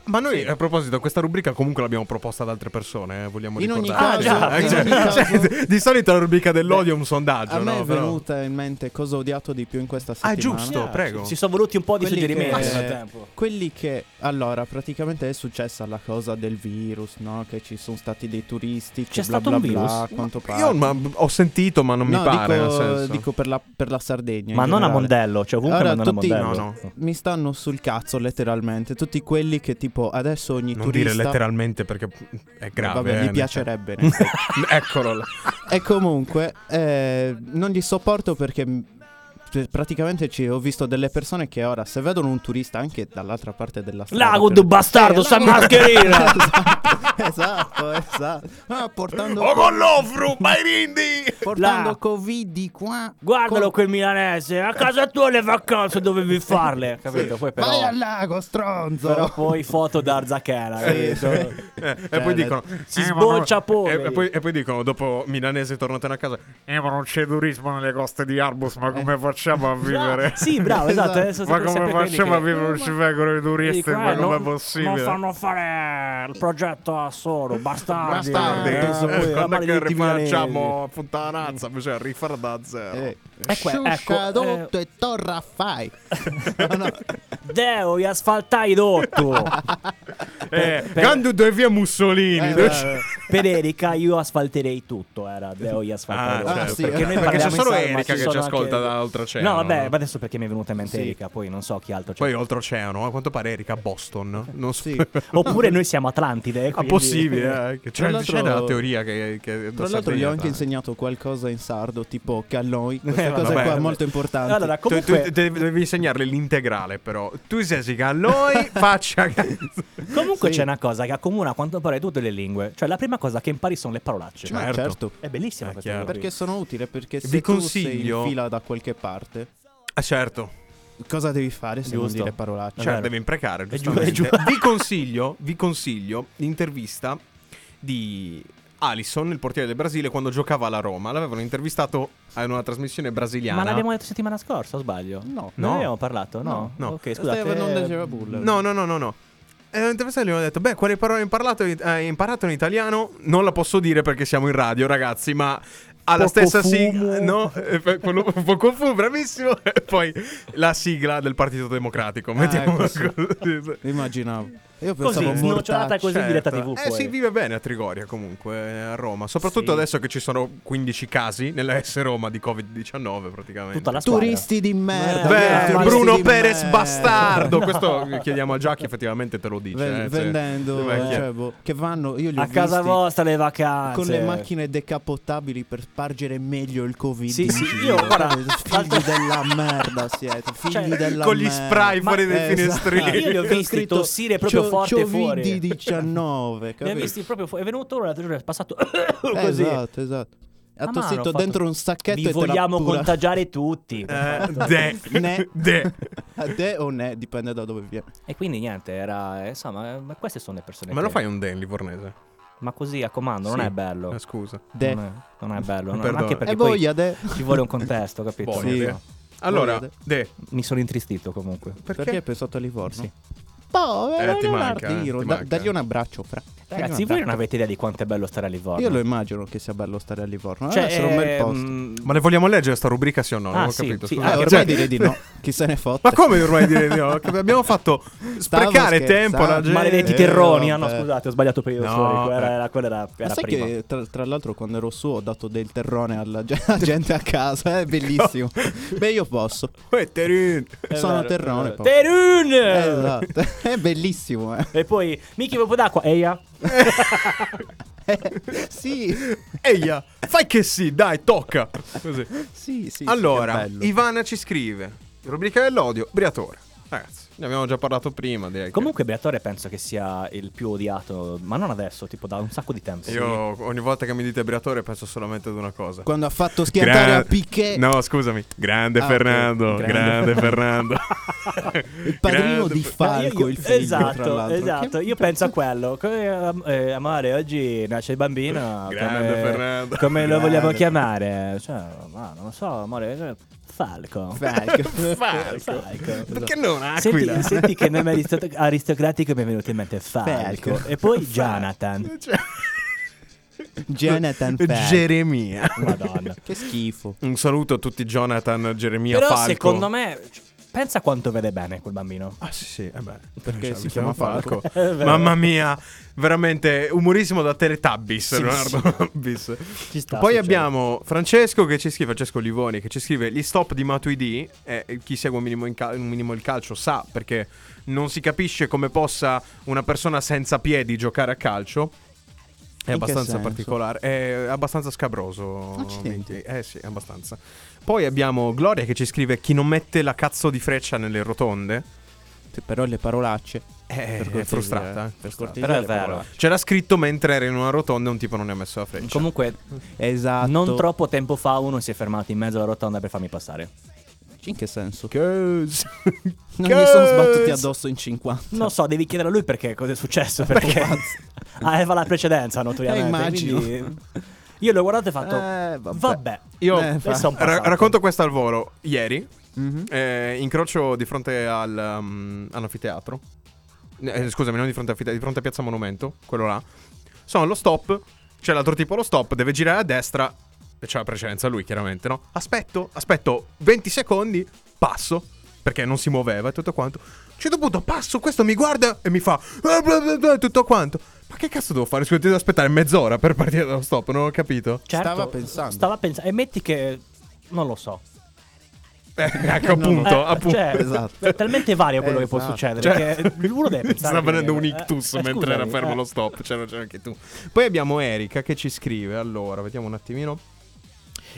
[SPEAKER 2] Ma noi, a proposito, questa rubrica comunque l'abbiamo proposta ad altre persone, eh, vogliamo
[SPEAKER 4] In ogni
[SPEAKER 2] ricordare.
[SPEAKER 4] caso- Ah, già. in ogni caso-
[SPEAKER 2] cioè, di solito la rubrica dell'odio è un sondaggio,
[SPEAKER 4] A me
[SPEAKER 2] no?
[SPEAKER 4] è
[SPEAKER 2] Però-
[SPEAKER 4] venuta in mente cosa ho odiato di più in questa
[SPEAKER 2] Ah,
[SPEAKER 4] settimana.
[SPEAKER 2] giusto, prego.
[SPEAKER 3] Si sono voluti un po' di
[SPEAKER 4] Quelli
[SPEAKER 3] suggerimenti
[SPEAKER 4] che-
[SPEAKER 3] nel tempo.
[SPEAKER 4] Quelli che allora praticamente è successa la cosa del virus, no? Che ci sono stati dei turisti. Che
[SPEAKER 3] C'è
[SPEAKER 4] bla
[SPEAKER 3] stato
[SPEAKER 4] bla
[SPEAKER 3] un virus?
[SPEAKER 4] Bla, a quanto pare.
[SPEAKER 2] Io ma- ho sentito, ma non
[SPEAKER 4] no,
[SPEAKER 2] mi pare.
[SPEAKER 4] dico,
[SPEAKER 2] nel senso.
[SPEAKER 4] dico per, la, per la Sardegna. in
[SPEAKER 3] Ma non a
[SPEAKER 4] generale.
[SPEAKER 3] Mondello, cioè ovunque
[SPEAKER 4] Ora,
[SPEAKER 3] ma non a
[SPEAKER 4] tutti-
[SPEAKER 3] Mondello.
[SPEAKER 2] no,
[SPEAKER 4] Mi stanno sul cazzo letteralmente. Tutti quelli che tipo adesso ogni
[SPEAKER 2] non
[SPEAKER 4] turista.
[SPEAKER 2] dire letteralmente perché è grave.
[SPEAKER 4] Vabbè,
[SPEAKER 2] eh,
[SPEAKER 4] mi piacerebbe. nel senso.
[SPEAKER 2] Eccolo là.
[SPEAKER 4] E comunque eh, non li sopporto perché mh, cioè, praticamente ci- ho visto delle persone che ora se vedono un turista anche dall'altra parte della strada
[SPEAKER 3] Lago
[SPEAKER 4] per-
[SPEAKER 3] du bastardo,
[SPEAKER 4] Eh,
[SPEAKER 3] sta
[SPEAKER 4] lago-
[SPEAKER 3] mascherina!
[SPEAKER 4] esatto, esatto. Ah, portando
[SPEAKER 2] Oh, con l'offru, ma i rindi!
[SPEAKER 4] portando
[SPEAKER 3] là.
[SPEAKER 4] Covid di qua.
[SPEAKER 3] Guardalo
[SPEAKER 4] con-
[SPEAKER 3] quel milanese, a casa tua le vacanze dovevi farle. Capito? Poi però,
[SPEAKER 4] Vai al lago, stronzo.
[SPEAKER 3] però poi foto da Arzacchera. capito?
[SPEAKER 2] Eh, e
[SPEAKER 4] Cioè,
[SPEAKER 2] poi
[SPEAKER 4] le-
[SPEAKER 2] dicono
[SPEAKER 3] si
[SPEAKER 2] "Eh, ma
[SPEAKER 3] sboccia
[SPEAKER 2] no".
[SPEAKER 3] poveri.
[SPEAKER 2] e, e poi, e poi dicono dopo Milanese tornate a casa eh ma non c'è turismo nelle coste di Arbus
[SPEAKER 4] Eh.
[SPEAKER 2] ma come facciamo a vivere
[SPEAKER 3] Sì, bravo, esatto.
[SPEAKER 4] Esatto.
[SPEAKER 3] adesso
[SPEAKER 2] ma
[SPEAKER 3] sono
[SPEAKER 2] come
[SPEAKER 3] sempre quelli
[SPEAKER 2] facciamo a
[SPEAKER 3] che-
[SPEAKER 2] vivere non ci vengono i turisti
[SPEAKER 3] Dico,
[SPEAKER 2] ma
[SPEAKER 3] eh,
[SPEAKER 2] com'è
[SPEAKER 3] non-
[SPEAKER 2] possibile
[SPEAKER 3] Non fanno fare il progetto a solo, bastardi.
[SPEAKER 2] Bastardi,
[SPEAKER 3] eh,
[SPEAKER 2] eh,
[SPEAKER 3] penso voi,
[SPEAKER 2] quando
[SPEAKER 3] la
[SPEAKER 2] è che
[SPEAKER 3] maledetti milanesi.
[SPEAKER 2] rifacciamo a Fontanazza bisogna rifare da zero
[SPEAKER 4] Eh,
[SPEAKER 3] E que-
[SPEAKER 4] Sciuscia
[SPEAKER 3] ecco,
[SPEAKER 4] dotto e torra fai. No, no.
[SPEAKER 3] Deo, gli asfaltai dotto.
[SPEAKER 2] Eh,
[SPEAKER 3] per-
[SPEAKER 2] Gandu dove via
[SPEAKER 4] Eh,
[SPEAKER 2] Mussolini dove c'è-
[SPEAKER 3] per Erika io asfalterei tutto, era Deo, gli asfaltai dotto.
[SPEAKER 4] certo. sì,
[SPEAKER 2] Ah, perché,
[SPEAKER 4] perché noi
[SPEAKER 2] perché c'è
[SPEAKER 3] parliamo in
[SPEAKER 2] solo
[SPEAKER 3] sardo, ma
[SPEAKER 2] Erika
[SPEAKER 3] ci
[SPEAKER 2] che ci
[SPEAKER 3] sono anche- Cioè,
[SPEAKER 2] ascolta dall'oltreoceano
[SPEAKER 3] No, vabbè, ma adesso perché mi è venuta in mente
[SPEAKER 4] Sì.
[SPEAKER 3] Erika, poi non so chi altro c'è.
[SPEAKER 2] poi oltreoceano eh, a quanto pare Erika a Boston non so
[SPEAKER 4] Sì.
[SPEAKER 3] Oppure noi siamo Atlantide.
[SPEAKER 2] Ah,
[SPEAKER 3] quindi-
[SPEAKER 2] possibile, eh? che
[SPEAKER 4] Tra
[SPEAKER 2] c'è,
[SPEAKER 4] l'altro-
[SPEAKER 2] c'è la teoria che, che
[SPEAKER 4] Tra l'altro gli ho anche insegnato qualcosa in sardo, tipo Calloi.
[SPEAKER 3] Eh,
[SPEAKER 4] Questa cosa
[SPEAKER 2] vabbè.
[SPEAKER 4] qua è molto importante.
[SPEAKER 3] Allora,
[SPEAKER 2] Tu, tu
[SPEAKER 3] comunque,
[SPEAKER 2] devi, devi insegnarle l'integrale, però. Tu sei a noi, faccia. cazzo.
[SPEAKER 3] comunque
[SPEAKER 4] Sì.
[SPEAKER 3] c'è una cosa che accomuna a quanto pare tutte le lingue. Cioè, la prima cosa che impari sono le parolacce.
[SPEAKER 4] Ma
[SPEAKER 2] certo.
[SPEAKER 4] certo.
[SPEAKER 3] È bellissima
[SPEAKER 2] Eh,
[SPEAKER 3] questa
[SPEAKER 2] chiaro.
[SPEAKER 3] cosa qui.
[SPEAKER 4] Perché sono utile, perché se
[SPEAKER 2] Vi
[SPEAKER 4] tu
[SPEAKER 2] consiglio-
[SPEAKER 4] sei in fila da qualche parte,
[SPEAKER 2] Ah, certo.
[SPEAKER 4] cosa devi fare se
[SPEAKER 3] Giusto.
[SPEAKER 4] non dire parolacce?
[SPEAKER 2] Cioè,
[SPEAKER 3] vero.
[SPEAKER 2] deve imprecare.
[SPEAKER 3] È giu-
[SPEAKER 2] giustamente.
[SPEAKER 3] è giu-
[SPEAKER 2] vi, consiglio, vi consiglio l'intervista di Alisson, il portiere del Brasile, quando giocava alla Roma. L'avevano intervistato in una trasmissione brasiliana.
[SPEAKER 3] Ma l'abbiamo detto settimana scorsa, o sbaglio?
[SPEAKER 4] No.
[SPEAKER 3] Ne
[SPEAKER 2] No.
[SPEAKER 3] abbiamo parlato? No.
[SPEAKER 2] No.
[SPEAKER 3] Ok,
[SPEAKER 4] Stai
[SPEAKER 3] scusate.
[SPEAKER 4] avendo un déjà
[SPEAKER 3] eh,
[SPEAKER 4] vu, allora.
[SPEAKER 2] No, no, no, Eh, no, no. E l'intervistante gli hanno detto, beh, quale parola hai imparato, hai imparato in italiano? Non la posso dire perché siamo in radio, ragazzi, ma alla
[SPEAKER 3] Poco
[SPEAKER 2] stessa
[SPEAKER 3] fumo.
[SPEAKER 2] sigla... No, eh, per- quello poco fu, bravissimo. E poi la sigla del Partito Democratico.
[SPEAKER 3] Ah,
[SPEAKER 2] Mettiamo
[SPEAKER 4] ecco, sì.
[SPEAKER 2] così.
[SPEAKER 4] Immaginavo. Io pensavo
[SPEAKER 3] Così, snocciolata
[SPEAKER 4] mortacci.
[SPEAKER 3] così diretta
[SPEAKER 2] Certo.
[SPEAKER 3] TV.
[SPEAKER 2] Eh
[SPEAKER 3] poi.
[SPEAKER 2] si vive bene a Trigoria comunque, eh, a Roma. Soprattutto
[SPEAKER 3] Sì.
[SPEAKER 2] adesso che ci sono 15 casi nella S Roma di Covid-19 praticamente.
[SPEAKER 3] Tutta la squadra.
[SPEAKER 4] Turisti di merda.
[SPEAKER 2] Beh,
[SPEAKER 4] turisti
[SPEAKER 2] Bruno
[SPEAKER 4] Eh, di
[SPEAKER 2] Perez
[SPEAKER 4] merda.
[SPEAKER 2] bastardo. Questo chiediamo a Giacchi, effettivamente te lo dice.
[SPEAKER 3] Cioè,
[SPEAKER 4] Ve-
[SPEAKER 2] eh, se-
[SPEAKER 4] vendendo,
[SPEAKER 2] Eh,
[SPEAKER 4] cioè, boh, che vanno, io li ho
[SPEAKER 3] A casa
[SPEAKER 4] visti
[SPEAKER 3] vostra le vacanze.
[SPEAKER 4] con le macchine decappottabili per spargere meglio il covid.
[SPEAKER 3] Sì,
[SPEAKER 4] in
[SPEAKER 3] sì,
[SPEAKER 4] giro.
[SPEAKER 3] io, guarda, l'altro-
[SPEAKER 4] figli della merda siete, figli
[SPEAKER 3] Cioè,
[SPEAKER 4] della
[SPEAKER 2] con gli
[SPEAKER 4] merda.
[SPEAKER 2] spray fuori dai
[SPEAKER 4] Esatto.
[SPEAKER 2] finestrini.
[SPEAKER 3] Io li ho
[SPEAKER 4] Ho
[SPEAKER 3] visti
[SPEAKER 4] scritto
[SPEAKER 3] tossire proprio
[SPEAKER 4] Cio-
[SPEAKER 3] forte fuori.
[SPEAKER 4] Covid 19,
[SPEAKER 3] Ne ho
[SPEAKER 4] capito?
[SPEAKER 3] visti proprio fu- È venuto uno l'altro giorno, è passato
[SPEAKER 4] Eh,
[SPEAKER 3] così.
[SPEAKER 4] Esatto, esatto. Attossito
[SPEAKER 3] mano ho fatto-
[SPEAKER 4] dentro un sacchetto
[SPEAKER 3] Vi
[SPEAKER 4] e te la
[SPEAKER 3] vogliamo
[SPEAKER 4] pura. Eh.
[SPEAKER 3] contagiare tutti.
[SPEAKER 2] Eh, de.
[SPEAKER 4] Ne.
[SPEAKER 2] De.
[SPEAKER 4] A te o ne, dipende da dove viene.
[SPEAKER 3] E quindi niente, era. eh, Insomma, eh, ma queste sono le persone.
[SPEAKER 2] Ma lo
[SPEAKER 3] che-
[SPEAKER 2] fai un de in livornese?
[SPEAKER 3] Ma così a comando, non
[SPEAKER 2] Sì.
[SPEAKER 3] è bello.
[SPEAKER 2] Ah, scusa.
[SPEAKER 4] De.
[SPEAKER 3] Non, è, non è bello. no,
[SPEAKER 2] Perdono.
[SPEAKER 3] anche perché
[SPEAKER 4] e
[SPEAKER 3] poi
[SPEAKER 4] voglia de.
[SPEAKER 3] ci vuole un contesto, capito?
[SPEAKER 2] Boia,
[SPEAKER 4] Sì.
[SPEAKER 2] de. Allora,
[SPEAKER 4] Voglio
[SPEAKER 2] de.
[SPEAKER 3] Mi sono intristito comunque.
[SPEAKER 4] Perché, è pensato a Livorno?
[SPEAKER 3] Sì.
[SPEAKER 4] Povero
[SPEAKER 2] Eh, ti manca,
[SPEAKER 4] Leonardino,
[SPEAKER 2] ti
[SPEAKER 4] da-
[SPEAKER 2] manca.
[SPEAKER 4] dagli un abbraccio, fra. Dagli un
[SPEAKER 3] Ragazzi, voi non
[SPEAKER 4] abbraccio.
[SPEAKER 3] avete idea di quanto è bello stare a Livorno.
[SPEAKER 4] ecco. Io lo immagino che sia bello stare a Livorno.
[SPEAKER 3] Cioè,
[SPEAKER 4] Cioè, è un bel posto.
[SPEAKER 3] ehm,
[SPEAKER 2] Ma ne vogliamo leggere sta rubrica sì o no? Non
[SPEAKER 3] Ah,
[SPEAKER 2] ho
[SPEAKER 3] sì,
[SPEAKER 2] capito.
[SPEAKER 3] sì,
[SPEAKER 2] scusa.
[SPEAKER 4] Eh,
[SPEAKER 3] anche
[SPEAKER 4] ormai
[SPEAKER 2] Cioè-
[SPEAKER 4] direi di no. Chi se ne fotte.
[SPEAKER 2] Ma come ormai dire di no? Che Abbiamo fatto sprecare
[SPEAKER 4] scherzando.
[SPEAKER 2] tempo alla gente.
[SPEAKER 3] Maledetti
[SPEAKER 4] Eh,
[SPEAKER 3] terroni. Ah, no,
[SPEAKER 4] vabbè.
[SPEAKER 3] scusate, ho sbagliato periodo
[SPEAKER 2] No,
[SPEAKER 3] storico. Era,
[SPEAKER 2] eh.
[SPEAKER 3] era- quella era,
[SPEAKER 4] Ma
[SPEAKER 3] era
[SPEAKER 4] sai
[SPEAKER 3] prima.
[SPEAKER 4] che tra, tra l'altro quando ero su ho dato del terrone alla ge- alla gente a casa, eh, è bellissimo. Beh, io posso.
[SPEAKER 2] Eh, terin.
[SPEAKER 4] Sono terrone. posso.
[SPEAKER 3] Terun!
[SPEAKER 4] Eh, esatto. è bellissimo, eh.
[SPEAKER 3] E poi Miki un po' d'acqua. Eia.
[SPEAKER 4] Sì,
[SPEAKER 2] Eia, fai che sì, dai, tocca. Così.
[SPEAKER 4] sì, sì.
[SPEAKER 2] allora,
[SPEAKER 4] sì, che bello.
[SPEAKER 2] Ivana ci scrive: rubrica dell'odio, Briatore. Ragazzi, ne abbiamo già parlato prima. Direi che-
[SPEAKER 3] Comunque Briatore penso che sia il più odiato, ma non adesso, tipo da un sacco di tempo.
[SPEAKER 2] Io ogni volta che mi dite Briatore penso solamente ad una cosa.
[SPEAKER 4] quando ha fatto schiantare
[SPEAKER 2] Gra-
[SPEAKER 4] a Piquet
[SPEAKER 2] No, scusami. Grande
[SPEAKER 4] Ah, ok.
[SPEAKER 2] Fernando.
[SPEAKER 3] Grande.
[SPEAKER 2] Grande Fernando.
[SPEAKER 4] il padrino
[SPEAKER 2] Grande
[SPEAKER 4] di
[SPEAKER 2] Fer-
[SPEAKER 4] Falco,
[SPEAKER 3] Io- io-
[SPEAKER 4] il figlio tra
[SPEAKER 3] esatto,
[SPEAKER 4] l'altro.
[SPEAKER 3] esatto.
[SPEAKER 4] Che-
[SPEAKER 3] Io penso a quello. Come, eh, amore, oggi nasce il bambino.
[SPEAKER 2] Grande
[SPEAKER 3] come,
[SPEAKER 2] Fernando.
[SPEAKER 3] Come lo vogliamo
[SPEAKER 4] Grande.
[SPEAKER 3] chiamare? Cioè, ma non lo so, amore. eh, Falco.
[SPEAKER 4] Falco.
[SPEAKER 2] Falco.
[SPEAKER 4] Ecco, esatto.
[SPEAKER 2] Perché non Aquila?
[SPEAKER 3] Senti, senti che nome aristo- aristocratico mi è venuto in mente Falco.
[SPEAKER 4] Falco.
[SPEAKER 3] E poi Jonathan.
[SPEAKER 2] Cioè,
[SPEAKER 4] Jonathan Falco.
[SPEAKER 2] Geremia.
[SPEAKER 3] Madonna.
[SPEAKER 4] Che schifo.
[SPEAKER 2] Un saluto a tutti Jonathan, Geremia,
[SPEAKER 3] Però
[SPEAKER 2] Falco.
[SPEAKER 3] secondo me, pensa quanto vede bene quel bambino.
[SPEAKER 2] Ah sì, sì, eh beh,
[SPEAKER 4] Perché
[SPEAKER 2] cioè,
[SPEAKER 4] si
[SPEAKER 2] mi
[SPEAKER 4] chiama Falco.
[SPEAKER 2] Mamma mia, veramente umorissimo da Teletubbies, Leonardo Bis.
[SPEAKER 3] Ci sta,
[SPEAKER 2] Poi
[SPEAKER 3] succede.
[SPEAKER 2] abbiamo Francesco che ci scrive, Francesco Livoni che ci scrive gli stop di Matuidi, eh, chi segue un minimo, in cal- un minimo il calcio sa perché non si capisce come possa una persona senza piedi giocare a calcio. È
[SPEAKER 4] In che
[SPEAKER 2] abbastanza
[SPEAKER 4] senso? Ah,
[SPEAKER 2] particolare, è abbastanza scabroso.
[SPEAKER 4] Accidenti.
[SPEAKER 2] Minti. Eh sì, abbastanza. Poi abbiamo Gloria che ci scrive chi non mette la cazzo di freccia nelle rotonde.
[SPEAKER 4] Te- Però le parolacce.
[SPEAKER 2] Eh,
[SPEAKER 4] Per cortesia,
[SPEAKER 2] è frustrata.
[SPEAKER 4] eh.
[SPEAKER 2] eh, frustrata.
[SPEAKER 4] Per cortesia,
[SPEAKER 3] Però è
[SPEAKER 4] le
[SPEAKER 3] vero.
[SPEAKER 4] parolacce.
[SPEAKER 2] C'era scritto mentre era in una rotonda e un tipo non ne ha messo la
[SPEAKER 4] Cioè,
[SPEAKER 2] freccia.
[SPEAKER 3] Comunque,
[SPEAKER 4] Esatto.
[SPEAKER 3] non troppo tempo fa uno si è fermato in mezzo alla rotonda per farmi passare.
[SPEAKER 4] In che senso?
[SPEAKER 2] Cause.
[SPEAKER 4] Non mi sono sbattuti addosso in 50.
[SPEAKER 3] Non so, devi chiedere a lui perché cosa è successo. Perché Ah, aveva la precedenza, notoriamente.
[SPEAKER 4] Eh, immagino.
[SPEAKER 3] quindi Io l'ho guardato e ho fatto.
[SPEAKER 4] Eh, vabbè.
[SPEAKER 3] vabbè.
[SPEAKER 2] Io
[SPEAKER 4] Eh, fa-
[SPEAKER 3] adesso è un
[SPEAKER 2] ra-
[SPEAKER 3] passato.
[SPEAKER 2] racconto questo al volo. Ieri,
[SPEAKER 4] Mhm.
[SPEAKER 2] eh, incrocio di fronte al, um, all'anfiteatro. Eh, scusami, non di fronte all'anfiteatro, di fronte a Piazza Monumento, quello là. Sono allo stop. C'è l'altro tipo allo stop, deve girare a destra. E c'è la precedenza lui, chiaramente, no? Aspetto, aspetto 20 secondi, passo. Perché non si muoveva e tutto quanto. A un certo punto passo, questo mi guarda e mi fa. "Ah, bla, bla, bla", e Tutto quanto. Ma che cazzo devo fare? Scusa, devo aspettare mezz'ora per partire dallo stop, non ho capito.
[SPEAKER 3] Certo,
[SPEAKER 4] Stava pensando.
[SPEAKER 3] Stava pensando. E metti che. Non lo so.
[SPEAKER 2] Eh, ecco, appunto,
[SPEAKER 3] Eh,
[SPEAKER 2] appunto.
[SPEAKER 3] cioè,
[SPEAKER 4] Esatto.
[SPEAKER 3] È talmente vario quello che può
[SPEAKER 4] Esatto.
[SPEAKER 3] succedere.
[SPEAKER 2] Cioè,
[SPEAKER 3] che uno deve
[SPEAKER 2] mi
[SPEAKER 3] pensare.
[SPEAKER 2] stava venendo un
[SPEAKER 3] bene.
[SPEAKER 2] ictus
[SPEAKER 3] Eh, eh,
[SPEAKER 2] mentre era
[SPEAKER 3] scusami,
[SPEAKER 2] fermo
[SPEAKER 3] eh.
[SPEAKER 2] lo stop. cioè, C'era c'era anche tu. Poi abbiamo Erika che ci scrive. Allora, vediamo un attimino.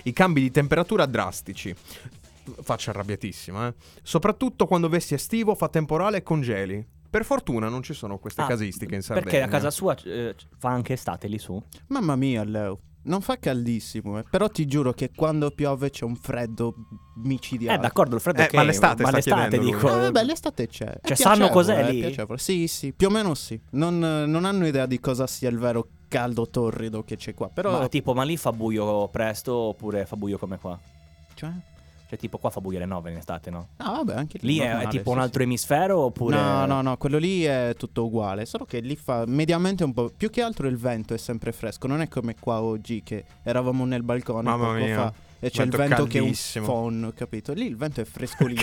[SPEAKER 2] I cambi di temperatura drastici. Faccia arrabbiatissima, eh. Soprattutto quando vesti estivo, fa temporale e congeli. Per fortuna non ci sono queste
[SPEAKER 3] Ah,
[SPEAKER 2] casistiche in Sardegna.
[SPEAKER 3] Perché a casa sua eh, fa anche estate lì su.
[SPEAKER 4] Mamma mia, Leo. Non fa caldissimo, eh. però ti giuro che quando piove c'è un freddo micidiale.
[SPEAKER 3] Eh, d'accordo, il freddo
[SPEAKER 2] Eh,
[SPEAKER 3] è che
[SPEAKER 2] ma l'estate
[SPEAKER 3] ma
[SPEAKER 2] sta
[SPEAKER 3] l'estate
[SPEAKER 2] chiedendo lui.
[SPEAKER 3] dico.
[SPEAKER 4] Ah, vabbè, l'estate c'è. È
[SPEAKER 3] Cioè, sanno
[SPEAKER 4] piacevole,
[SPEAKER 3] cos'è
[SPEAKER 4] è
[SPEAKER 3] lì?
[SPEAKER 4] piacevole. Sì, sì, più o meno sì. Non, eh, non hanno idea di cosa sia il vero caldo torrido che c'è qua. Però,
[SPEAKER 3] Ma tipo, ma lì fa buio presto oppure fa buio come qua?
[SPEAKER 4] cioè,
[SPEAKER 3] Cioè, tipo, qua fa buio alle 9 in estate, no?
[SPEAKER 4] ah, vabbè, anche lì.
[SPEAKER 3] Lì è- è,
[SPEAKER 4] normale,
[SPEAKER 3] tipo
[SPEAKER 4] sì,
[SPEAKER 3] un altro emisfero
[SPEAKER 4] sì.
[SPEAKER 3] oppure.
[SPEAKER 4] No, no, no, quello lì è tutto uguale. Solo che lì fa mediamente un po'. Più che altro il vento è sempre fresco. Non è come qua oggi che eravamo nel balcone
[SPEAKER 2] Mamma
[SPEAKER 4] poco
[SPEAKER 2] mia.
[SPEAKER 4] fa e c'è
[SPEAKER 2] Vento
[SPEAKER 4] il vento
[SPEAKER 2] caldissimo.
[SPEAKER 4] che è un phon, capito? Lì il vento è frescolino.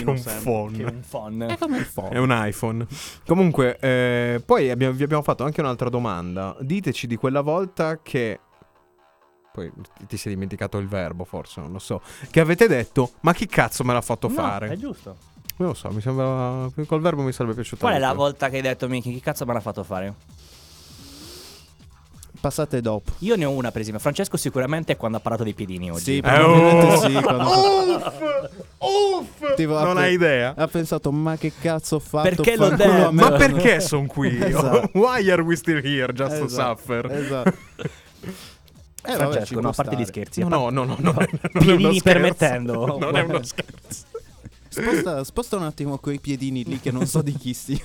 [SPEAKER 2] Che un
[SPEAKER 4] sempre.
[SPEAKER 2] phon.
[SPEAKER 3] Che è un phon.
[SPEAKER 4] È come il phon.
[SPEAKER 2] È un iPhone. Comunque, eh, poi abbiamo- vi abbiamo fatto anche un'altra domanda. Diteci di quella volta che. Poi ti- ti sei dimenticato il verbo, forse, non lo so. Che avete detto, ma chi cazzo me l'ha fatto
[SPEAKER 3] No, eh,
[SPEAKER 2] fare?
[SPEAKER 3] È giusto.
[SPEAKER 2] Non lo so, mi sembra. Col verbo mi sarebbe piaciuto.
[SPEAKER 3] Qual è la
[SPEAKER 2] molto.
[SPEAKER 3] volta che hai detto, Miki, chi cazzo me l'ha fatto fare?
[SPEAKER 4] Passate dopo.
[SPEAKER 3] Io ne ho una, per esempio. Francesco, sicuramente, è quando ha parlato dei piedini oggi.
[SPEAKER 4] Sì, probabilmente
[SPEAKER 2] oh.
[SPEAKER 4] sì. Quando...
[SPEAKER 2] Uff!
[SPEAKER 4] Tipo,
[SPEAKER 2] non
[SPEAKER 4] apre-
[SPEAKER 2] hai idea.
[SPEAKER 4] Ha pensato, ma che cazzo ho fatto?
[SPEAKER 3] Perché l'ho
[SPEAKER 4] Fanculo
[SPEAKER 3] detto?
[SPEAKER 4] a me.
[SPEAKER 2] Ma perché sono qui?
[SPEAKER 4] Esatto.
[SPEAKER 2] Why are we still here? Just to
[SPEAKER 4] Esatto,
[SPEAKER 2] suffer.
[SPEAKER 4] Esatto. vabbè, ci
[SPEAKER 3] Francesco, no,
[SPEAKER 4] può
[SPEAKER 3] a parte gli
[SPEAKER 4] stare.
[SPEAKER 3] scherzi. a
[SPEAKER 2] No, no,
[SPEAKER 3] parte-
[SPEAKER 2] no, no, no, non è uno
[SPEAKER 3] Piedini
[SPEAKER 2] scherzo.
[SPEAKER 3] permettendo.
[SPEAKER 2] Non è uno scherzo.
[SPEAKER 4] Sposta, sposta un attimo quei piedini lì che non so di chi sia.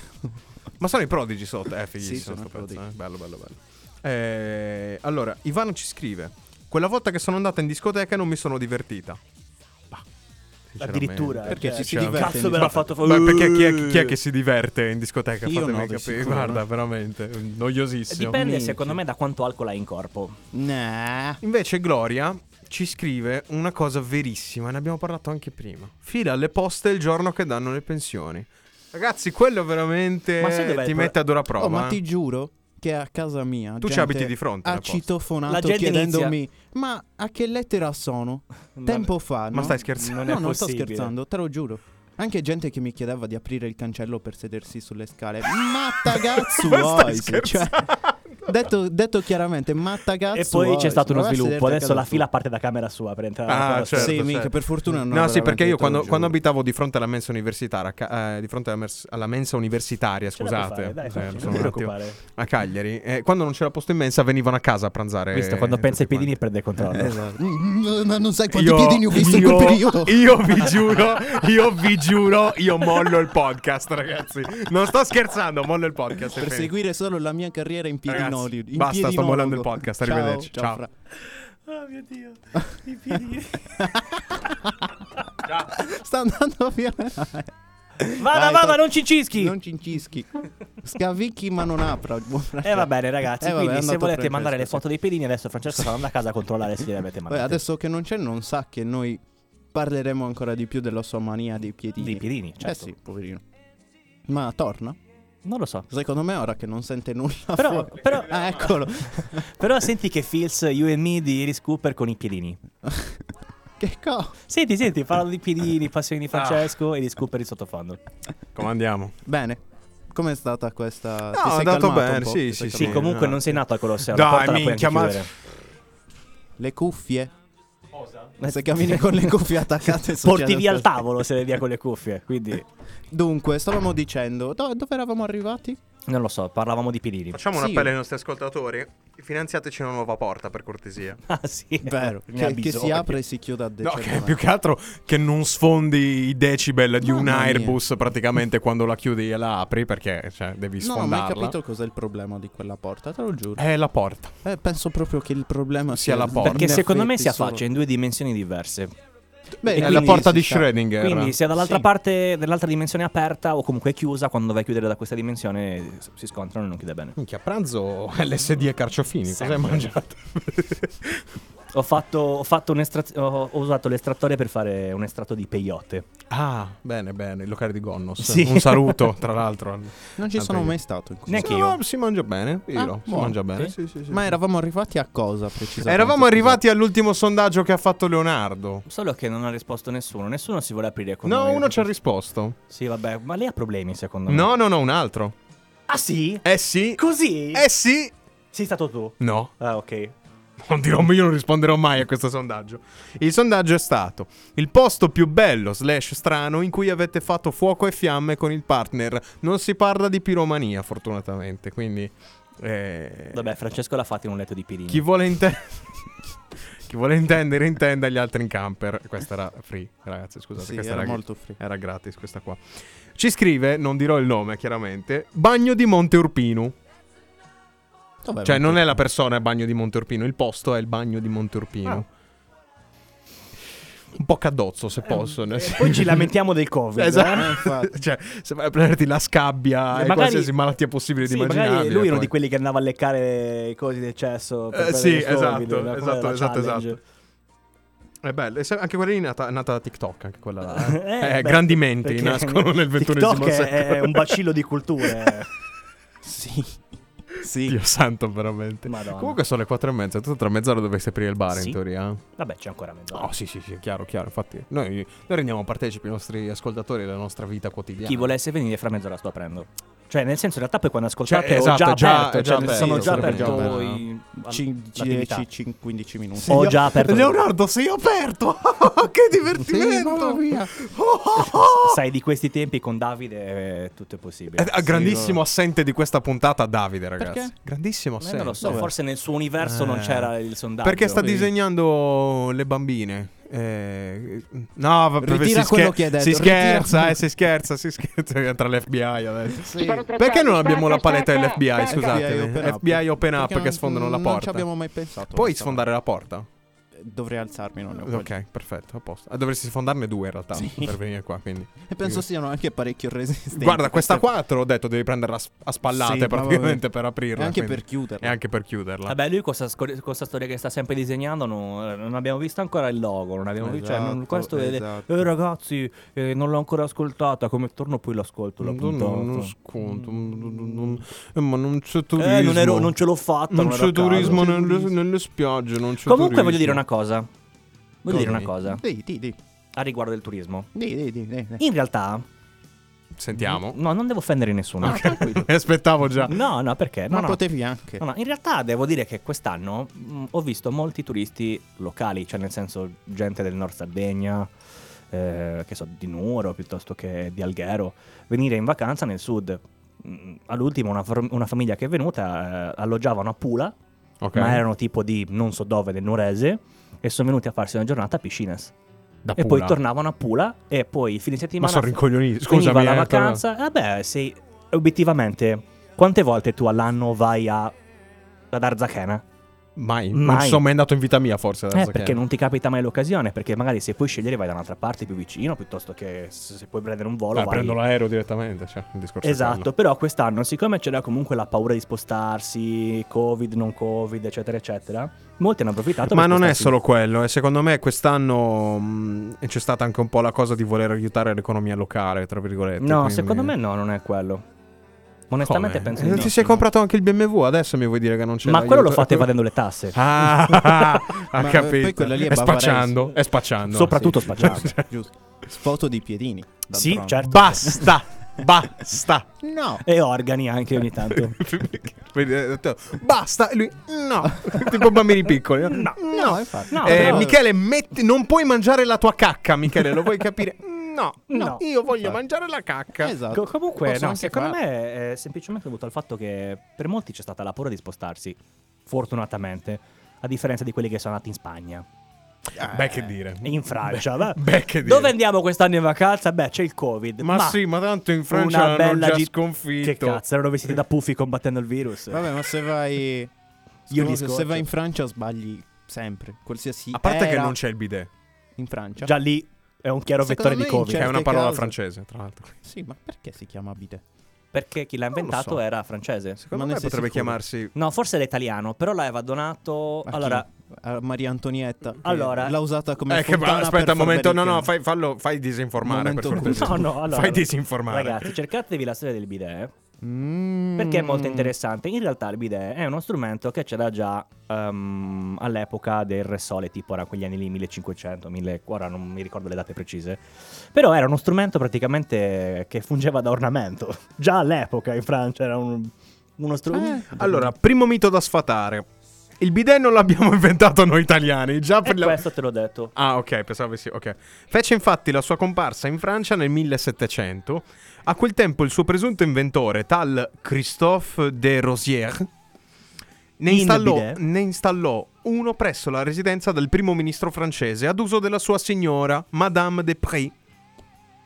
[SPEAKER 2] Ma sono i prodigi sotto, eh, figli
[SPEAKER 4] Sì,
[SPEAKER 2] sono sto
[SPEAKER 4] sono i Prodigy.
[SPEAKER 2] pezzo, eh. Bello, bello, bello. Eh, allora, Ivano ci scrive: Quella volta che sono andata in discoteca non mi sono divertita. Bah, sinceramente.
[SPEAKER 8] Addirittura.
[SPEAKER 4] Perché
[SPEAKER 8] cioè,
[SPEAKER 4] ci si
[SPEAKER 2] c'è un
[SPEAKER 4] diverte.
[SPEAKER 8] Cazzo
[SPEAKER 4] in
[SPEAKER 8] me
[SPEAKER 2] Ma-
[SPEAKER 8] l'ha fatto fa-
[SPEAKER 2] ma perché chi è, chi è che si diverte in discoteca?
[SPEAKER 4] Io
[SPEAKER 2] Fatemi
[SPEAKER 4] no, di
[SPEAKER 2] capire.
[SPEAKER 4] sicuro,
[SPEAKER 2] Guarda,
[SPEAKER 4] no.
[SPEAKER 2] veramente noiosissimo.
[SPEAKER 3] Dipende,
[SPEAKER 4] Minchia.
[SPEAKER 3] secondo me, da quanto alcol hai in corpo.
[SPEAKER 4] Nah.
[SPEAKER 2] Invece Gloria ci scrive una cosa verissima, ne abbiamo parlato anche prima. Fila alle poste il giorno che danno le pensioni. Ragazzi, quello veramente
[SPEAKER 3] Ma sai dov'è il
[SPEAKER 2] ti
[SPEAKER 3] pro-
[SPEAKER 2] mette a dura prova.
[SPEAKER 4] Oh, ma
[SPEAKER 2] eh.
[SPEAKER 4] ti giuro che a casa mia
[SPEAKER 2] Tu ci
[SPEAKER 4] gente
[SPEAKER 2] abiti di fronte,
[SPEAKER 4] Ha
[SPEAKER 2] una posta.
[SPEAKER 4] citofonato
[SPEAKER 3] La gente
[SPEAKER 4] chiedendomi "Ma a che lettera sono?" Tempo fa,
[SPEAKER 2] Ma
[SPEAKER 4] Ah, no?
[SPEAKER 2] stai scherzando?
[SPEAKER 3] Non è
[SPEAKER 4] No, non sto
[SPEAKER 3] possibile.
[SPEAKER 4] scherzando, te lo giuro. Anche gente che mi chiedeva di aprire il cancello per sedersi sulle scale. Mattagazzu
[SPEAKER 2] Ma stai
[SPEAKER 4] vuoi? Cioè, detto, detto chiaramente, mattagazzu
[SPEAKER 3] E poi c'è
[SPEAKER 4] vuoi?
[SPEAKER 3] stato uno
[SPEAKER 4] Ma vai a
[SPEAKER 3] sviluppo.
[SPEAKER 4] sederti a
[SPEAKER 3] Adesso la
[SPEAKER 4] casa
[SPEAKER 3] fila
[SPEAKER 4] tua.
[SPEAKER 3] parte da camera sua per entrare.
[SPEAKER 2] Ah,
[SPEAKER 3] a casa sua.
[SPEAKER 2] certo,
[SPEAKER 4] Sì,
[SPEAKER 2] certo.
[SPEAKER 4] minchia, per fortuna non
[SPEAKER 2] No, sì,
[SPEAKER 4] veramente,
[SPEAKER 2] perché io
[SPEAKER 4] te lo
[SPEAKER 2] quando,
[SPEAKER 4] giuro.
[SPEAKER 2] quando abitavo di fronte alla mensa universitaria, ca- eh, di fronte alla, mers- alla mensa universitaria,
[SPEAKER 3] Ce la puoi
[SPEAKER 2] scusate,
[SPEAKER 3] fare, dai,
[SPEAKER 2] eh,
[SPEAKER 3] facci,
[SPEAKER 2] sono
[SPEAKER 3] non ti
[SPEAKER 2] un attimo
[SPEAKER 3] preoccupare.
[SPEAKER 2] a Cagliari, eh, quando non c'era posto in mensa venivano a casa a pranzare.
[SPEAKER 3] Visto, quando
[SPEAKER 2] eh,
[SPEAKER 3] pensa ai
[SPEAKER 2] tutti
[SPEAKER 3] piedini
[SPEAKER 2] quanti.
[SPEAKER 3] perde il controllo.
[SPEAKER 4] Esatto. Mm, Ma non sai quanti
[SPEAKER 2] Io-
[SPEAKER 4] piedini ho visto in
[SPEAKER 2] io-
[SPEAKER 4] quel periodo.
[SPEAKER 2] Io vi giuro, io vi giuro, io mollo il podcast, ragazzi. Non sto scherzando, mollo il podcast. è
[SPEAKER 4] per
[SPEAKER 2] finito.
[SPEAKER 4] seguire solo la mia carriera in
[SPEAKER 2] Ragazzi,
[SPEAKER 4] piedinoli. in
[SPEAKER 2] basta, sto
[SPEAKER 4] piedinologo.
[SPEAKER 2] mollando il podcast,
[SPEAKER 4] Ciao,
[SPEAKER 2] arrivederci, ciao.
[SPEAKER 4] Fra.
[SPEAKER 3] Oh mio dio.
[SPEAKER 4] Sta andando via.
[SPEAKER 3] Vada,
[SPEAKER 4] Dai,
[SPEAKER 3] vada,
[SPEAKER 4] to-
[SPEAKER 3] non cincischi.
[SPEAKER 4] Non cincischi. Scavicchi ma non apra. il buon
[SPEAKER 3] E va
[SPEAKER 4] Francesco.
[SPEAKER 3] bene ragazzi,
[SPEAKER 4] Eh, vabbè, è
[SPEAKER 3] quindi se volete
[SPEAKER 4] andato Francesco,
[SPEAKER 3] mandare le
[SPEAKER 4] sì.
[SPEAKER 3] foto dei piedini adesso Francesco sarà andando a casa a controllare se li avete
[SPEAKER 4] Poi
[SPEAKER 3] mandati.
[SPEAKER 4] adesso che non c'è non sa che noi parleremo ancora di più della sua mania dei piedini.
[SPEAKER 3] Dei piedini, certo.
[SPEAKER 4] Eh sì, poverino. Ma torna?
[SPEAKER 3] Non lo so.
[SPEAKER 4] Secondo me ora che non sente nulla.
[SPEAKER 3] Però,
[SPEAKER 4] fuori-
[SPEAKER 3] però,
[SPEAKER 4] Ah, eccolo.
[SPEAKER 3] però senti che feels you and me di Iris Cooper con i piedini.
[SPEAKER 4] che co...
[SPEAKER 3] Senti, senti, parlo di
[SPEAKER 2] Ah.
[SPEAKER 3] piedini, passioni di Francesco e Iris Cooper in sottofondo.
[SPEAKER 2] Comandiamo.
[SPEAKER 4] Bene. Com'è stata
[SPEAKER 2] No,
[SPEAKER 4] questa... Ti sei
[SPEAKER 2] è andato
[SPEAKER 4] calmato un
[SPEAKER 2] bene,
[SPEAKER 4] po'?
[SPEAKER 2] sì,
[SPEAKER 4] Ti
[SPEAKER 2] sì,
[SPEAKER 4] sei
[SPEAKER 2] sì.
[SPEAKER 3] Sì,
[SPEAKER 4] calmato?
[SPEAKER 3] comunque
[SPEAKER 2] no.
[SPEAKER 3] non sei nato al Colosseo,
[SPEAKER 2] Dai,
[SPEAKER 3] la porta la puoi
[SPEAKER 2] minchia,
[SPEAKER 3] anche
[SPEAKER 2] ma-
[SPEAKER 3] chiudere.
[SPEAKER 4] Le cuffie.
[SPEAKER 3] Eh,
[SPEAKER 4] Se cammini con le cuffie attaccate
[SPEAKER 3] Porti
[SPEAKER 4] succede
[SPEAKER 3] via al
[SPEAKER 4] questo.
[SPEAKER 3] tavolo se vai via con le cuffie, quindi
[SPEAKER 4] Dunque, stavamo dicendo, do- dove eravamo arrivati?
[SPEAKER 3] non lo so, parlavamo di piedini.
[SPEAKER 2] Facciamo
[SPEAKER 4] Sì.
[SPEAKER 2] un appello ai nostri ascoltatori. Finanziateci una nuova porta, per cortesia.
[SPEAKER 3] Ah sì,
[SPEAKER 4] Vero,
[SPEAKER 3] ne ha
[SPEAKER 4] che, che si
[SPEAKER 3] bisogno.
[SPEAKER 4] apre e si chiude a
[SPEAKER 2] No,
[SPEAKER 4] decenni.
[SPEAKER 2] che più che altro che non sfondi i decibel di un
[SPEAKER 4] Mamma mia.
[SPEAKER 2] Airbus praticamente quando la chiudi e la apri perché cioè, devi
[SPEAKER 4] No, ma hai
[SPEAKER 2] sfondarla.
[SPEAKER 4] capito cos'è il problema di quella porta, te lo giuro.
[SPEAKER 2] È la porta.
[SPEAKER 4] Eh, penso proprio che il problema
[SPEAKER 2] Sia
[SPEAKER 4] sia,
[SPEAKER 2] la porta.
[SPEAKER 3] Perché
[SPEAKER 4] in
[SPEAKER 3] secondo me
[SPEAKER 4] effetti
[SPEAKER 3] si
[SPEAKER 4] solo-
[SPEAKER 3] affaccia in due dimensioni diverse.
[SPEAKER 4] Beh,
[SPEAKER 2] È la
[SPEAKER 4] quindi
[SPEAKER 2] porta
[SPEAKER 4] si
[SPEAKER 2] di
[SPEAKER 4] sa.
[SPEAKER 2] Schrödinger.
[SPEAKER 3] Quindi se dall'altra
[SPEAKER 4] Sì.
[SPEAKER 3] parte dell'altra dimensione è aperta o comunque è chiusa, quando vai a chiudere da questa dimensione s- si scontrano e non chiude bene.
[SPEAKER 2] Minchia, a pranzo LSD e carciofini. Cosa hai mangiato?
[SPEAKER 3] Ho fatto, ho fatto un'estraz- ho, ho usato l'estrattore per fare un estratto di peyote.
[SPEAKER 2] Ah, bene, bene. Il locale di Gonnos.
[SPEAKER 3] Sì.
[SPEAKER 2] Un saluto, tra l'altro.
[SPEAKER 4] Non ci sono
[SPEAKER 2] Vabbè.
[SPEAKER 4] mai stato in questo.
[SPEAKER 3] Neanche
[SPEAKER 2] No,
[SPEAKER 3] io.
[SPEAKER 2] no, si mangia bene. Io
[SPEAKER 4] Ah,
[SPEAKER 2] no, si
[SPEAKER 4] buono.
[SPEAKER 2] mangia bene.
[SPEAKER 3] Sì.
[SPEAKER 4] Ma eravamo arrivati a cosa precisamente?
[SPEAKER 2] Eravamo
[SPEAKER 4] Scusa.
[SPEAKER 2] arrivati all'ultimo sondaggio che ha fatto Leonardo.
[SPEAKER 3] Solo che non ha risposto nessuno, nessuno si vuole aprire con
[SPEAKER 2] No,
[SPEAKER 3] noi.
[SPEAKER 2] uno ci ha risposto.
[SPEAKER 3] Sì, vabbè, ma lei ha problemi secondo me.
[SPEAKER 2] No, no, no, un altro.
[SPEAKER 3] Ah sì?
[SPEAKER 2] Eh sì.
[SPEAKER 3] Così?
[SPEAKER 2] Eh sì.
[SPEAKER 3] Sei stato tu.
[SPEAKER 2] No.
[SPEAKER 3] Ah, ok.
[SPEAKER 2] Non dirò, io non risponderò mai a questo sondaggio. Il sondaggio è stato il posto più bello slash strano in cui avete fatto fuoco e fiamme con il partner. Non si parla di piromania, fortunatamente. Quindi, eh,
[SPEAKER 3] Vabbè, Francesco l'ha fatta in un letto di pirini.
[SPEAKER 2] chi vuole, inte- chi vuole intendere, intenda gli altri in camper. Questa era free, ragazzi. Scusate,
[SPEAKER 4] Sì,
[SPEAKER 2] questa
[SPEAKER 4] era molto free.
[SPEAKER 2] era gratis. Questa qua ci scrive, non dirò il nome chiaramente. Bagno di Monte Urpino.
[SPEAKER 4] Vabbè,
[SPEAKER 2] Cioè, non è la persona il bagno di Monteurpino, il posto è il bagno di Monteurpino.
[SPEAKER 3] Ah.
[SPEAKER 2] Un po' cadozzo, se posso. nel senso-
[SPEAKER 3] Eh, Poi ci lamentiamo del Covid.
[SPEAKER 2] Esatto.
[SPEAKER 4] eh, infatti.
[SPEAKER 2] cioè, se vai a prenderti la scabbia e
[SPEAKER 3] Eh, Magari-
[SPEAKER 2] qualsiasi malattia possibile
[SPEAKER 3] Sì,
[SPEAKER 2] di
[SPEAKER 3] magari
[SPEAKER 2] immaginabile.
[SPEAKER 3] lui è uno
[SPEAKER 2] poi-
[SPEAKER 3] di quelli che andava a leccare i cosi del cesso. per
[SPEAKER 2] Eh,
[SPEAKER 3] prendere
[SPEAKER 2] sì,
[SPEAKER 3] il Covid,
[SPEAKER 2] esatto,
[SPEAKER 3] no? Come
[SPEAKER 2] esatto,
[SPEAKER 3] era la
[SPEAKER 2] esatto,
[SPEAKER 3] challenge.
[SPEAKER 2] esatto. È bello. E Eh, se- Anche quella lì è nata, è nata da TikTok, anche quella là. Eh,
[SPEAKER 3] beh,
[SPEAKER 2] grandi menti
[SPEAKER 3] perché
[SPEAKER 2] nascono nel XXI
[SPEAKER 3] TikTok è-
[SPEAKER 2] secolo.
[SPEAKER 3] è un bacillo di culture.
[SPEAKER 4] Sì. Sì.
[SPEAKER 2] Dio santo, veramente.
[SPEAKER 3] Madonna.
[SPEAKER 2] Comunque sono le quattro e mezza. Tu tra mezz'ora dovresti aprire il bar,
[SPEAKER 3] Sì.
[SPEAKER 2] in teoria.
[SPEAKER 3] Vabbè, c'è ancora mezz'ora.
[SPEAKER 2] Oh sì sì sì, chiaro, chiaro, infatti noi, noi rendiamo partecipi i nostri ascoltatori della nostra vita quotidiana.
[SPEAKER 3] Chi volesse venire fra mezz'ora sto aprendo. Cioè, nel senso, in realtà poi quando ascoltate
[SPEAKER 2] Cioè,
[SPEAKER 3] ho
[SPEAKER 2] esatto,
[SPEAKER 3] già
[SPEAKER 2] è già-
[SPEAKER 3] aperto,
[SPEAKER 2] è già
[SPEAKER 3] cioè,
[SPEAKER 2] aperto,
[SPEAKER 3] sono già
[SPEAKER 2] sì,
[SPEAKER 3] aperto
[SPEAKER 4] sì.
[SPEAKER 3] i-
[SPEAKER 4] Cin-
[SPEAKER 3] l'attività.
[SPEAKER 4] 10, cin- 15 minuti.
[SPEAKER 3] Ho già aperto.
[SPEAKER 2] Leonardo, sei aperto! che
[SPEAKER 4] Sì,
[SPEAKER 2] divertimento!
[SPEAKER 4] mamma mia.
[SPEAKER 3] Sai, di questi tempi con Davide eh, tutto è possibile.
[SPEAKER 2] È- è grandissimo assente di questa puntata Davide, ragazzi.
[SPEAKER 4] Perché Perché?
[SPEAKER 2] Grandissimo
[SPEAKER 3] Eh, non lo so,
[SPEAKER 2] assenso.
[SPEAKER 3] forse nel suo universo non
[SPEAKER 2] Eh.
[SPEAKER 3] c'era il sondaggio.
[SPEAKER 2] Perché sta
[SPEAKER 3] Quindi-
[SPEAKER 2] disegnando le bambine. Eh, no, vabbè,
[SPEAKER 4] Ritira
[SPEAKER 2] si,
[SPEAKER 4] quello
[SPEAKER 2] scher-
[SPEAKER 4] che hai detto,
[SPEAKER 2] si
[SPEAKER 4] ritira
[SPEAKER 2] scherza,
[SPEAKER 4] quello-
[SPEAKER 2] eh, si scherza, si scherza. Entra l'FBI adesso.
[SPEAKER 4] Sì.
[SPEAKER 2] Perché non abbiamo la paletta dell'FBI? Scusatemi,
[SPEAKER 4] Open Up.
[SPEAKER 2] FBI Open Up
[SPEAKER 4] Perché
[SPEAKER 2] che
[SPEAKER 4] non-
[SPEAKER 2] sfondano la
[SPEAKER 4] Non ci
[SPEAKER 2] porta.
[SPEAKER 4] abbiamo mai pensato.
[SPEAKER 2] Puoi
[SPEAKER 4] onestamente.
[SPEAKER 2] sfondare la porta?
[SPEAKER 4] Dovrei alzarmi, non ne ho voglia.
[SPEAKER 2] Ok, perfetto, a posto. Ah, Dovresti sfondarne due in realtà per venire qua, quindi.
[SPEAKER 4] E penso siano anche parecchio resistenti.
[SPEAKER 2] Guarda, questa
[SPEAKER 4] Queste-
[SPEAKER 2] 4 ho detto devi prenderla a sp- a spallate
[SPEAKER 4] Sì, ma
[SPEAKER 2] praticamente
[SPEAKER 4] vabbè.
[SPEAKER 2] per aprirla.
[SPEAKER 4] E anche
[SPEAKER 2] quindi-
[SPEAKER 4] per chiuderla.
[SPEAKER 2] e anche per chiuderla.
[SPEAKER 3] Vabbè, lui questa, scor- questa storia che sta sempre disegnando no- non abbiamo visto ancora il logo, non abbiamo visto... Cioè, non-
[SPEAKER 4] Esatto,
[SPEAKER 3] questo è-
[SPEAKER 4] esatto.
[SPEAKER 3] eh, ragazzi, eh, non l'ho ancora ascoltata, come torno poi l'ascolto, la
[SPEAKER 2] Non,
[SPEAKER 3] puntata.
[SPEAKER 2] non, non sconto, non- non- non- eh, ma non c'è turismo.
[SPEAKER 3] Eh, non, ero- non ce l'ho fatta.
[SPEAKER 2] Non
[SPEAKER 3] ero
[SPEAKER 2] c'è
[SPEAKER 3] a casa.
[SPEAKER 2] turismo nelle, nelle spiagge, non c'è
[SPEAKER 3] Comunque
[SPEAKER 2] turismo.
[SPEAKER 3] voglio dire una cosa. Voglio dire una
[SPEAKER 2] Dimmi.
[SPEAKER 3] cosa
[SPEAKER 4] Dì, dì, dì.
[SPEAKER 3] a riguardo del turismo.
[SPEAKER 4] Dì, dì, dì, dì, dì.
[SPEAKER 3] In realtà,
[SPEAKER 2] Sentiamo.
[SPEAKER 3] no, non devo offendere nessuno.
[SPEAKER 2] Mi aspettavo già.
[SPEAKER 3] No, no, perché? No,
[SPEAKER 4] Ma
[SPEAKER 3] no.
[SPEAKER 4] potevi anche.
[SPEAKER 3] No, no, in realtà devo dire che quest'anno mh, ho visto molti turisti locali, cioè nel senso gente del Nord Sardegna, eh, che so, di Nuoro piuttosto che di Alghero, venire in vacanza nel sud. Mm, All'ultimo una, fam- una famiglia che è venuta eh, alloggiavano a Pula,
[SPEAKER 2] Ok.
[SPEAKER 3] ma erano tipo di non so dove del Nuorese e sono venuti a farsi una giornata a Piscines.
[SPEAKER 2] Da
[SPEAKER 3] E poi
[SPEAKER 2] Pula.
[SPEAKER 3] tornavano a Pula e poi il fine
[SPEAKER 2] Ma
[SPEAKER 3] settimana
[SPEAKER 2] sono rincoglioniti.
[SPEAKER 3] Scusa,
[SPEAKER 2] Scusami.
[SPEAKER 3] veniva la
[SPEAKER 2] eh, però-
[SPEAKER 3] vacanza. Vabbè, sì, obiettivamente, quante volte tu all'anno vai a ad Arzachena?
[SPEAKER 2] Mai. Non
[SPEAKER 3] Mai.
[SPEAKER 2] sono mai andato in vita mia forse.
[SPEAKER 3] Eh,
[SPEAKER 2] adesso che-
[SPEAKER 3] perché non ti capita mai l'occasione, perché magari se puoi scegliere vai da un'altra parte più vicino, piuttosto che se se puoi prendere un volo
[SPEAKER 2] Ah,
[SPEAKER 3] vai.
[SPEAKER 2] prendo l'aereo direttamente. Cioè, il discorso è
[SPEAKER 3] Esatto, però quest'anno, siccome c'era comunque la paura di spostarsi, Covid, non Covid, eccetera, eccetera, molti hanno approfittato.
[SPEAKER 2] Ma
[SPEAKER 3] per
[SPEAKER 2] non è
[SPEAKER 3] spostarsi.
[SPEAKER 2] solo quello, e secondo me quest'anno mh, c'è stata anche un po' la cosa di voler aiutare l'economia locale, tra virgolette.
[SPEAKER 3] No,
[SPEAKER 2] quindi-
[SPEAKER 3] secondo me no, non è quello. Onestamente
[SPEAKER 2] Come?
[SPEAKER 3] penso
[SPEAKER 2] Eh,
[SPEAKER 3] di no.
[SPEAKER 2] Ti sei comprato anche il BMW, adesso mi vuoi dire che non c'è
[SPEAKER 3] Ma quello lo
[SPEAKER 2] vedere
[SPEAKER 3] fate evadendo le tasse.
[SPEAKER 2] Ah, ha
[SPEAKER 4] Ma, eh,
[SPEAKER 2] capito.
[SPEAKER 4] poi quella lì è
[SPEAKER 2] è
[SPEAKER 4] bavarese.
[SPEAKER 2] spacciando, è spacciando.
[SPEAKER 3] Soprattutto spacciato.
[SPEAKER 4] Giusto, giusto. Sfoto di piedini.
[SPEAKER 3] Sì,
[SPEAKER 4] d'altronde.
[SPEAKER 3] certo.
[SPEAKER 2] Basta, basta.
[SPEAKER 4] No.
[SPEAKER 3] E organi anche ogni tanto.
[SPEAKER 2] Esatto. Quindi ho eh, detto, Basta, e lui no, tipo bambini piccoli. No, no.
[SPEAKER 4] No, infatti.
[SPEAKER 3] No,
[SPEAKER 2] Eh,
[SPEAKER 3] però-
[SPEAKER 2] Michele, metti- non puoi mangiare la tua cacca, Michele, lo vuoi capire? No,
[SPEAKER 3] No.
[SPEAKER 2] io voglio mangiare la cacca.
[SPEAKER 4] Esatto.
[SPEAKER 3] Co- comunque,
[SPEAKER 4] Posso
[SPEAKER 3] no,
[SPEAKER 4] anche
[SPEAKER 3] secondo
[SPEAKER 4] farlo.
[SPEAKER 3] me è semplicemente dovuto al fatto che per molti c'è stata la paura di spostarsi, fortunatamente, a differenza di quelli che sono nati in Spagna,
[SPEAKER 2] Beh, che dire.
[SPEAKER 3] e in Francia. va-
[SPEAKER 2] beh, che dire.
[SPEAKER 3] Dove andiamo quest'anno in vacanza? Beh, c'è il Covid.
[SPEAKER 2] Ma sì, ma tanto in Francia l'hanno
[SPEAKER 3] una bella
[SPEAKER 2] già
[SPEAKER 3] gi-
[SPEAKER 2] sconfitto.
[SPEAKER 3] Che cazzo, erano vestiti da puffi combattendo il virus.
[SPEAKER 4] Vabbè, ma se vai.
[SPEAKER 3] Io
[SPEAKER 4] Scusa,
[SPEAKER 3] li
[SPEAKER 4] se
[SPEAKER 3] scoccio.
[SPEAKER 4] vai in Francia sbagli sempre. Qualsiasi.
[SPEAKER 2] A parte
[SPEAKER 3] Eh,
[SPEAKER 2] che
[SPEAKER 4] era
[SPEAKER 2] non c'è il bidet,
[SPEAKER 4] In
[SPEAKER 2] diciamo-
[SPEAKER 4] Francia.
[SPEAKER 3] Già lì è un chiaro
[SPEAKER 4] Secondo
[SPEAKER 3] vettore di
[SPEAKER 4] me in
[SPEAKER 3] Covid.
[SPEAKER 2] che è
[SPEAKER 4] Certe
[SPEAKER 2] una parola
[SPEAKER 4] case.
[SPEAKER 2] francese, tra l'altro.
[SPEAKER 4] Sì, ma perché si chiama bidet?
[SPEAKER 3] Perché chi l'ha
[SPEAKER 2] Cioè, Non lo
[SPEAKER 3] inventato
[SPEAKER 2] so.
[SPEAKER 3] era francese.
[SPEAKER 2] Secondo
[SPEAKER 4] Ma
[SPEAKER 2] me
[SPEAKER 4] ne sei
[SPEAKER 2] potrebbe
[SPEAKER 4] sicuro?
[SPEAKER 2] chiamarsi
[SPEAKER 3] No, forse era italiano, però l'aveva donato.
[SPEAKER 4] A chi?
[SPEAKER 3] allora,
[SPEAKER 4] A Maria Antonietta. che
[SPEAKER 3] Allora-
[SPEAKER 4] L'ha usata come.
[SPEAKER 2] Eh, che va-
[SPEAKER 4] fontana per
[SPEAKER 2] aspetta un
[SPEAKER 4] far
[SPEAKER 2] momento, no,
[SPEAKER 4] bere il
[SPEAKER 2] no,
[SPEAKER 4] piano.
[SPEAKER 2] fai, fallo, fai disinformare per
[SPEAKER 4] Momento
[SPEAKER 2] cortesia.
[SPEAKER 3] No, no, allora-
[SPEAKER 2] Fai disinformare.
[SPEAKER 3] ragazzi, cercatevi la storia del bidet. eh,
[SPEAKER 4] Mm.
[SPEAKER 3] Perché è molto interessante? In realtà il bidet è uno strumento che c'era già ehm, all'epoca del Re Sole, tipo era quegli anni lì, 1500, 1000, ora non mi ricordo le date precise. Però era uno strumento praticamente che fungeva da ornamento. Già all'epoca in Francia era un- uno Mm. strumento...
[SPEAKER 2] Eh, Allora, primo mito da sfatare. Il bidet non l'abbiamo inventato noi italiani,
[SPEAKER 3] Ecco,
[SPEAKER 2] già per la-
[SPEAKER 3] questo te l'ho detto.
[SPEAKER 2] Ah, ok, pensavo sì, ok. Fece infatti la sua comparsa in Francia nel 1700. A quel tempo il suo presunto inventore, tal Christophe de Rosière, ne
[SPEAKER 3] In
[SPEAKER 2] installò,
[SPEAKER 3] bidet?
[SPEAKER 2] ne installò uno presso la residenza del primo ministro francese ad uso della sua signora, Madame de Pré.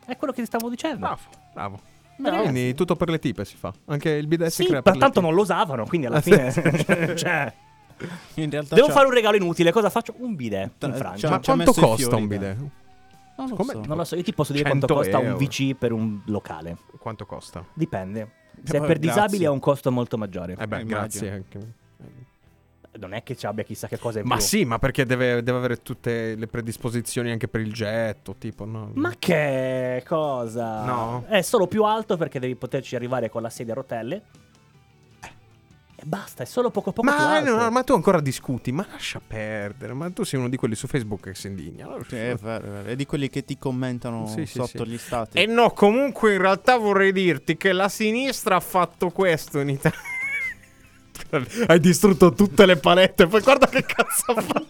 [SPEAKER 3] È quello che ti stavo dicendo.
[SPEAKER 2] Bravo, bravo. Ah, Quindi tutto per le tipe si fa. Anche il bidet si
[SPEAKER 3] sì,
[SPEAKER 2] crea. per le
[SPEAKER 3] pertanto
[SPEAKER 2] tipe.
[SPEAKER 3] non lo usavano, quindi alla
[SPEAKER 2] Ah,
[SPEAKER 3] fine...
[SPEAKER 2] sì.
[SPEAKER 3] cioè,
[SPEAKER 4] In realtà.
[SPEAKER 3] devo
[SPEAKER 4] c'ha-
[SPEAKER 3] fare un regalo inutile, cosa faccio? Un bidet in
[SPEAKER 4] Tra-
[SPEAKER 3] Francia.
[SPEAKER 4] c'ha-
[SPEAKER 2] Ma
[SPEAKER 4] ci ha
[SPEAKER 2] quanto
[SPEAKER 4] messo i
[SPEAKER 2] costa
[SPEAKER 4] fiori,
[SPEAKER 2] un
[SPEAKER 4] dai.
[SPEAKER 2] bidet?
[SPEAKER 4] Non lo
[SPEAKER 2] Come-
[SPEAKER 4] so.
[SPEAKER 3] Non lo so, io ti posso dire
[SPEAKER 2] 100
[SPEAKER 3] quanto costa
[SPEAKER 2] euro.
[SPEAKER 3] un VC per un locale.
[SPEAKER 2] Quanto costa?
[SPEAKER 3] Dipende. Se è
[SPEAKER 4] vabbè,
[SPEAKER 3] per
[SPEAKER 4] grazie.
[SPEAKER 3] disabili ha un costo molto maggiore.
[SPEAKER 2] Eh beh,
[SPEAKER 4] Immagino.
[SPEAKER 2] grazie. anche.
[SPEAKER 3] Non è che ci abbia chissà che cosa in
[SPEAKER 2] Eh. Ma
[SPEAKER 3] più.
[SPEAKER 2] sì, ma perché deve, deve avere tutte le predisposizioni anche per il getto, tipo, no?
[SPEAKER 3] Ma che cosa?
[SPEAKER 2] No.
[SPEAKER 3] È solo più alto perché devi poterci arrivare con la sedia a rotelle. Eh. E basta, è solo poco poco più
[SPEAKER 2] Ma,
[SPEAKER 3] alto.
[SPEAKER 2] no, ma tu ancora discuti, ma lascia perdere, ma tu sei uno di quelli su Facebook che si indigna. allora-
[SPEAKER 4] Sì, è vero, è vero. È di quelli che ti commentano
[SPEAKER 2] Sì, sì,
[SPEAKER 4] sotto
[SPEAKER 2] sì.
[SPEAKER 4] gli stati.
[SPEAKER 2] E no, comunque in realtà vorrei dirti che la sinistra ha fatto questo in Italia. Hai distrutto tutte le palette, poi guarda che cazzo ha fatto.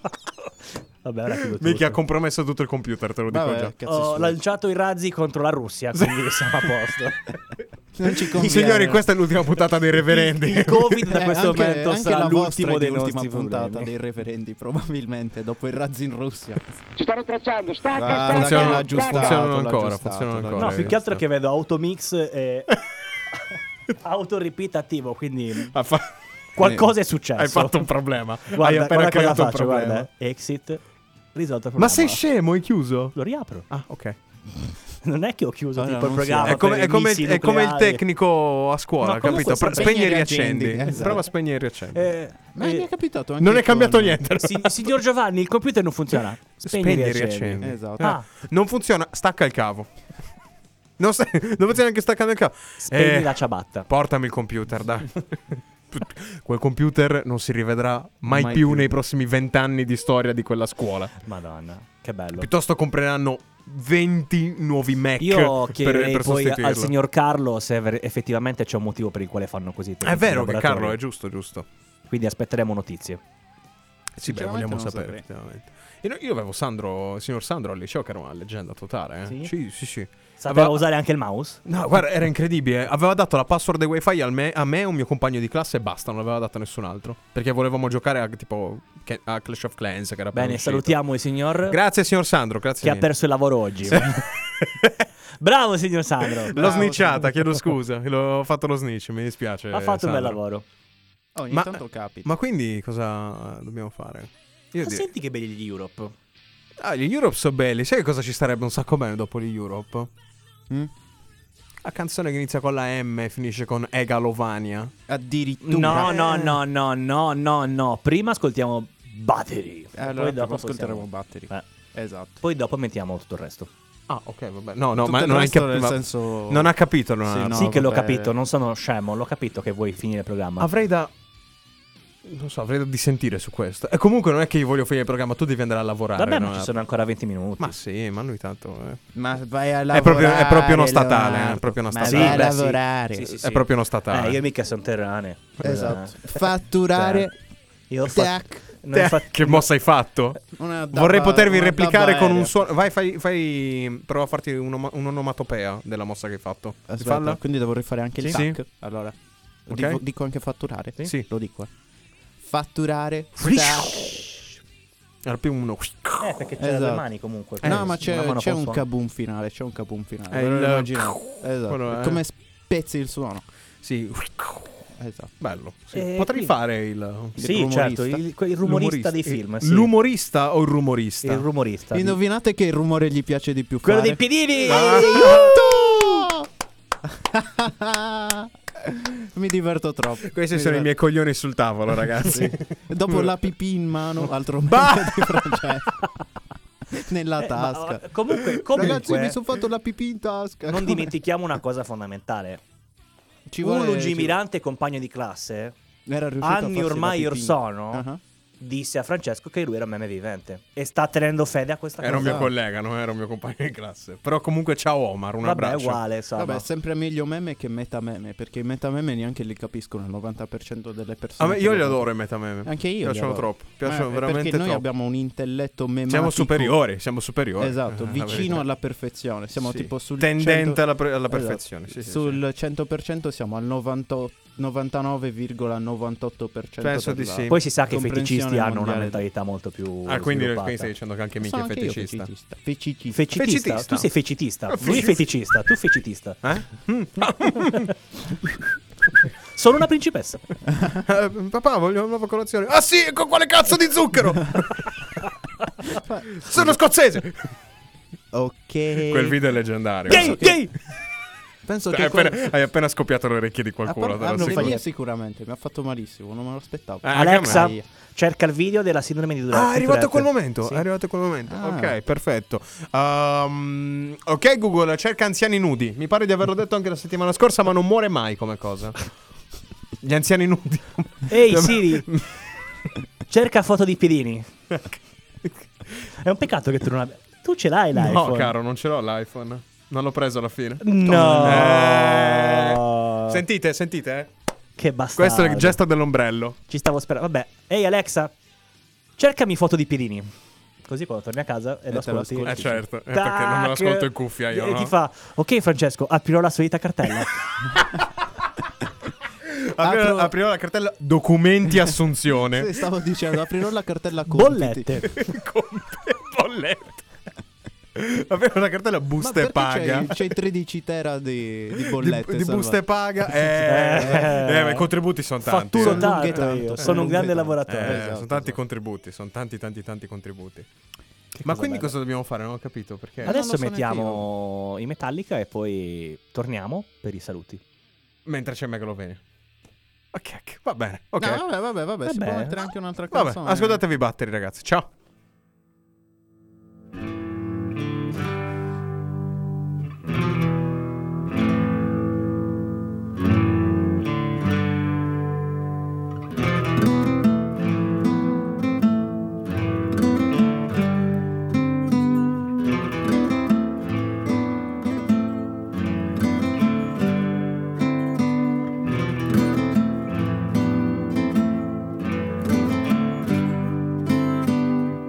[SPEAKER 3] Vabbè, ora chiudo tutto.
[SPEAKER 2] Mica ha compromesso tutto il computer, te lo dico
[SPEAKER 4] Vabbè,
[SPEAKER 2] già.
[SPEAKER 4] cazzi
[SPEAKER 3] Ho
[SPEAKER 4] suoi.
[SPEAKER 3] lanciato i razzi contro la Russia, quindi siamo a posto.
[SPEAKER 4] Non ci conviene.
[SPEAKER 2] Signori, questa è l'ultima puntata dei reverendi.
[SPEAKER 3] Il Covid da
[SPEAKER 4] Eh,
[SPEAKER 3] questo
[SPEAKER 4] anche-
[SPEAKER 3] momento
[SPEAKER 4] anche
[SPEAKER 3] sarà
[SPEAKER 4] la vostra
[SPEAKER 3] l'ultimo
[SPEAKER 4] è
[SPEAKER 3] dei
[SPEAKER 4] l'ultima
[SPEAKER 3] nostri
[SPEAKER 4] puntata
[SPEAKER 3] problemi.
[SPEAKER 4] dei referendi, probabilmente, dopo il razzo in
[SPEAKER 2] Ah,
[SPEAKER 4] Russia.
[SPEAKER 9] Ci stanno tracciando,
[SPEAKER 7] tá?
[SPEAKER 9] stacca,
[SPEAKER 4] Guarda,
[SPEAKER 9] stacca.
[SPEAKER 4] funzionano-
[SPEAKER 2] Funzionano,
[SPEAKER 4] l'ha aggiustato,
[SPEAKER 2] funzionano
[SPEAKER 4] l'ha
[SPEAKER 2] ancora,
[SPEAKER 4] aggiustato,
[SPEAKER 2] funzionano
[SPEAKER 4] l'ha
[SPEAKER 2] ancora.
[SPEAKER 4] aggiustato.
[SPEAKER 3] No, più che altro che vedo automix e auto repeat attivo, quindi
[SPEAKER 2] Ha fa-
[SPEAKER 3] qualcosa è successo.
[SPEAKER 2] Ah, Hai fatto un problema. Hai
[SPEAKER 3] Guarda,
[SPEAKER 2] appena
[SPEAKER 3] guarda cosa
[SPEAKER 2] creato un
[SPEAKER 3] faccio,
[SPEAKER 2] problema.
[SPEAKER 3] guarda. eh. Exit, risolto il problema.
[SPEAKER 2] Ma sei scemo, hai chiuso?
[SPEAKER 3] Lo riapro.
[SPEAKER 2] Ah, ok.
[SPEAKER 3] Non è che ho chiuso
[SPEAKER 2] Ah,
[SPEAKER 4] Allora,
[SPEAKER 3] tipo il
[SPEAKER 4] non si-
[SPEAKER 3] programma
[SPEAKER 2] È come,
[SPEAKER 3] per
[SPEAKER 2] è
[SPEAKER 3] i
[SPEAKER 2] come-
[SPEAKER 3] missili
[SPEAKER 2] è come il
[SPEAKER 3] nucleari.
[SPEAKER 2] tecnico a scuola,
[SPEAKER 3] No, comunque
[SPEAKER 2] capito?
[SPEAKER 3] se
[SPEAKER 2] Per-
[SPEAKER 4] spegni
[SPEAKER 2] Spegni e
[SPEAKER 4] e
[SPEAKER 2] riaccendi.
[SPEAKER 4] riaccendi, esatto.
[SPEAKER 2] Prova a spegnere e riaccendi.
[SPEAKER 3] Eh,
[SPEAKER 4] Ma
[SPEAKER 3] eh,
[SPEAKER 4] mi è capitato anche
[SPEAKER 2] non è
[SPEAKER 4] con-
[SPEAKER 2] cambiato niente. allora.
[SPEAKER 3] si- signor Giovanni, il computer non funziona. Spegni,
[SPEAKER 2] Spegni Eh, e
[SPEAKER 3] riaccendi.
[SPEAKER 2] riaccendi.
[SPEAKER 4] Esatto.
[SPEAKER 2] Ah, Non funziona, stacca il cavo. Non, sta- non funziona neanche staccando il cavo.
[SPEAKER 3] Spegni
[SPEAKER 2] Eh,
[SPEAKER 3] la ciabatta.
[SPEAKER 2] Portami il computer, dai. Quel computer non si rivedrà mai,
[SPEAKER 4] Mai
[SPEAKER 2] più,
[SPEAKER 4] più.
[SPEAKER 2] nei prossimi vent'anni di storia di quella scuola.
[SPEAKER 3] Madonna, che bello.
[SPEAKER 2] Piuttosto compreranno 20 nuovi Mac
[SPEAKER 3] Io
[SPEAKER 2] ecco, per,
[SPEAKER 3] chiederei
[SPEAKER 2] per
[SPEAKER 3] poi
[SPEAKER 2] sostituirlo.
[SPEAKER 3] al signor Carlo se ver- effettivamente c'è un motivo per il quale fanno così.
[SPEAKER 2] È vero che
[SPEAKER 3] collaboratori.
[SPEAKER 2] Carlo, è giusto, giusto.
[SPEAKER 3] Quindi aspetteremo notizie.
[SPEAKER 2] Sì, beh,
[SPEAKER 4] Sinceramente
[SPEAKER 2] vogliamo
[SPEAKER 4] non
[SPEAKER 2] sapere.
[SPEAKER 4] saprei.
[SPEAKER 2] effettivamente. E no- Io avevo Sandro, il signor Sandro al liceo, che era una leggenda totale. eh.
[SPEAKER 3] Sì?
[SPEAKER 2] sì, sì. sì.
[SPEAKER 3] Sapeva
[SPEAKER 2] Aveva-
[SPEAKER 3] usare anche il mouse?
[SPEAKER 2] No, guarda, era incredibile. Aveva dato la password di wifi al me- a me e un mio compagno di classe e basta, non l'aveva data a nessun altro. Perché volevamo giocare a tipo che- a Clash of Clans, che era appena
[SPEAKER 3] Bene,
[SPEAKER 2] uscito.
[SPEAKER 3] salutiamo il signor
[SPEAKER 2] Grazie, signor Sandro, grazie.
[SPEAKER 3] che ha
[SPEAKER 2] mille.
[SPEAKER 3] perso il lavoro oggi. Bravo, signor Sandro.
[SPEAKER 2] L'ho snitchata, chiedo scusa. L'ho fatto lo snitch, mi dispiace.
[SPEAKER 3] Ha fatto un bel
[SPEAKER 2] Sandro.
[SPEAKER 3] lavoro.
[SPEAKER 4] Oh, Ogni
[SPEAKER 2] Ma-
[SPEAKER 4] tanto capita.
[SPEAKER 2] Ma quindi cosa dobbiamo fare? Io
[SPEAKER 3] Ma
[SPEAKER 2] direi-
[SPEAKER 3] senti che belli gli Europe.
[SPEAKER 2] Ah, gli Europe sono belli. Sai che cosa ci starebbe un sacco bene dopo gli Europe?
[SPEAKER 4] Mm?
[SPEAKER 2] La canzone che inizia con la M e finisce con Egalovania.
[SPEAKER 4] Addirittura. Eh,
[SPEAKER 3] No, no, no, no, no, no, no. Prima ascoltiamo Battery.
[SPEAKER 4] Eh, Allora,
[SPEAKER 3] poi, dopo
[SPEAKER 4] dopo ascolteremo
[SPEAKER 3] possiamo-
[SPEAKER 4] Battery. Esatto.
[SPEAKER 3] poi dopo mettiamo tutto il resto.
[SPEAKER 2] Ah, ok, vabbè. No, no,
[SPEAKER 4] Tutto
[SPEAKER 2] ma
[SPEAKER 4] il
[SPEAKER 2] non, hai
[SPEAKER 4] resto
[SPEAKER 2] cap-
[SPEAKER 4] nel
[SPEAKER 2] ma-
[SPEAKER 4] senso-
[SPEAKER 2] non ha capito. Non
[SPEAKER 4] Sì,
[SPEAKER 2] ha-
[SPEAKER 4] no.
[SPEAKER 3] sì che l'ho
[SPEAKER 4] vabbè.
[SPEAKER 3] capito, non sono scemo, l'ho capito che vuoi finire il programma.
[SPEAKER 2] Avrei da. Non so, avrei da dissentire su questo. E comunque non è che io voglio finire il programma, tu devi andare a lavorare.
[SPEAKER 3] Vabbè, ma
[SPEAKER 2] no?
[SPEAKER 3] ci sono ancora 20 minuti.
[SPEAKER 2] Ma sì, ma lui tanto. eh.
[SPEAKER 4] Ma vai a
[SPEAKER 2] È proprio-
[SPEAKER 4] lavorare.
[SPEAKER 2] è proprio uno
[SPEAKER 4] Leonardo.
[SPEAKER 2] statale, è proprio uno
[SPEAKER 4] Ma
[SPEAKER 2] statale.
[SPEAKER 4] vai a
[SPEAKER 2] Sì, beh,
[SPEAKER 3] sì.
[SPEAKER 4] lavorare.
[SPEAKER 3] Sì, sì,
[SPEAKER 2] È proprio uno statale.
[SPEAKER 3] Eh, io mica sono terrane.
[SPEAKER 4] Esatto.
[SPEAKER 3] Eh,
[SPEAKER 4] Fatturare.
[SPEAKER 3] Io ho fatto...
[SPEAKER 4] Tac.
[SPEAKER 3] non ho fatto-
[SPEAKER 2] Che mossa hai fatto?
[SPEAKER 4] Una dabba-
[SPEAKER 2] Vorrei potervi
[SPEAKER 4] una
[SPEAKER 2] replicare
[SPEAKER 4] dabba
[SPEAKER 2] con un
[SPEAKER 4] aerea.
[SPEAKER 2] suono. Vai, fai. fai... Prova a farti un'oma- un'onomatopea della mossa che hai fatto. Ti
[SPEAKER 4] Aspetta,
[SPEAKER 2] falla?
[SPEAKER 4] quindi devo rifare anche il
[SPEAKER 2] Sì.
[SPEAKER 4] tac. Allora,
[SPEAKER 2] Ok.
[SPEAKER 4] dico, dico anche fatturare?
[SPEAKER 2] Sì.
[SPEAKER 4] Lo dico. eh. Fatturare. tac.
[SPEAKER 2] Era più uno.
[SPEAKER 3] Eh, perché c'è
[SPEAKER 4] Esatto.
[SPEAKER 3] le mani comunque.
[SPEAKER 4] no, ma
[SPEAKER 3] una
[SPEAKER 4] c'è,
[SPEAKER 3] mano
[SPEAKER 4] c'è
[SPEAKER 3] con
[SPEAKER 4] un
[SPEAKER 3] suono.
[SPEAKER 4] kaboom finale, c'è un kaboom finale.
[SPEAKER 2] È
[SPEAKER 4] Ve lo
[SPEAKER 2] Eh, il-
[SPEAKER 4] immaginate? Esatto.
[SPEAKER 2] Quello è-
[SPEAKER 4] Come spezzi il suono.
[SPEAKER 2] Sì.
[SPEAKER 4] Esatto.
[SPEAKER 2] Bello. sì.
[SPEAKER 3] Eh,
[SPEAKER 2] Potrei
[SPEAKER 3] sì.
[SPEAKER 2] fare il.
[SPEAKER 3] Sì,
[SPEAKER 4] rumorista.
[SPEAKER 3] certo, il, quel- il rumorista dei film.
[SPEAKER 2] Eh,
[SPEAKER 3] Sì.
[SPEAKER 2] L'umorista o il rumorista?
[SPEAKER 3] Il rumorista. di-
[SPEAKER 4] Indovinate che rumore gli piace di più
[SPEAKER 3] Quello
[SPEAKER 4] fare?
[SPEAKER 3] dei piedini!
[SPEAKER 2] Ah.
[SPEAKER 4] Mi diverto troppo.
[SPEAKER 2] Questi
[SPEAKER 4] Mi
[SPEAKER 2] sono i miei
[SPEAKER 4] diverto.
[SPEAKER 2] coglioni sul tavolo, ragazzi.
[SPEAKER 4] Dopo la pipì in mano, altro
[SPEAKER 2] Bah!
[SPEAKER 4] meglio di Francesco. Nella
[SPEAKER 3] Eh, ma-
[SPEAKER 4] tasca.
[SPEAKER 3] comunque,
[SPEAKER 4] Ragazzi,
[SPEAKER 3] comunque
[SPEAKER 4] mi sono fatto la pipì in tasca.
[SPEAKER 3] non dimentichiamo una cosa fondamentale.
[SPEAKER 4] Ci
[SPEAKER 3] un
[SPEAKER 4] vuole-
[SPEAKER 3] lungimirante compagno di classe
[SPEAKER 4] Era riuscito a
[SPEAKER 3] Anni
[SPEAKER 4] farsi la
[SPEAKER 3] ormai
[SPEAKER 4] pipì.
[SPEAKER 3] or sono.
[SPEAKER 4] Ah,
[SPEAKER 3] disse a Francesco che lui era un meme vivente e sta tenendo fede a questa
[SPEAKER 2] Era un
[SPEAKER 3] cosa.
[SPEAKER 2] mio collega, non era un mio compagno di classe. Però comunque ciao Omar, un
[SPEAKER 3] Vabbè, è
[SPEAKER 2] abbraccio.
[SPEAKER 3] uguale, insomma.
[SPEAKER 4] Vabbè, è sempre meglio meme che metameme, perché i metameme neanche li capiscono il 90% delle
[SPEAKER 2] A
[SPEAKER 4] persone.
[SPEAKER 2] me-
[SPEAKER 4] che
[SPEAKER 2] Ah, io
[SPEAKER 4] lo
[SPEAKER 2] li adoro
[SPEAKER 4] fanno.
[SPEAKER 2] i metameme.
[SPEAKER 4] Anche io. li
[SPEAKER 2] Piacciono
[SPEAKER 4] adoro.
[SPEAKER 2] troppo. Piacciono
[SPEAKER 4] Ma è
[SPEAKER 2] veramente
[SPEAKER 4] Perché noi
[SPEAKER 2] troppo.
[SPEAKER 4] abbiamo un intelletto mematico.
[SPEAKER 2] Siamo superiori, siamo superiori.
[SPEAKER 4] Esatto,
[SPEAKER 2] Eh, la
[SPEAKER 4] vicino
[SPEAKER 2] verità.
[SPEAKER 4] alla perfezione. Siamo
[SPEAKER 2] Sì.
[SPEAKER 4] tipo sul
[SPEAKER 2] Tendente
[SPEAKER 4] 100
[SPEAKER 2] alla, pre- alla
[SPEAKER 4] Esatto.
[SPEAKER 2] perfezione. sì, sì, sì.
[SPEAKER 4] sul 100% siamo al 98 99,98%
[SPEAKER 2] Penso
[SPEAKER 4] della-
[SPEAKER 2] di sì.
[SPEAKER 3] Poi si sa che i
[SPEAKER 4] Comprensione
[SPEAKER 3] feticisti hanno una
[SPEAKER 4] mondiale.
[SPEAKER 3] mentalità molto più
[SPEAKER 2] Ah, quindi,
[SPEAKER 3] sviluppata.
[SPEAKER 2] quindi stai dicendo che anche Mickey
[SPEAKER 4] Sono
[SPEAKER 2] è
[SPEAKER 4] anche io
[SPEAKER 2] feticista.
[SPEAKER 4] feticista. Feticista.
[SPEAKER 3] Fecitista.
[SPEAKER 2] Fecitista.
[SPEAKER 3] Tu sei fecitista.
[SPEAKER 2] Ah,
[SPEAKER 3] Lui è
[SPEAKER 2] feci-
[SPEAKER 3] feticista. Tu fecitista.
[SPEAKER 2] Eh?
[SPEAKER 3] Sono una principessa.
[SPEAKER 2] Eh, papà, voglio una nuova colazione. Ah sì, con quale cazzo di zucchero? Sono scozzese.
[SPEAKER 4] ok.
[SPEAKER 2] Quel video è leggendario.
[SPEAKER 3] Gay, gay.
[SPEAKER 4] Penso
[SPEAKER 2] Hai
[SPEAKER 4] che
[SPEAKER 2] appena,
[SPEAKER 4] quel-
[SPEAKER 2] hai appena scoppiato le orecchie di
[SPEAKER 4] a
[SPEAKER 2] qualcuno.
[SPEAKER 4] par-
[SPEAKER 2] te lo
[SPEAKER 4] ah, no,
[SPEAKER 2] assicuro.
[SPEAKER 4] quello sicuramente, mi ha fatto malissimo, non me lo aspettavo.
[SPEAKER 2] Eh, anche a me.
[SPEAKER 3] Alexa,
[SPEAKER 4] Ahia.
[SPEAKER 3] cerca il video della sindrome di Tourette.
[SPEAKER 2] Ah, è arrivato
[SPEAKER 3] Tourette.
[SPEAKER 2] quel momento.
[SPEAKER 3] Sì.
[SPEAKER 2] È arrivato quel momento.
[SPEAKER 4] Ah.
[SPEAKER 2] Ok, perfetto. Ehm, ok, Google, cerca anziani nudi. Mi pare di averlo detto anche la settimana scorsa, ma non muore mai come cosa. Gli anziani nudi. Cioè,
[SPEAKER 3] Ehi, Siri. cerca foto di Pirini. È un peccato che tu non abbia... Tu ce l'hai l'iPhone.
[SPEAKER 2] No, caro, non ce l'ho l'iPhone. Non l'ho preso alla fine.
[SPEAKER 3] No.
[SPEAKER 2] Eh. Sentite, sentite. eh.
[SPEAKER 3] Che bastardo.
[SPEAKER 2] Questo è il gesto dell'ombrello.
[SPEAKER 3] Ci stavo sperando. Vabbè. Ehi Alexa, cercami foto di Pirini. Così quando torni a casa e,
[SPEAKER 4] E
[SPEAKER 3] lo
[SPEAKER 4] te lo
[SPEAKER 3] ascolti.
[SPEAKER 4] ascolti.
[SPEAKER 2] Eh
[SPEAKER 4] Sì,
[SPEAKER 2] certo, eh, perché non me l'ascolto in cuffia io.
[SPEAKER 3] E
[SPEAKER 2] no?
[SPEAKER 3] ti fa, ok Francesco, aprirò la solita cartella.
[SPEAKER 2] Aprirò,
[SPEAKER 4] Apro-
[SPEAKER 2] aprirò la cartella documenti assunzione.
[SPEAKER 4] Sì, stavo dicendo, aprirò la cartella compiti.
[SPEAKER 3] Bollette.
[SPEAKER 2] Compri bollette. Aprirò la cartella
[SPEAKER 4] Ma
[SPEAKER 2] buste
[SPEAKER 4] perché
[SPEAKER 2] e paga.
[SPEAKER 4] C'hai, c'hai 13 tera di, di
[SPEAKER 2] Di,
[SPEAKER 4] bollette.
[SPEAKER 2] di buste e
[SPEAKER 4] salvate.
[SPEAKER 2] paga. Eh, eh, ma i contributi sono tanti. eh.
[SPEAKER 3] Fatturo
[SPEAKER 4] Sono
[SPEAKER 3] tanto,
[SPEAKER 4] lunghe tanto,
[SPEAKER 3] io,
[SPEAKER 4] eh,
[SPEAKER 3] sono un
[SPEAKER 4] lunghe
[SPEAKER 3] grande
[SPEAKER 4] tanto.
[SPEAKER 2] Eh,
[SPEAKER 3] lavoratore.
[SPEAKER 4] Eh, esatto,
[SPEAKER 2] sono tanti
[SPEAKER 4] esatto.
[SPEAKER 2] contributi, sono tanti tanti tanti contributi. Ma quindi
[SPEAKER 3] bella.
[SPEAKER 2] cosa dobbiamo fare? Non ho capito perché.
[SPEAKER 3] Adesso
[SPEAKER 4] non lo so
[SPEAKER 3] mettiamo i Metallica e poi torniamo per i saluti.
[SPEAKER 2] Mentre c'è Megalovania. Ok, ok, va bene. Ok.
[SPEAKER 4] No, vabbè, vabbè, vabbè, si
[SPEAKER 3] Vabbè.
[SPEAKER 4] può mettere anche un'altra
[SPEAKER 2] Vabbè,
[SPEAKER 4] canzone.
[SPEAKER 2] ascoltatevi i batteri ragazzi. Ciao.
[SPEAKER 10] Io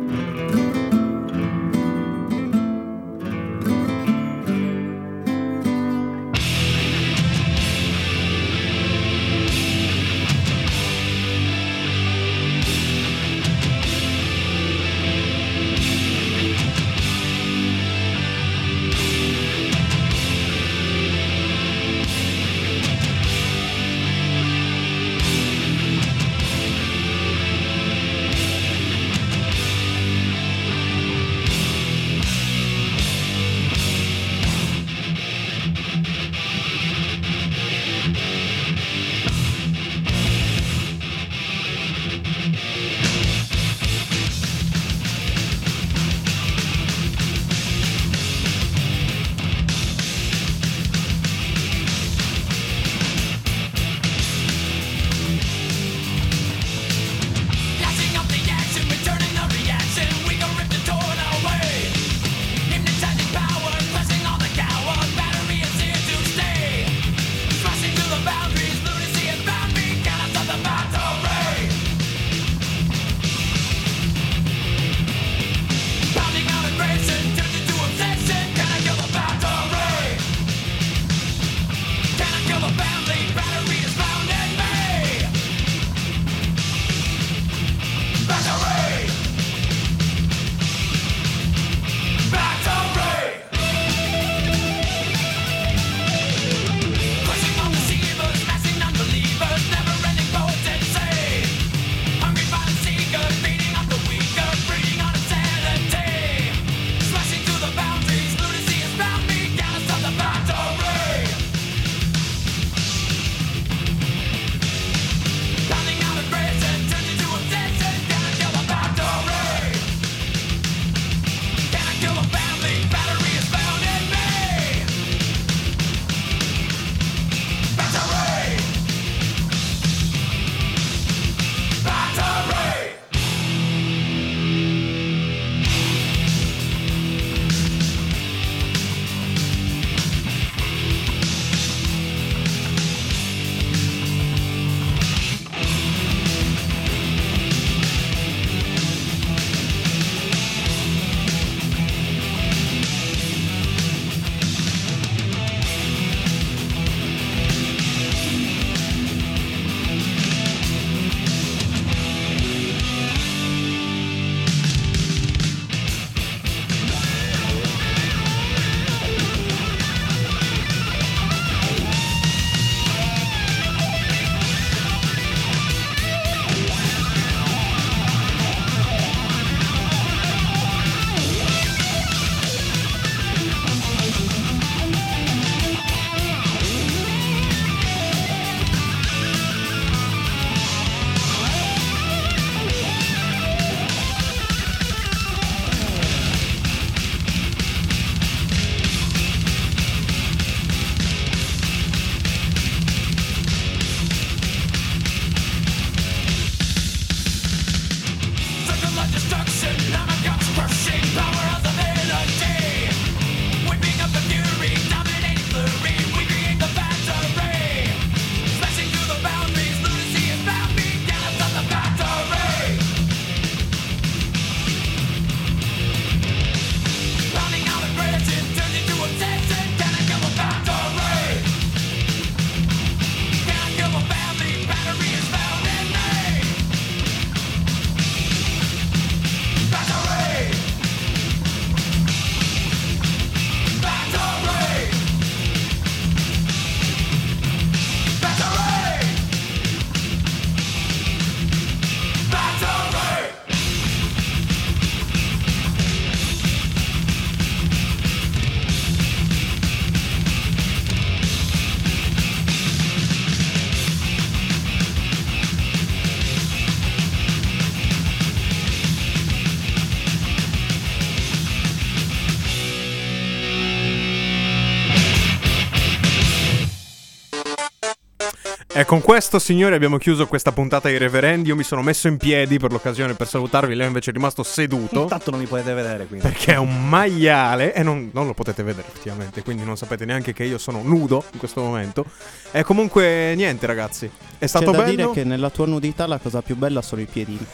[SPEAKER 2] con questo, signori, abbiamo chiuso questa puntata ai reverendi. Io mi sono messo in piedi per l'occasione per salutarvi. Lei invece è rimasto seduto.
[SPEAKER 8] Intanto non mi potete vedere quindi.
[SPEAKER 2] Perché è un maiale e non, non lo potete vedere effettivamente, quindi non sapete neanche che io sono nudo in questo momento. E comunque niente ragazzi, è
[SPEAKER 4] C'è
[SPEAKER 2] stato
[SPEAKER 4] da
[SPEAKER 2] bello.
[SPEAKER 4] dire che nella tua nudità la cosa più bella sono i piedini.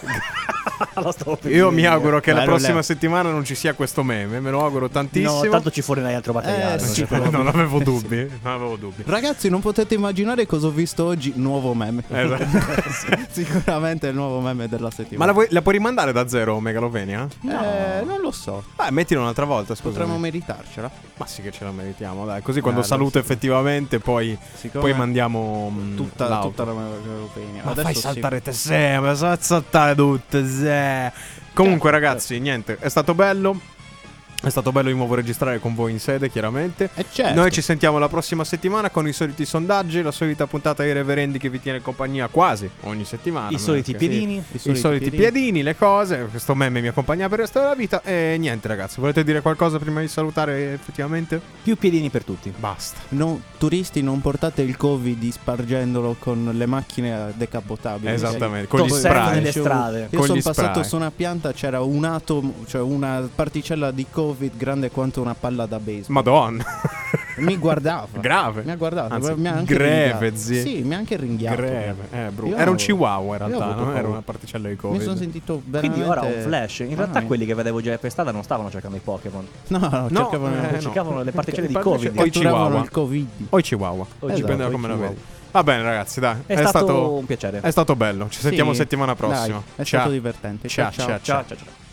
[SPEAKER 8] Lo stavo per
[SPEAKER 2] Io
[SPEAKER 8] dire.
[SPEAKER 2] mi auguro che la
[SPEAKER 4] Bello,
[SPEAKER 2] prossima
[SPEAKER 4] Leo.
[SPEAKER 2] settimana non ci sia questo meme, me lo auguro tantissimo.
[SPEAKER 8] No, tanto ci fornirai altro materiale.
[SPEAKER 4] Eh, sì,
[SPEAKER 8] cioè.
[SPEAKER 2] non avevo dubbi, non avevo dubbi.
[SPEAKER 4] Ragazzi, non potete immaginare cosa ho visto oggi. Nuovo meme.
[SPEAKER 2] Esatto.
[SPEAKER 4] Sicuramente il nuovo meme della
[SPEAKER 2] Ma
[SPEAKER 4] settimana.
[SPEAKER 2] la, vuoi- la puoi rimandare da zero Megalovenia?
[SPEAKER 4] Eh, non lo so.
[SPEAKER 2] Beh, mettilo un'altra volta, scusa.
[SPEAKER 4] Potremmo meritarcela.
[SPEAKER 2] Ma sì che ce la meritiamo, dai. Così quando
[SPEAKER 4] Eh, allora
[SPEAKER 2] saluto
[SPEAKER 4] sì.
[SPEAKER 2] effettivamente poi,
[SPEAKER 4] Siccome
[SPEAKER 2] poi mandiamo mh,
[SPEAKER 4] tutta,
[SPEAKER 2] l'auto.
[SPEAKER 4] tutta la meme.
[SPEAKER 2] Ma fai saltare te sé, ma fai saltare tutte sé. Comunque ragazzi, niente, è stato bello. È stato bello di nuovo registrare con voi in sede, chiaramente.
[SPEAKER 4] E certo.
[SPEAKER 2] Noi ci sentiamo la prossima settimana con i soliti sondaggi, la solita puntata ai reverendi che vi tiene compagnia quasi ogni settimana.
[SPEAKER 8] I soliti
[SPEAKER 2] Perché-
[SPEAKER 8] piedini.
[SPEAKER 4] I
[SPEAKER 2] I soliti piedini, le cose. Questo meme mi accompagna per il resto della vita. E niente, ragazzi, volete dire qualcosa prima di salutare effettivamente?
[SPEAKER 8] Più piedini per tutti.
[SPEAKER 2] Basta.
[SPEAKER 4] No, turisti, non portate il covid spargendolo con le macchine decapotabili.
[SPEAKER 2] Esattamente,
[SPEAKER 4] Cioè,
[SPEAKER 2] con gli
[SPEAKER 4] poi-
[SPEAKER 2] spray.
[SPEAKER 8] Nelle strade.
[SPEAKER 4] Io
[SPEAKER 2] Con
[SPEAKER 4] sono
[SPEAKER 2] gli
[SPEAKER 4] passato
[SPEAKER 2] spray.
[SPEAKER 4] su una pianta, c'era un atomo, cioè una particella di covid grande quanto una palla da baseball.
[SPEAKER 2] Madonna.
[SPEAKER 4] Mi guardava.
[SPEAKER 2] Grave.
[SPEAKER 4] Mi ha guardato.
[SPEAKER 2] Anzi,
[SPEAKER 4] mi ha anche
[SPEAKER 2] greve,
[SPEAKER 4] ringhiato.
[SPEAKER 2] zia.
[SPEAKER 4] Sì, mi ha anche ringhiato.
[SPEAKER 2] Greve. Eh, brutto.
[SPEAKER 4] Io-
[SPEAKER 2] Era un chihuahua in
[SPEAKER 4] io
[SPEAKER 2] realtà,
[SPEAKER 4] avevo
[SPEAKER 2] non era
[SPEAKER 4] paura.
[SPEAKER 2] una particella di Covid.
[SPEAKER 4] Mi sono sentito veramente...
[SPEAKER 8] Quindi ora ho un flash. In realtà
[SPEAKER 4] Mamma mia.
[SPEAKER 8] quelli che vedevo già per strada non stavano cercando i Pokémon.
[SPEAKER 4] No, no,
[SPEAKER 2] No,
[SPEAKER 4] cercavano...
[SPEAKER 2] eh, no.
[SPEAKER 8] cercavano le particelle di
[SPEAKER 2] Perché
[SPEAKER 8] Covid.
[SPEAKER 2] particelle- o i
[SPEAKER 4] catturavano
[SPEAKER 2] chihuahua.
[SPEAKER 4] il covid.
[SPEAKER 2] O i chihuahua.
[SPEAKER 4] Esatto,
[SPEAKER 2] Dipende da
[SPEAKER 4] o i
[SPEAKER 2] come la
[SPEAKER 4] chihuahua.
[SPEAKER 2] vedi. Va bene, ragazzi, dai.
[SPEAKER 8] È, stato, un piacere.
[SPEAKER 2] È stato bello. Ci sentiamo
[SPEAKER 4] Sì,
[SPEAKER 2] settimana
[SPEAKER 4] dai,
[SPEAKER 2] prossima.
[SPEAKER 4] è
[SPEAKER 2] Ciao.
[SPEAKER 4] stato divertente.
[SPEAKER 2] Ciao,
[SPEAKER 4] ciao.
[SPEAKER 2] ciao, ciao.
[SPEAKER 8] ciao ciao ciao.